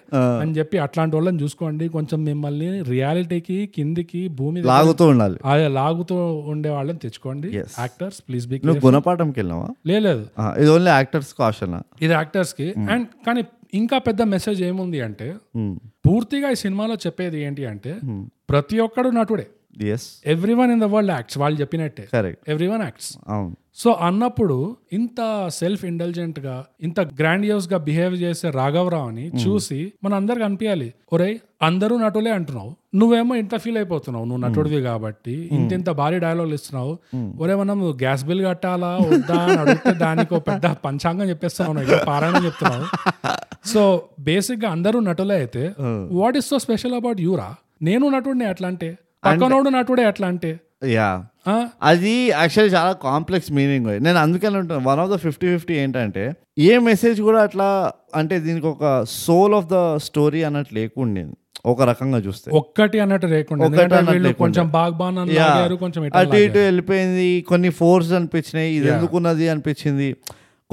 Speaker 1: అని చెప్పి అట్లాంటి వాళ్ళని చూసుకోండి కొంచెం మిమ్మల్ని రియాలిటీకి కిందికి భూమి దగ్గర-
Speaker 2: లాగుతూ ఉండాలి
Speaker 1: అదే లాగుతూ ఉండే వాళ్ళని తెచ్చుకోండి
Speaker 2: Yes.
Speaker 1: యాక్టర్స్ ప్లీజ్ బి
Speaker 2: నువ్వు గుణపాఠంకి వెళ్ళావా
Speaker 1: లేదు
Speaker 2: ఆ, ఇది ఓన్లీ యాక్టర్స్ కాషన్
Speaker 1: ఇది యాక్టర్స్ కి అండ్ కానీ ఇంకా పెద్ద మెసేజ్ ఏముంది అంటే పూర్తిగా ఈ సినిమాలో చెప్పేది ఏంటి అంటే ప్రతి ఒక్కడు నటుడే
Speaker 2: yes
Speaker 1: everyone in the world acts వాళ్ళు చెప్పినట్టే
Speaker 2: కరెక్ట్
Speaker 1: ఎవ్రీ వన్ యాక్ట్స్
Speaker 2: అవును
Speaker 1: సో అన్నప్పుడు ఇంత సెల్ఫ్ ఇంటెలిజెంట్ గా ఇంత గ్రాండియోస్ గా బిహేవ్ చేసే రాఘవరావుని చూసి మన అందరికి అనిపించాలి ఒరేయ్ అందరూ నటులే అంటున్నావు నువ్వేమో ఇంత ఫీల్ అయిపోతున్నావు నువ్వు నటుడివి కాబట్టి ఇంత ఇంత భారీ డైలాగులు ఇస్తున్నావు ఒరే మనం గ్యాస్ బిల్ కట్టాలా వద్దా అని అడిగితే దానికి ఒక పెద్ద పంచాంగం చెప్పేస్తున్నావు నువ్వు ఇక్కడ పారాయణం చెప్తున్నావు సో బేసిక్ గా అందరూ నటులే అయితే what is so special about యూరా నేను నటుడిని అట్లా అంటే పక్కనోడు నటుడే అట్లా అంటే
Speaker 2: యా
Speaker 1: ఆ?
Speaker 2: అది యాక్చువల్లీ చాలా కాంప్లెక్స్ మీనింగ్ నేను అందుకని ఉంటాను one of the fifty fifty ఏంటంటే ఏ మెసేజ్ కూడా అట్లా అంటే దీనికి ఒక సోల్ ఆఫ్ ద స్టోరీ అన్నట్టు లేకుండే ఒక రకంగా చూస్తే
Speaker 1: ఒక్కటి అన్నట్టు లేకుండా
Speaker 2: ఒక్కటి
Speaker 1: ఎందుకంటే
Speaker 2: అన్నట్టు
Speaker 1: వీళ్ళు
Speaker 2: లేకుండా.
Speaker 1: కొంచెం బాగ్బాన్ అని
Speaker 2: Yeah.
Speaker 1: లాగారు కొంచెం ఇట్లా
Speaker 2: అటు ఇటు వెళ్ళిపోయింది కొన్ని ఫోర్స్ అనిపించినాయి ఇది ఎందుకున్నది అనిపించింది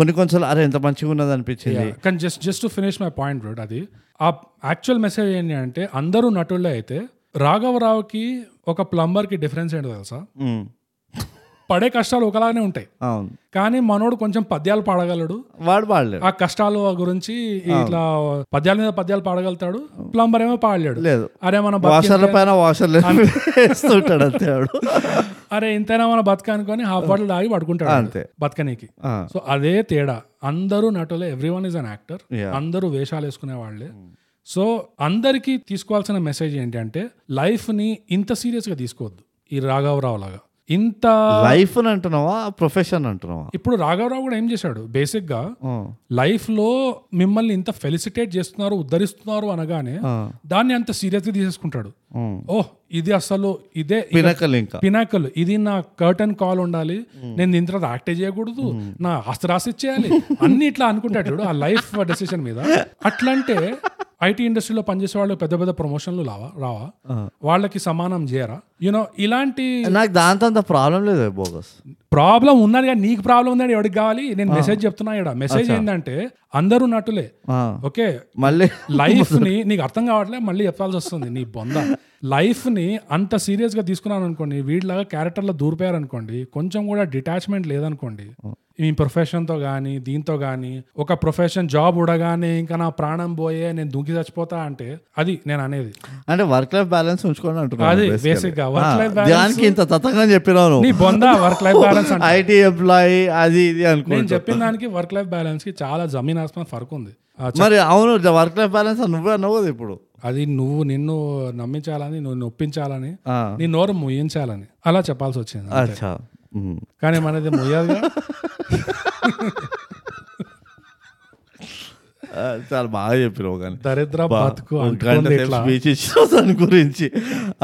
Speaker 2: కొన్ని కొన్నిసార్లు అరే ఎంత మంచిగా ఉన్నది అనిపించింది
Speaker 1: లాగారు. కానీ just just to finish my point బ్రోడ్ అది ఆ యాక్చువల్ మెసేజ్ ఏంటి అంటే అందరూ నటుల్లో అయితే రాఘవరావుకి ఒక plumber కి డిఫరెన్స్ ఏంటో తెలుసా
Speaker 2: ఉమ్,
Speaker 1: పడే కష్టాలు ఒకలానే ఉంటాయి
Speaker 2: Hmm. అవును
Speaker 1: కానీ మనోడు కొంచెం పద్యాలు పాడగలడు
Speaker 2: వాడు పాడలేడు
Speaker 1: ఆ కష్టాలు గురించి ఇట్లా పద్యాల మీద పద్యాలు పాడగలుగుతాడు ప్లంబర్ ఏమో పాడలేడు
Speaker 2: లేదు
Speaker 1: అరే మన
Speaker 2: వాషర్ల
Speaker 1: బతికి
Speaker 2: పైన వాషర్లు వేస్తుంటాడు అంతే వాడు
Speaker 1: అరే ఇంతైనా మన బతక అనుకొని హాఫ్ బాటిల్ ఆగి పడుకుంటాడు
Speaker 2: అంతే.
Speaker 1: బతకనీకి
Speaker 2: ఆ,
Speaker 1: సో అదే తేడా అందరూ నటులే everyone is an actor
Speaker 2: Yeah.
Speaker 1: అందరూ వేషాలు వేసుకునే వాళ్ళే సో అందరికీ తీసుకోవాల్సిన మెసేజ్ ఏంటంటే లైఫ్ ని ఇంత సీరియస్ గా తీసుకోవద్దు ఈ రాఘవరావు లాగా ఇంత
Speaker 2: లైఫ్ అని అంటున్నావా ప్రొఫెషన్ అంటున్నావా
Speaker 1: ఇప్పుడు రాఘవరావు కూడా ఏం చేశాడు బేసిక్ గా
Speaker 2: ఆ,
Speaker 1: లైఫ్ లో మిమ్మల్ని ఇంత ఫెలిసిటేట్ చేస్తున్నారు ఉద్ధరిస్తున్నారు అనగానే
Speaker 2: ఆ,
Speaker 1: దాన్ని అంత సీరియస్ గా తీసేసుకుంటాడు
Speaker 2: ఉమ్.
Speaker 1: ఓహ్ ఇది అసలు ఇదే
Speaker 2: పినకల్ ఇంకా
Speaker 1: పినాకల్ ఇది నా కర్టన్ కాల్ ఉండాలి నేను దీని తర్వాత యాక్ట్ చేయకూడదు నా ఆస్తి ఇచ్చేయాలి అన్ని ఇట్లా అనుకుంటాడు చూడు ఆ లైఫ్ డెసిషన్ మీద అట్లంటే ఐటీ ఇండస్ట్రీలో పనిచేసే వాళ్ళు పెద్ద పెద్ద ప్రమోషన్లు రావా రావా వాళ్ళకి సమానం చేయరా యూనో ఇలాంటి
Speaker 2: నాకు దాంతో అంత ప్రాబ్లం లేదు బోగస్
Speaker 1: ప్రాబ్లం ఉన్నది కానీ నీకు ప్రాబ్లం ఉందని ఎవరికి కావాలి నేను మెసేజ్ చెప్తున్నా ఇక్కడ మెసేజ్ ఏంటంటే అందరూ నటులే
Speaker 2: ఆ,
Speaker 1: ఓకే
Speaker 2: మళ్ళీ
Speaker 1: లైఫ్ ని నీకు అర్థం కావట్లే మళ్ళీ చెప్పాల్సి వస్తుంది నీ బొంద లైఫ్ ని అంత సీరియస్ గా తీసుకున్నాను అనుకోండి వీటిలాగా క్యారెక్టర్లో దూరిపోయారు అనుకోండి కొంచెం కూడా డిటాచ్మెంట్ లేదనుకోండి ఈ ప్రొఫెషన్ తో గానీ దీంతో గానీ ఒక ప్రొఫెషన్ జాబ్ ఉండగానే ఇంకా నా ప్రాణం పోయే నేను దుంకి చచ్చిపోతా అంటే అది నేను అనేది
Speaker 2: అంటే వర్క్ లైఫ్ బ్యాలెన్స్ ఉంచుకోండి
Speaker 1: అది
Speaker 2: అంటున్నాను
Speaker 1: basic గా work life balance-
Speaker 2: దానికి ఇంత తతంగం చెప్పినాను
Speaker 1: నీ బొంద వర్క్ లైఫ్ బ్యాలెన్స్ అంటే
Speaker 2: ఐటీ ఎంప్లాయీ అది ఇది
Speaker 1: నేను
Speaker 2: అనుకుంటా
Speaker 1: చెప్పిన దానికి వర్క్ లైఫ్ బ్యాలెన్స్ కి చాలా జమీన్ ఆస్మాన్ ఫరక్ ఉంది ఆ చ-
Speaker 2: మరి అవును వర్క్ లైఫ్ బ్యాలెన్స్ నువ్వే అన్నావు కదా ఇప్పుడు
Speaker 1: అది నువ్వు నిన్ను నమ్మించాలని నువ్వు నొప్పించాలని
Speaker 2: ఆ,
Speaker 1: నీ నోరు ముయించాలని అలా చెప్పాల్సి వచ్చింది
Speaker 2: అచ్చా ఉమ్.
Speaker 1: కానీ మనది ముయ్యాలిగా
Speaker 2: ఆ, చాలా బాగా చెప్పినావు కానీ
Speaker 1: దరిద్ర బతుకు
Speaker 2: గంట
Speaker 1: అనుకుంది ఇట్లా
Speaker 2: స్పీచ్ ఇచ్చావు దాని గురించి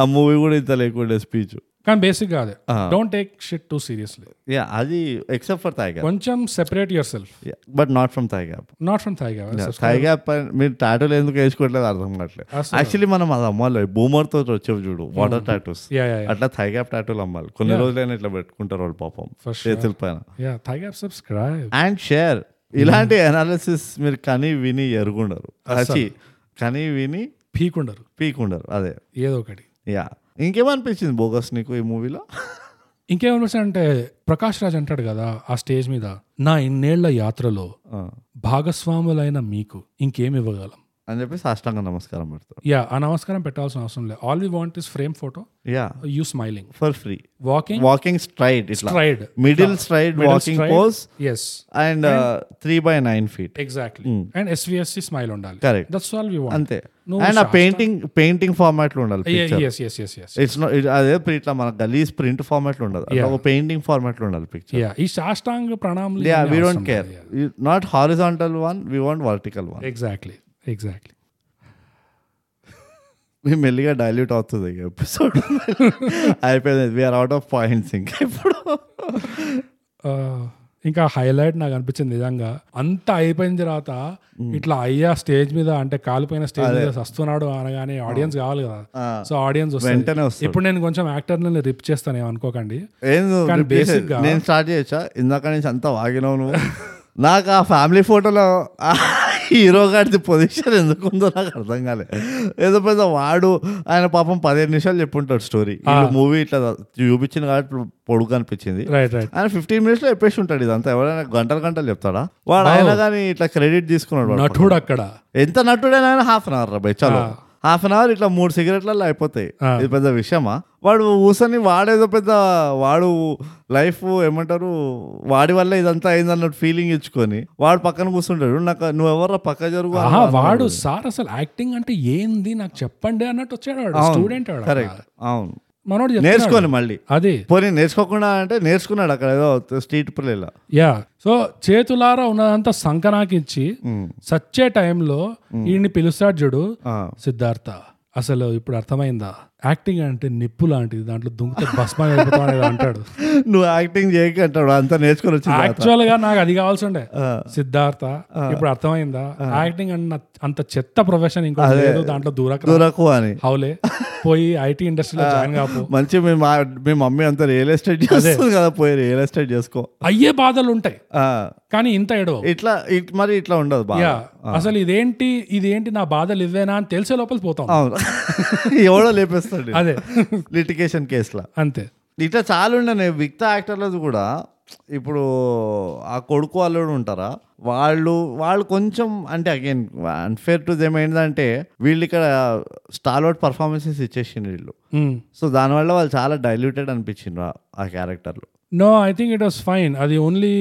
Speaker 2: ఆ మూవీ కూడా ఇంత లేకుండా స్పీచ్
Speaker 1: కానీ బేసిక్ కాదు don't take shit too seriously
Speaker 2: yeah అది ఎక్సెప్ట్ ఫర్ థాయ్ గ్యాప్
Speaker 1: కొంచెం separate yourself
Speaker 2: but not from thigh gap
Speaker 1: not from thigh
Speaker 2: thigh gap అని- మీరు టాటూలు ఎందుకు వేసుకోవట్లేదు అర్థం కావట్లేదు
Speaker 1: అసలు.
Speaker 2: యాక్చువల్లీ మనం అది అమ్మాలి బూమర్ తోటి వచ్చేవి చూడు వాటర్ టాటూస్
Speaker 1: యా యా
Speaker 2: అట్లా థాయ్ గ్యాప్ టాటూలు అమ్మాలి కొన్ని రోజులైనా ఇట్లా పెట్టుకుంటారు వాళ్ళు పాపం
Speaker 1: For sure.
Speaker 2: చేతుల పైన
Speaker 1: yeah thigh gap subscribe
Speaker 2: and share ఇలాంటి
Speaker 1: Hmm.
Speaker 2: అనాలిసిస్ మీరు కని విని ఎరుగుండరు అచ్చి కని విని
Speaker 1: పీకుండరు
Speaker 2: పీకుండరు అదే
Speaker 1: ఏదో ఒకటి
Speaker 2: యా ఇంకేమనిపించింది బోగస్ నీకు ఈ మూవీలో
Speaker 1: ఇంకేమనిపిస్తుంది అంటే ప్రకాష్ రాజ్ అంటాడు కదా ఆ స్టేజ్ మీద నా ఇన్నేళ్ల యాత్రలో
Speaker 2: ఆ,
Speaker 1: భాగస్వాములైన మీకు ఇంకేం ఇవ్వగలం
Speaker 2: అని చెప్పి సాష్టాంగ నమస్కారం పెడతారు
Speaker 1: యా ఆ నమస్కారం పెట్టాల్సిన అవసరం లేదు all we want is frame photo
Speaker 2: yeah
Speaker 1: you smiling
Speaker 2: for free
Speaker 1: walking
Speaker 2: walking straight ఇట్లా
Speaker 1: tried
Speaker 2: middle straight walking pose
Speaker 1: yes
Speaker 2: and three by nine feet
Speaker 1: exactly and SVSC smile ఉండాలి
Speaker 2: Hmm. Correct.
Speaker 1: That's all we want
Speaker 2: అంతే and ఆ painting painting format లో ఉండాలి picture
Speaker 1: yes yes yes yes
Speaker 2: it's no అదే ఇప్పుడు ఇట్లా మన గలీజ్ ప్రింట్ ఫార్మాట్ లో ఉండదు అట్లా ఒక పెయింటింగ్ ఫార్మాట్ లో ఉండాలి పిక్చర్
Speaker 1: యా ఈ సాష్టాంగ ప్రణాళిక
Speaker 2: yeah we don't care not horizontal one we want vertical one
Speaker 1: exactly exactly
Speaker 2: మేము మెల్లిగా డైల్యూట్ అవుతుంది ఎపిసోడ్ అయిపోయింది వీఆర్ అవుట్ ఆఫ్ పాయింట్స్ ఇంకా ఇప్పుడు
Speaker 1: Uh, ఇంకా హైలైట్ నాకు అనిపించింది నిజంగా అంత అయిపోయిన తర్వాత
Speaker 2: Hmm.
Speaker 1: ఇట్లా అయ్యా స్టేజ్ మీద అంటే కాలిపోయిన స్టేజ్ మీద వస్తున్నాడు అనగానే ఆడియన్స్ కావాలి కదా
Speaker 2: ఆ.
Speaker 1: సో ఆడియన్స్ వస్తుంది
Speaker 2: వెంటనే వస్తుంది
Speaker 1: ఇప్పుడు నేను కొంచెం యాక్టర్ రిప్ చేస్తాను ఏం అనుకోకండి
Speaker 2: ఏం
Speaker 1: కానీ
Speaker 2: replace-
Speaker 1: basic గా-
Speaker 2: నేను స్టార్ట్ చేయొచ్చా ఇందాక నుంచి అంతా వాగినావు నువ్వు నాకు ఆ ఫ్యామిలీ ఫోటోలో ఆ హీరో గారిది పొజిషన్ ఎందుకు ఉందో నాకు అర్థం కాలే ఏదో పెద్ద వాడు ఆయన పాపం పదిహేను నిమిషాలు చెప్పుంటాడు స్టోరీ మూవీ ఇట్లా చూపించింది కాబట్టి ఇప్పుడు పొడుగు అనిపించింది
Speaker 1: రైట్ రైట్
Speaker 2: ఆయన ఫిఫ్టీన్ మినిట్స్ లో చెప్పేసి ఉంటాడు ఇదంతా ఎవరైనా గంటలు గంటలు చెప్తాడా వాడు ఆయన కానీ ఇట్లా క్రెడిట్ తీసుకున్నాడు వాడు.
Speaker 1: నటుడు అక్కడ
Speaker 2: ఎంత నటుడైనా ఆయన హాఫ్ అన్ అవర్ రా బై చలో హాఫ్ అన్ అవర్ ఇట్లా మూడు సిగరెట్లలో అయిపోతాయి ఇది పెద్ద విషయమా వాడు ఊసని వాడేదో పెద్ద వాడు లైఫ్ ఏమంటారు వాడి వల్ల ఇదంతా అయింది అన్నట్టు ఫీలింగ్ ఇచ్చుకొని వాడు పక్కన కూర్చుంటాడు నాకు నువ్వెవర్రా పక్క జరుగు
Speaker 1: ఆహా వాడు సార్ అసలు యాక్టింగ్ అంటే ఏంది నాకు చెప్పండి అన్నట్టు వచ్చాడు వాడు స్టూడెంట్ వాడు
Speaker 2: కరెక్ట్ అవును
Speaker 1: మనోడు చెప్తున్నాడు.
Speaker 2: నేర్చుకోని మళ్ళీ
Speaker 1: అది
Speaker 2: పోనీ నేర్చుకోకుండా అంటే నేర్చుకున్నాడు అక్కడ ఏదో స్ట్రీట్ పిల్లల
Speaker 1: యా సో చేతులారా ఉన్నదంతా సంకనాకించి సచ్చే టైంలో ఈయన్ని పిలుస్తాడు చూడు సిద్ధార్థ అసలు ఇప్పుడు అర్థమైందా యాక్టింగ్ అంటే నిప్పు లాంటిది దాంట్లో దుంగితే భస్మం అయిపోతాం అనేది అంటాడు
Speaker 2: నువ్వు యాక్టింగ్ చేయక అంటాడు అంతా నేర్చుకొని వచ్చింది
Speaker 1: యాక్చువల్ గా నాకు అది కావాల్సి ఉండే సిద్ధార్థ ఇప్పుడు అర్థమైందా యాక్టింగ్ అన్న అంత చెత్త ప్రొఫెషన్ ఇంకోటి లేదు దాంట్లో దూరకు రా.
Speaker 2: దూరకు అని
Speaker 1: హౌలే పోయి ఐటీ ఇండస్ట్రీలో జాయిన్ కాపు
Speaker 2: మంచి మీ మా- మీ మమ్మీ అంతా రియల్ ఎస్టేట్ చేస్తుంది కదా పోయి రియల్ ఎస్టేట్ చేసుకో
Speaker 1: అయ్యే బాధలు ఉంటాయి
Speaker 2: ఆ,
Speaker 1: కానీ ఇంత ఎడవ
Speaker 2: ఇట్లా ఇట్ మరి ఇట్లా ఉండదు బాగా
Speaker 1: యా అసలు ఇదేంటి ఇదేంటి నా బాధలు ఇవేనా అని తెలిసే లోపల పోతాం
Speaker 2: అవును ఎవడో లేపేస్తాడు
Speaker 1: అదే
Speaker 2: లిటిగేషన్ కేసులా
Speaker 1: అంతే
Speaker 2: ఇట్లా చాలా ఉండే మిగతా యాక్టర్లది కూడా ఇప్పుడు ఆ కొడుకు వాళ్ళు ఉంటారా వాళ్ళు వాళ్ళు కొంచెం అంటే అగైన్ అన్ఫేర్ టు దేమ్ ఏంటంటే వీళ్ళు ఇక్కడ స్టాల్ అవుట్ పర్ఫార్మెన్సెస్ ఇచ్చేసిండ్రు వీళ్ళు
Speaker 1: మ్.
Speaker 2: సో దానివల్ల వాళ్ళు చాలా డైల్యూటెడ్ అనిపించిండ్రు ఆ- ఆ క్యారెక్టర్లు
Speaker 1: no I think it was fine అది ఓన్లీ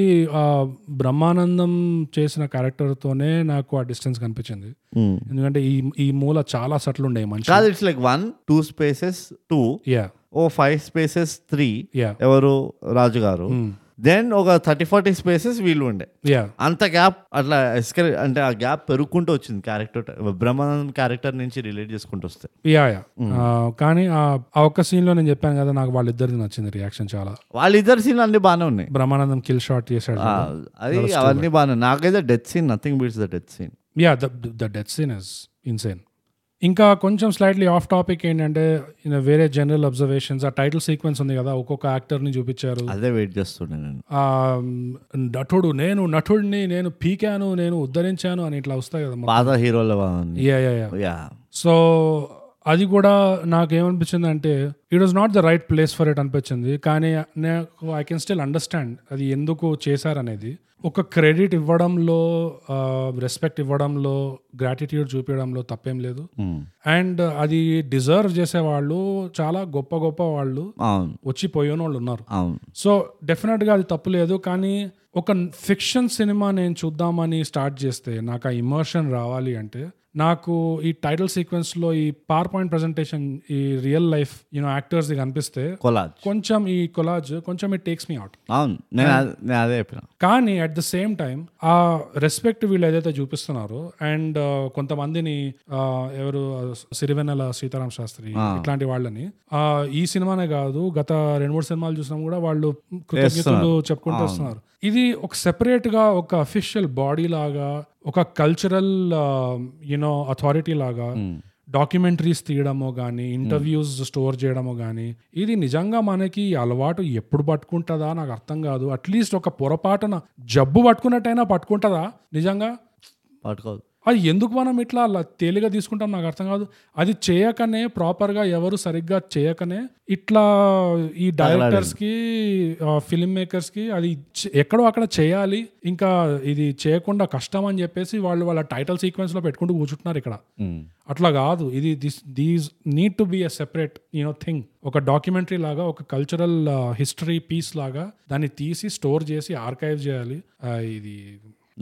Speaker 1: బ్రహ్మానందం చేసిన క్యారెక్టర్తోనే నాకు ఆ డిస్టెన్స్ కనిపించింది ఎందుకంటే ఈ ఈ మూల చాలా సట్లు ఉండే మంచి
Speaker 2: కాదు it's like one two spaces two
Speaker 1: yeah
Speaker 2: ఓ ఫైవ్ స్పేసెస్ త్రీ
Speaker 1: యా
Speaker 2: ఎవరు రాజు గారు దెన్ ఒక థర్టీ ఫార్టీ స్పేసెస్ వీళ్ళు ఉండే
Speaker 1: యా
Speaker 2: అంత గ్యాప్ అట్లా ఎస్కర్ అంటే ఆ గ్యాప్ పెరుగుకుంటూ వచ్చింది క్యారెక్టర్ బ్రహ్మానందం క్యారెక్టర్ నుంచి రిలేట్ చేసుకుంటూ వస్తే
Speaker 1: యా యా కానీ ఆ ఆ ఒక్క సీన్ లో నేను చెప్పాను కదా నాకు వాళ్ళిద్దరిది నచ్చింది రియాక్షన్ చాలా
Speaker 2: వాళ్ళిద్దరు సీన్లు అన్ని బాగానే ఉన్నాయి
Speaker 1: బ్రహ్మానందం కిల్ షాట్ చేశాడు
Speaker 2: ఆ, అది అవన్నీ బాగానే ఉన్నాయి. నాకైతే death scene nothing beats the death scene
Speaker 1: yeah the the death scene is insane ఇంకా కొంచెం స్లైట్లీ ఆఫ్ టాపిక్ ఏంటంటే ఇన్ వేరే జనరల్ అబ్జర్వేషన్స్ ఆ టైటిల్ సీక్వెన్స్ ఉంది కదా ఒక్కొక్క యాక్టర్ని చూపించారు
Speaker 2: అదే వెయిట్ చేస్తుండే నేను
Speaker 1: ఆ నటుడు నేను నటుడిని నేను పీకాను నేను ఉద్ధరించాను అని ఇట్లా వస్తాయి కదా
Speaker 2: పాత హీరోల బాగుంది
Speaker 1: yeah yeah yeah
Speaker 2: yeah
Speaker 1: so అది కూడా నాకేమనిపించింది అంటే it was not the right place for it అనిపించింది కానీ నాకు ఐ కెన్ స్టిల్ అండర్స్టాండ్ అది ఎందుకు చేశారనేది ఒక క్రెడిట్ ఇవ్వడంలో రెస్పెక్ట్ ఇవ్వడంలో గ్రాటిట్యూడ్ చూపించడంలో తప్పేం లేదు అండ్ అది డిజర్వ్ చేసే వాళ్ళు చాలా గొప్ప గొప్ప వాళ్ళు
Speaker 2: అవును
Speaker 1: వచ్చి పోయిన వాళ్ళు ఉన్నారు
Speaker 2: అవును
Speaker 1: సో డెఫినెట్గా అది తప్పు లేదు కానీ ఒక ఫిక్షన్ సినిమా నేను చూద్దామని స్టార్ట్ చేస్తే నాకు ఆ ఇమర్షన్ రావాలి అంటే నాకు ఈ టైటిల్ సీక్వెన్స్లో ఈ పవర్ పాయింట్ ప్రజెంటేషన్ ఈ రియల్ లైఫ్ యూనో యాక్టర్స్ది కనిపిస్తే
Speaker 2: కొలాజ్
Speaker 1: కొంచెం ఈ కొలాజ్ కొంచెం ఇట్ టేక్స్ మీ అవుట్
Speaker 2: అవును నేను అదే- నేను అదే చెప్పిన
Speaker 1: కానీ అట్ ద సేమ్ టైం ఆ రెస్పెక్ట్ వీళ్ళు ఏదైతే చూపిస్తున్నారో అండ్ కొంతమందిని ఆ, ఎవరు ఆ, సిరివెన్నెల సీతారాం శాస్త్రి ఇట్లాంటి వాళ్ళని ఆ, ఈ సినిమానే కాదు గత రెండు మూడు సినిమాలు చూసినా కూడా వాళ్ళు కృతజ్ఞతలు చెప్పుకుంటూ వస్తున్నారు ఇది ఒక సెపరేట్ గా ఒక అఫీషియల్ బాడీ లాగా ఒక um, కల్చరల్ యూనో అథారిటీ లాగా డాక్యుమెంటరీస్ తీయడమో కానీ ఇంటర్వ్యూస్ స్టోర్ చేయడమో కానీ ఇది నిజంగా మనకి ఈ అలవాటు ఎప్పుడు పట్టుకుంటుందా నాకు అర్థం కాదు అట్లీస్ట్ ఒక పొరపాటున జబ్బు పట్టుకున్నట్టయినా పట్టుకుంటుందా నిజంగా
Speaker 2: పట్టుకోదు
Speaker 1: అది ఎందుకు మనం ఇట్లా అలా తేలిగా తీసుకుంటాం నాకు అర్థం కాదు అది చేయకనే ప్రాపర్గా ఎవరు సరిగ్గా చేయకనే ఇట్లా ఈ డైరెక్టర్స్కి ఫిల్మ్ మేకర్స్కి అది చే- ఎక్కడో అక్కడ చేయాలి ఇంకా ఇది చేయకుండా కష్టం అని చెప్పేసి వాళ్ళు వాళ్ళ టైటిల్ సీక్వెన్స్లో పెట్టుకుంటూ కూర్చుంటున్నారు ఇక్కడ అట్లా కాదు ఇది this these need to be a separate you know thing ఒక డాక్యుమెంటరీ లాగా ఒక కల్చరల్ హిస్టరీ పీస్ లాగా దాన్ని తీసి స్టోర్ చేసి ఆర్కైవ్ చేయాలి ఆ, ఇది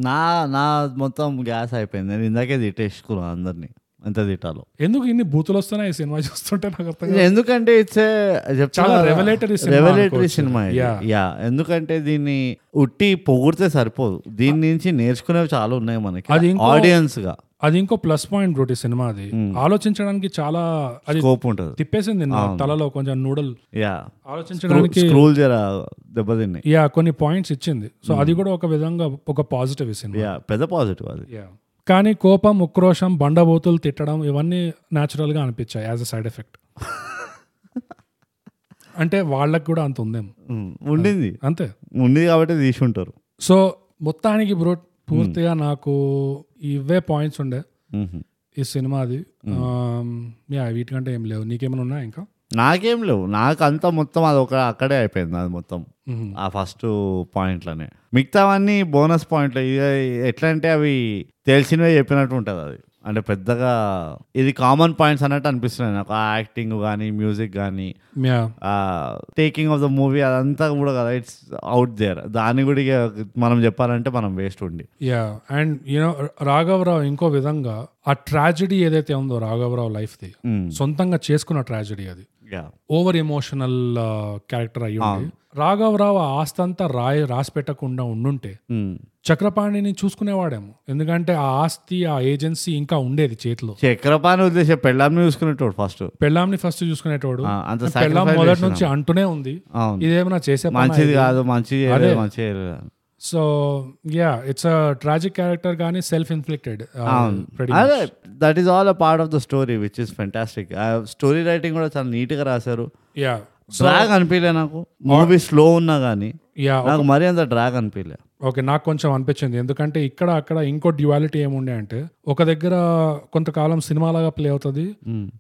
Speaker 2: నా నా మొత్తం గ్యాస్ అయిపోయింది నేను ఇందాకే తిట్టేసుకున్నాను అందరినీ ఎంత తిట్టాలో
Speaker 1: ఎందుకు ఇన్ని బూతులు వస్తున్నాయి ఈ సినిమా చూస్తుంటే నాకు అర్థం కాదు.
Speaker 2: ఇది ఎందుకంటే ఇట్స్
Speaker 1: చాలా revelatory cinema
Speaker 2: రెవలేటరీ
Speaker 1: అనుకోవచ్చు.
Speaker 2: సినిమా ఇది.
Speaker 1: Yeah.
Speaker 2: యా ఎందుకంటే దీన్ని ఉట్టి పొగిడితే సరిపోదు దీని నుంచి నేర్చుకునేవి చాలా ఉన్నాయి
Speaker 1: అది
Speaker 2: మనకి
Speaker 1: ఇంకో-
Speaker 2: ఆడియన్స్ గా
Speaker 1: అది ఇంకో ప్లస్ పాయింట్ బ్రోటి సినిమా అది ఆలోచించడానికి చాలా అది
Speaker 2: స్కోప్ ఉంటుంది
Speaker 1: తిప్పేసింది నా తలలో కొంచెం నూడల్
Speaker 2: యా
Speaker 1: ఆలోచించడానికి
Speaker 2: స్క్రూల్ జర దెబ్బతిన్నాయి
Speaker 1: యా కొన్ని పాయింట్స్ ఇచ్చింది సో అది కూడా ఒక విధంగా ఒక పాజిటివ్ సినిమా
Speaker 2: యా పెద్ద పాజిటివ్ అది
Speaker 1: Yeah. కానీ కోపం ఉక్రోషం బండబోతులు తిట్టడం ఇవన్నీ న్యాచురల్గా అనిపించాయి యాజ్ అ సైడ్ ఎఫెక్ట్ అంటే వాళ్ళకి కూడా అంత ఉందేమో
Speaker 2: ఉమ్, ఉండింది
Speaker 1: అంతే
Speaker 2: ఉంది కాబట్టి తీసి ఉంటారు
Speaker 1: సో మొత్తానికి బ్రో పూర్తిగా నాకు ఇవే పాయింట్స్ ఉండే
Speaker 2: ఉహు.
Speaker 1: ఈ సినిమాది
Speaker 2: Hmm.
Speaker 1: ఆమ్, యా వీటికంటే ఏం లేవు నీకేమైనా ఉన్నాయా ఇంకా
Speaker 2: నాకేం లేవు నాకు అంతా మొత్తం అది ఒక అక్కడే అయిపోయింది అది మొత్తం
Speaker 1: మ్మ్.
Speaker 2: ఆ ఫస్ట్ పాయింట్లనే మిగతావన్నీ బోనస్ పాయింట్లు ఇక ఎట్లా అంటే అవి తెలిసినవే చెప్పినట్టు ఉంటుంది అది అంటే పెద్దగా ఇది కామన్ పాయింట్స్ అన్నట్టు అనిపిస్తున్నాయి నాకు ఆ యాక్టింగ్ కానీ మ్యూజిక్ కానీ
Speaker 1: యా
Speaker 2: ఆ టేకింగ్ ఆఫ్ ద మూవీ అదంతా కూడా కదా ఇట్స్ అవుట్ దేర్ దాన్ని కూడా ఇక మనం చెప్పాలంటే మనం వేస్ట్ ఉండి
Speaker 1: యా అండ్ యూనో రాఘవరావు ఇంకో విధంగా ఆ ట్రాజెడీ ఏదైతే ఉందో రాఘవరావు లైఫ్ది
Speaker 2: Hmm.
Speaker 1: సొంతంగా చేసుకున్న ట్రాజెడీ అది
Speaker 2: యా
Speaker 1: ఓవర్ ఎమోషనల్ క్యారెక్టర్ అయ్యి ఉండి
Speaker 2: Ah.
Speaker 1: రాఘవరావు ఆ ఆస్తంతా రాయి రాసి పెట్టకుండా ఉండుంటే చక్రపాణిని చూసుకునేవాడేమో ఎందుకంటే ఆ ఆస్తి ఆ ఏజెన్సీ ఇంకా ఉండేది చేతిలో
Speaker 2: చక్రపాణి ఉద్దేశం పెళ్ళాంని చూసుకునేటోడు ఫస్ట్
Speaker 1: పెళ్ళాంని ఫస్ట్ చూసుకునేటోడు
Speaker 2: ఆ, Ah, అంత
Speaker 1: పెళ్ళాం
Speaker 2: sacrifice
Speaker 1: మొదటి నుంచి అంటూనే ఉంది
Speaker 2: అవును
Speaker 1: ఇదేమైనా చేసే పనా
Speaker 2: మంచిది
Speaker 1: ఇది?
Speaker 2: కాదు మంచి చేయలేదు మంచి చేయలేదు అని.
Speaker 1: So yeah it's a tragic character కానీ సెల్ఫ్ ఇన్ఫ్లిక్టెడ్
Speaker 2: అదే that is all a part of the story which is fantastic story writing కూడా చాలా neat గా రాశారు
Speaker 1: యా
Speaker 2: డ్రాగ్ అనిపించలే నాకు మూవీ స్లో ఉన్నా కానీ
Speaker 1: యా
Speaker 2: నాకు మరీ అంత డ్రాగ్ అనిపించలే
Speaker 1: ఓకే నాకు కొంచెం అనిపించింది ఎందుకంటే ఇక్కడ అక్కడ ఇంకో డ్యువాలిటీ ఏముండే అంటే ఒక దగ్గర కొంతకాలం సినిమా లాగా ప్లే అవుతుంది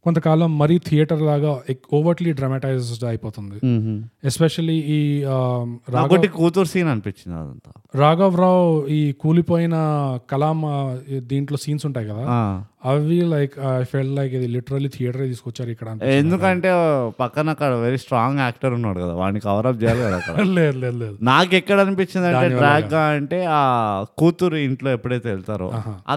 Speaker 1: కొంతకాలం మరీ థియేటర్ లాగా ఓవర్ట్లీ డ్రామటైజ్డ్ అయిపోతుంది ఎస్పెషల్లీ ఈ ఆ, రా-
Speaker 2: నాకొకటి కూతురు సీన్ అనిపించింది అదంతా
Speaker 1: రాఘవ్ రావు ఈ కూలిపోయిన కలాం ఆ, ఈ దీంట్లో సీన్స్ ఉంటాయి కదా
Speaker 2: ఆ.
Speaker 1: అవి లైక్ ఐ ఫెల్ లైక్ ఇది లిటరల్లీ థియేటర్ తీసుకొచ్చారు ఇక్కడ అంటే
Speaker 2: ఎందుకంటే పక్కన అక్కడ వెరీ స్ట్రాంగ్ యాక్టర్ ఉన్నాడు కదా వాడిని కవరప్ చేయాలి కదా అక్కడ
Speaker 1: లేదు లేదు లేదు
Speaker 2: నాకు ఎక్కడ అనిపించింది అంటే డ్రాగ్ గా అంటే ఆ కూతురు ఇంట్లో ఎప్పుడైతే వెళ్తారో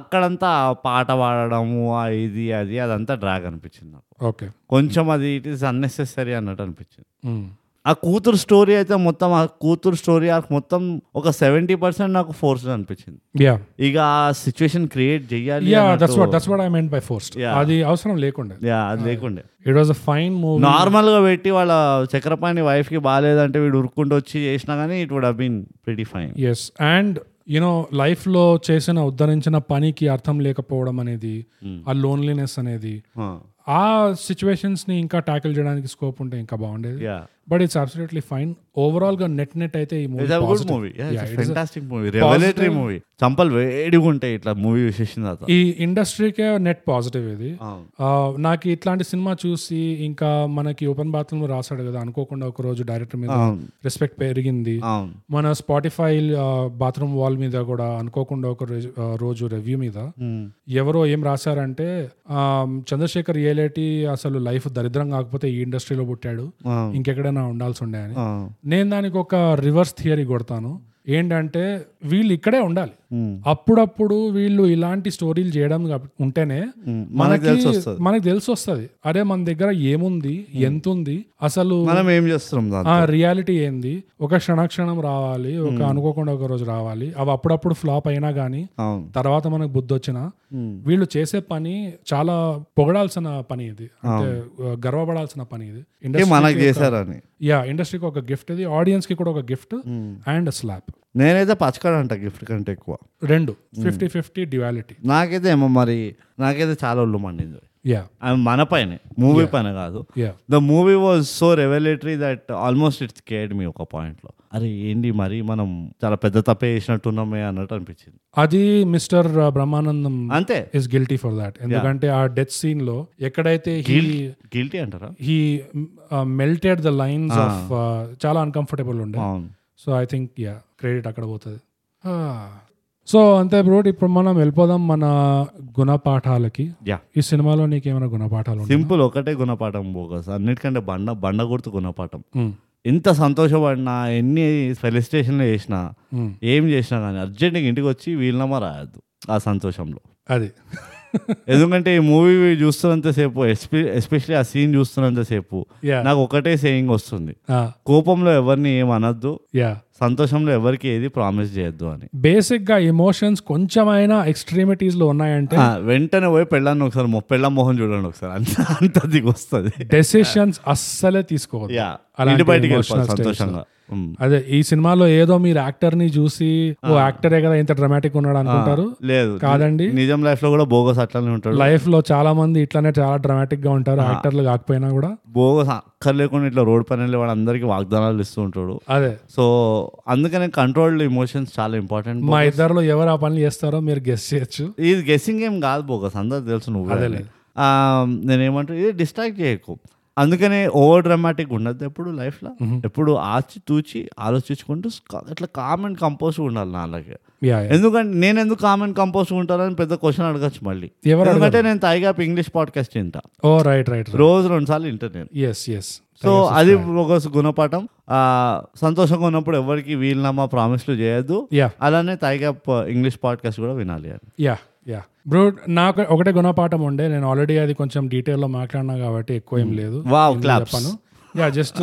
Speaker 2: అక్కడంతా ఆ పాట పాడడము ఆ ఇది అది అదంతా డ్రాగ్ అనిపించింది నాకు
Speaker 1: ఓకే
Speaker 2: కొంచెం అది ఇట్ ఈస్ అన్నెసెసరీ అన్నట్టు అనిపించింది
Speaker 1: Hmm.
Speaker 2: ఆ కూతురు స్టోరీ అయితే మొత్తం ఆ కూతురు స్టోరీ ఆర్క్ మొత్తం ఒక సెవెంటీ పర్సెంట్ నాకు ఫోర్స్ అనిపించింది
Speaker 1: యా
Speaker 2: ఇక ఆ సిచ్యువేషన్ క్రియేట్ చేయాలి
Speaker 1: yeah that's what that's what I meant by forced అది అవసరం లేకుండా
Speaker 2: యా అది లేకుండే
Speaker 1: it was a fine movie
Speaker 2: normal గా పెట్టి వాళ్ళ చక్రపాణి వైఫ్ కి బాగాలేదంటే వీడు ఉరుక్కుంటూ వచ్చి చేసినా కానీ it would been pretty fine
Speaker 1: yes and you know లైఫ్లో చేసిన ఉద్ధరించిన పనికి అర్థం లేకపోవడం అనేది ఆ లోన్లీనెస్ అనేది ఆ situations ని ఇంకా ట్యాకిల్ చేయడానికి స్కోప్ ఉంటే ఇంకా బాగుండేది
Speaker 2: yeah
Speaker 1: but it's absolutely fine గా నెట్ నెట్ అయితే ఈ movie
Speaker 2: it's good movie fantastic movie revelatory movie చంపలు వేడిగా ఉంటాయి ఇట్లా మూవీ చూసేసిన తర్వాత
Speaker 1: ఈ ఇండస్ట్రీకే నెట్ పాజిటివ్ ఇది
Speaker 2: అవును.
Speaker 1: ఆ, నాకు ఇట్లాంటి సినిమా చూసి ఇంకా మనకి ఓపెన్ బాత్రూమ్ రాశాడు కదా అనుకోకుండా ఒక రోజు డైరెక్టర్ మీద
Speaker 2: అవును.
Speaker 1: రెస్పెక్ట్ పెరిగింది
Speaker 2: అవును
Speaker 1: మన స్పాటిఫై బాత్రూమ్ వాల్ మీద కూడా అనుకోకుండా ఒక రోజు- ఆ, రోజు రివ్యూ మీద
Speaker 2: um,
Speaker 1: ఎవరో ఏం రాశారంటే ఆ, చంద్రశేఖర్ ఏలేటి అసలు లైఫ్ దరిద్రం కాకపోతే ఈ ఇండస్ట్రీలో పుట్టాడు
Speaker 2: అవును.
Speaker 1: ఇంకెక్కడైనా ఉండాల్సి ఉండే అని
Speaker 2: ఆ.
Speaker 1: నేను దానికి ఒక రివర్స్ థియరీ కొడతాను ఏంటంటే వీళ్ళు ఇక్కడే ఉండాలి
Speaker 2: um.
Speaker 1: అప్పుడప్పుడు వీళ్ళు ఇలాంటి స్టోరీలు చేయడం కాబ- ఉంటేనే మనకి మనకి తెలిసి వస్తుంది అరే మన దగ్గర ఏముంది ఎంత ఉంది అసలు
Speaker 2: మనం ఏం చేస్తున్నాం దాన్ని
Speaker 1: ఆ రియాలిటీ ఏంది ఒక క్షణక్షణం రావాలి ఒక అనుకోకుండా ఒక రోజు రావాలి అవి అప్పుడప్పుడు ఫ్లాప్ అయినా గానీ
Speaker 2: అవును
Speaker 1: తర్వాత మనకు బుద్ధి వచ్చిన వీళ్ళు చేసే పని చాలా పొగడాల్సిన పని ఇది అంటే ఆ, గర్వపడాల్సిన పని ఇది ఇండస్ట్రీ
Speaker 2: అంటే మనకు చేశారని
Speaker 1: యా ఇండస్ట్రీకి ఒక గిఫ్ట్ ఇది ఆడియన్స్ కి కూడా ఒక గిఫ్ట్ అండ్ స్లాప్
Speaker 2: నేనైతే పచ్చకాడ అంట గిఫ్ట్ కంటే ఎక్కువ
Speaker 1: రెండు ఫిఫ్టీ ఫిఫ్టీ డ్యువాలిటీ
Speaker 2: నాకైతే ఏమో మరి నాకైతే చాలా ఒళ్ళు మండింది
Speaker 1: యా
Speaker 2: అవి మన పైనే మూవీ పైన కాదు
Speaker 1: yeah
Speaker 2: the movie was so revelatory that almost it's scared me ఒక పాయింట్లో అరే ఏంటి మరి మనం చాలా పెద్ద తప్పే చేసినట్టున్నామే అన్నట్టు అనిపించింది
Speaker 1: అది మిస్టర్ బ్రహ్మానందం
Speaker 2: అంతే
Speaker 1: ఇస్ గిల్టీ ఫర్ దాట్ ఎందుకంటే ఆ డెత్ సీన్ లో ఎక్కడైతే హీ
Speaker 2: గిల్టీ అంటారా
Speaker 1: he uh, melted the lines of uh, చాలా అన్కంఫర్టబుల్ ఉండే
Speaker 2: అవును
Speaker 1: so I think yeah credit అక్కడ పోతుంది సో అంతే బ్రో ఇప్పుడు మనం వెళ్ళిపోదాం మన గుణపాఠాలకి
Speaker 2: యా
Speaker 1: ఈ సినిమాలో నీకేమైనా గుణపాఠాలు ఉన్నాయి
Speaker 2: సింపుల్ ఒకటే గుణపాఠం బోగస్ అన్నిటికంటే బండ బండ గుర్తు గుణపాఠం
Speaker 1: Hmm.
Speaker 2: ఎంత సంతోషపడినా ఎన్ని సెలిస్ట్రేషన్లు చేసినా ఏం చేసినా కానీ అర్జెంటుగా ఇంటికి వచ్చి వీళ్ళనమా రాయద్దు ఆ సంతోషంలో
Speaker 1: అది
Speaker 2: ఎందుకంటే ఈ మూవీ చూస్తున్నంతసేపు ఎస్పె- ఎస్పెషల్లీ ఆ సీన్ చూస్తున్నంతసేపు
Speaker 1: Yeah. Ah.
Speaker 2: నాకు ఒకటే సేయింగ్ వస్తుంది కోపంలో ఎవరిని ఏం అనొద్దు
Speaker 1: యా
Speaker 2: సంతోషంలో ఎవరికి ఏది ప్రామిస్ చేయొద్దు అని
Speaker 1: బేసిక్ గా ఎమోషన్స్ కొంచెమైనా ఎక్స్ట్రీమిటీస్ లో ఉన్నాయంటే
Speaker 2: ఆ, వెంటనే పోయి పెళ్ళాన్ని ఒకసారి మొ- పెళ్ళాం మొహం చూడండి ఒకసారి అంత అంత దిగి వస్తుంది
Speaker 1: డెసిషన్స్ అస్సలే తీసుకోవద్దు
Speaker 2: యా
Speaker 1: అలాంటి
Speaker 2: ఇంటి బయటికి
Speaker 1: emotional
Speaker 2: వెళ్ళిపోవాలి
Speaker 1: states.
Speaker 2: సంతోషంగా ఉమ్.
Speaker 1: అదే ఈ సినిమాలో ఏదో మీరు యాక్టర్ ని చూసి ఓ యాక్టరే కదా ఇంత డ్రామాటిక్ ఉన్నాడు అనుకుంటారు
Speaker 2: లేదు
Speaker 1: కాదండి.
Speaker 2: నిజం లైఫ్ లో కూడా బోగస్ అట్లానే ఉంటాడు
Speaker 1: లైఫ్ లో చాలా మంది ఇట్లానే చాలా డ్రామాటిక్ గా ఉంటారు యాక్టర్లు కాకపోయినా కూడా
Speaker 2: బోగస్ అక్కర్లేకుండా ఇట్లా రోడ్ పైన వెళ్ళి వాళ్ళందరికీ వాగ్దానాలు ఇస్తూ ఉంటాడు
Speaker 1: అదే
Speaker 2: సో అందుకనే కంట్రోల్డ్ ఇమోషన్స్ చాలా ఇంపార్టెంట్
Speaker 1: మా ఇద్దరిలో ఎవరు ఆ పనులు చేస్తారో మీరు గెస్ చేయొచ్చు
Speaker 2: ఇది గెస్సింగ్ ఏం కాదు బోగస్ అందరు తెలుసు నువ్వు
Speaker 1: అదేలే.
Speaker 2: నేనేమంటా ఇది డిస్ట్రాక్ట్ చేయకు అందుకనే ఓవర్ డ్రామాటిక్ ఉండద్దు ఎప్పుడు లైఫ్లో ఎప్పుడు ఆచి తూచి ఆలోచించుకుంటూ కా- ఇట్లా కామ్ అండ్ కంపోజ్ ఉండాలి నాలాగే
Speaker 1: యా యా.
Speaker 2: ఎందుకంటే నేను ఎందుకు కామ్ అండ్ కంపోజ్ ఉంటానని పెద్ద క్వశ్చన్ అడగచ్చు మళ్ళీ
Speaker 1: ఎవరు
Speaker 2: ఎందుకంటే నేను తాయిగా ఇంగ్లీష్ పాడ్కాస్ట్ వింటా
Speaker 1: ఓ రైట్ రైట్
Speaker 2: రోజు రెండు సార్లు వింటాను నేను
Speaker 1: ఎస్ ఎస్
Speaker 2: సో అది ఒక గుణపాఠం ఆ, సంతోషంగా ఉన్నప్పుడు ఎవరికి వీలునామా ప్రామిస్లు చేయొద్దు
Speaker 1: యా
Speaker 2: అలానే తాయిగా ఇంగ్లీష్ పాడ్కాస్ట్ కూడా వినాలి అని
Speaker 1: యా యా బ్రో నాకు ఒకటే గుణపాఠం ఉండే నేను ఆల్రెడీ అది కొంచెం detail లో మాట్లాడినా కాబట్టి ఎక్కువ ఏం లేదు
Speaker 2: Wow,
Speaker 1: ఏం
Speaker 2: claps.
Speaker 1: చెప్పను యా జస్ట్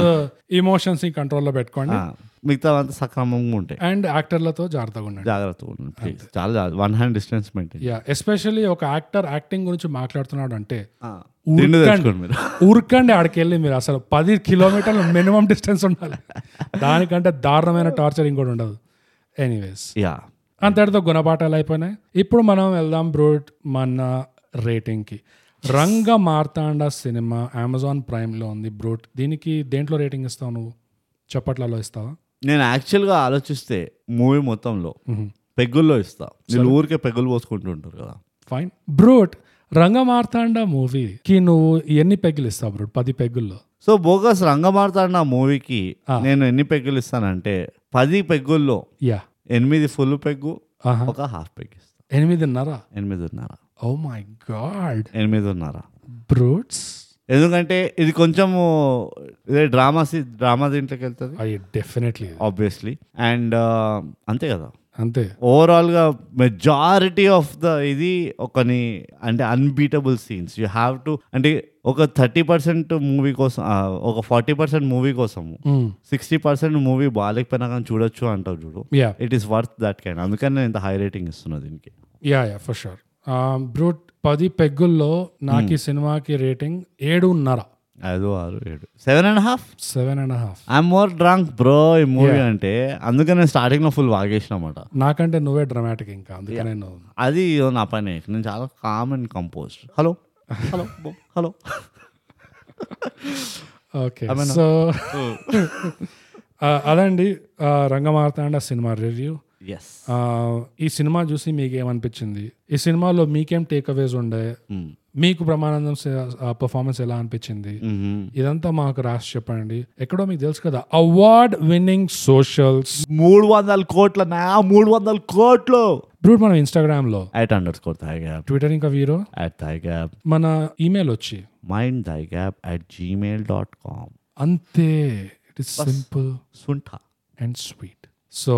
Speaker 1: ఇమోషన్స్ uh, ని కంట్రోల్లో పెట్టుకోండి
Speaker 2: ఆ, మిగతా అంతా సక్రమంగా ఉంటాయి
Speaker 1: అండ్ యాక్టర్లతో జాగ్రత్తగా ఉండండి
Speaker 2: జాగ్రత్తగా ఉండండి ప్లీజ్ చాలా one hand distance maintain
Speaker 1: yeah especially ఒక యాక్టర్ యాక్టింగ్ గురించి మాట్లాడుతున్నాడు అంటే
Speaker 2: తిండి
Speaker 1: ఉరకండి.
Speaker 2: తెచ్చుకోండి మీరు
Speaker 1: ఊరుకండి ఆడికెళ్ళి మీరు అసలు పది కిలోమీటర్లు మినిమం డిస్టెన్స్ ఉండాలి దానికంటే దారుణమైన టార్చర్ ఇంకోటి ఉండదు ఎనీవేస్
Speaker 2: యా
Speaker 1: అంతటితో గుణపాఠాలు అయిపోయినాయి ఇప్పుడు మనం వెళ్దాం బ్రోడ్ మన రేటింగ్కి రంగ మార్తాండ సినిమా అమెజాన్ ప్రైమ్లో ఉంది బ్రోడ్ దీనికి దేంట్లో రేటింగ్ ఇస్తావు నువ్వు చప్పట్లలో ఇస్తావా
Speaker 2: నేను యాక్చువల్గా ఆలోచిస్తే మూవీ మొత్తంలో పెగ్గుల్లో ఇస్తా వీళ్ళు ఊరికే పెగ్గులు పోసుకుంటుంటారు కదా
Speaker 1: ఫైన్ బ్రోడ్ రంగ మార్తాండ మూవీకి నువ్వు ఎన్ని పెగ్గులు ఇస్తావు బ్రోడ్ పది పెగ్గుల్లో
Speaker 2: సో బోగస్ రంగమార్తాడిన మూవీకి నేను ఎన్ని పెగ్గులు ఇస్తానంటే పది పెగ్గుల్లో
Speaker 1: యా
Speaker 2: ఎనిమిది ఫుల్ పెగ్గు
Speaker 1: ఆహా.
Speaker 2: ఒక హాఫ్ పెగ్ ఇస్తాను
Speaker 1: ఎనిమిదిన్నరా
Speaker 2: ఎనిమిదిన్నర
Speaker 1: ఓ మై గాడ్
Speaker 2: ఎనిమిదిన్నర
Speaker 1: బ్రోడ్స్
Speaker 2: ఎందుకంటే ఇది కొంచెము ఇదే డ్రామా సి- డ్రామా దీంట్లోకి వెళ్తుంది
Speaker 1: అయ్యి డెఫినెట్లీ
Speaker 2: ఆబ్వియస్లీ అండ్ uh, అంతే కదా
Speaker 1: అంతే
Speaker 2: ఓవరాల్గా మెజారిటీ ఆఫ్ ద ఇది ఒకని అంటే unbeatable scenes you have to అంటే ఒక థర్టీ పర్సెంట్ మూవీ కోసం ఆ, ఒక ఫార్టీ పర్సెంట్ మూవీ కోసము
Speaker 1: మ్మ్.
Speaker 2: సిక్స్టీ పర్సెంట్ మూవీ బాగాలేకపోయినా కానీ చూడొచ్చు అంటావు చూడు
Speaker 1: yeah
Speaker 2: it is worth that kind అందుకని నేను ఇంత హై రేటింగ్ ఇస్తున్నా దీనికి
Speaker 1: yeah yeah for sure brute Um, పది పెగ్గుల్లో నాకు ఈ సినిమాకి రేటింగ్ ఏడున్నర
Speaker 2: ఐదు ఆరు ఏడు seven and half
Speaker 1: seven and half
Speaker 2: I'm more drank bro ఈ మూవీ అంటే అందుకని నేను స్టార్టింగ్లో ఫుల్ వాగేసిన అన్నమాట
Speaker 1: నాకంటే నువ్వే డ్రామాటిక్ ఇంకా అందుకే నేను
Speaker 2: అది నా పని నేను చాలా calm and compose hello hello hello
Speaker 1: okay so అదండి uh, Rangamarthanda cinema review
Speaker 2: yes
Speaker 1: ఈ సినిమా చూసి మీకు ఏమనిపించింది ఈ సినిమాలో మీకేం టేక్ అవేస్ ఉండే మీకు బ్రహ్మానందం పర్ఫార్మెన్స్ ఎలా అనిపించింది
Speaker 2: Mm-hmm.
Speaker 1: ఇదంతా మాకు రాసి చెప్పండి ఎక్కడో మీకు తెలుసు కదా అవార్డ్ విన్నింగ్ సోషల్స్
Speaker 2: మూడు వందల కోట్ల నా మూడు వందల కోట్లు
Speaker 1: బ్రూట్ మనం ఇన్స్టాగ్రామ్ లో
Speaker 2: eight hundred score thigh gap
Speaker 1: Twitter ఇంకా వీరో
Speaker 2: అట్ థై గ్యాప్
Speaker 1: మన ఈమెయిల్ వచ్చి
Speaker 2: mind thigh gap at Gmail dot com
Speaker 1: అంతే ఇట్ ఇస్ సింపుల్
Speaker 2: సుంఠ
Speaker 1: అండ్ స్వీట్ సో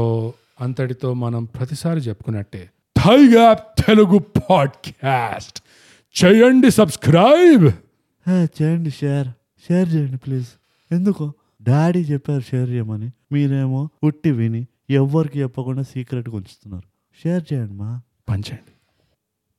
Speaker 1: అంతటితో మనం ప్రతిసారి చెప్పుకున్నట్టే థై యాప్ తెలుగు పాడ్కాస్ట్ చేయండి సబ్స్క్రైబ్
Speaker 2: చేయండి షేర్ షేర్ చేయండి ప్లీజ్ ఎందుకు డాడీ చెప్పారు షేర్ చేయమని మీరేమో ఉట్టి విని ఎవ్వరికి చెప్పకుండా సీక్రెట్గా ఉంచుతున్నారు షేర్ చేయండి మా
Speaker 1: పంచండి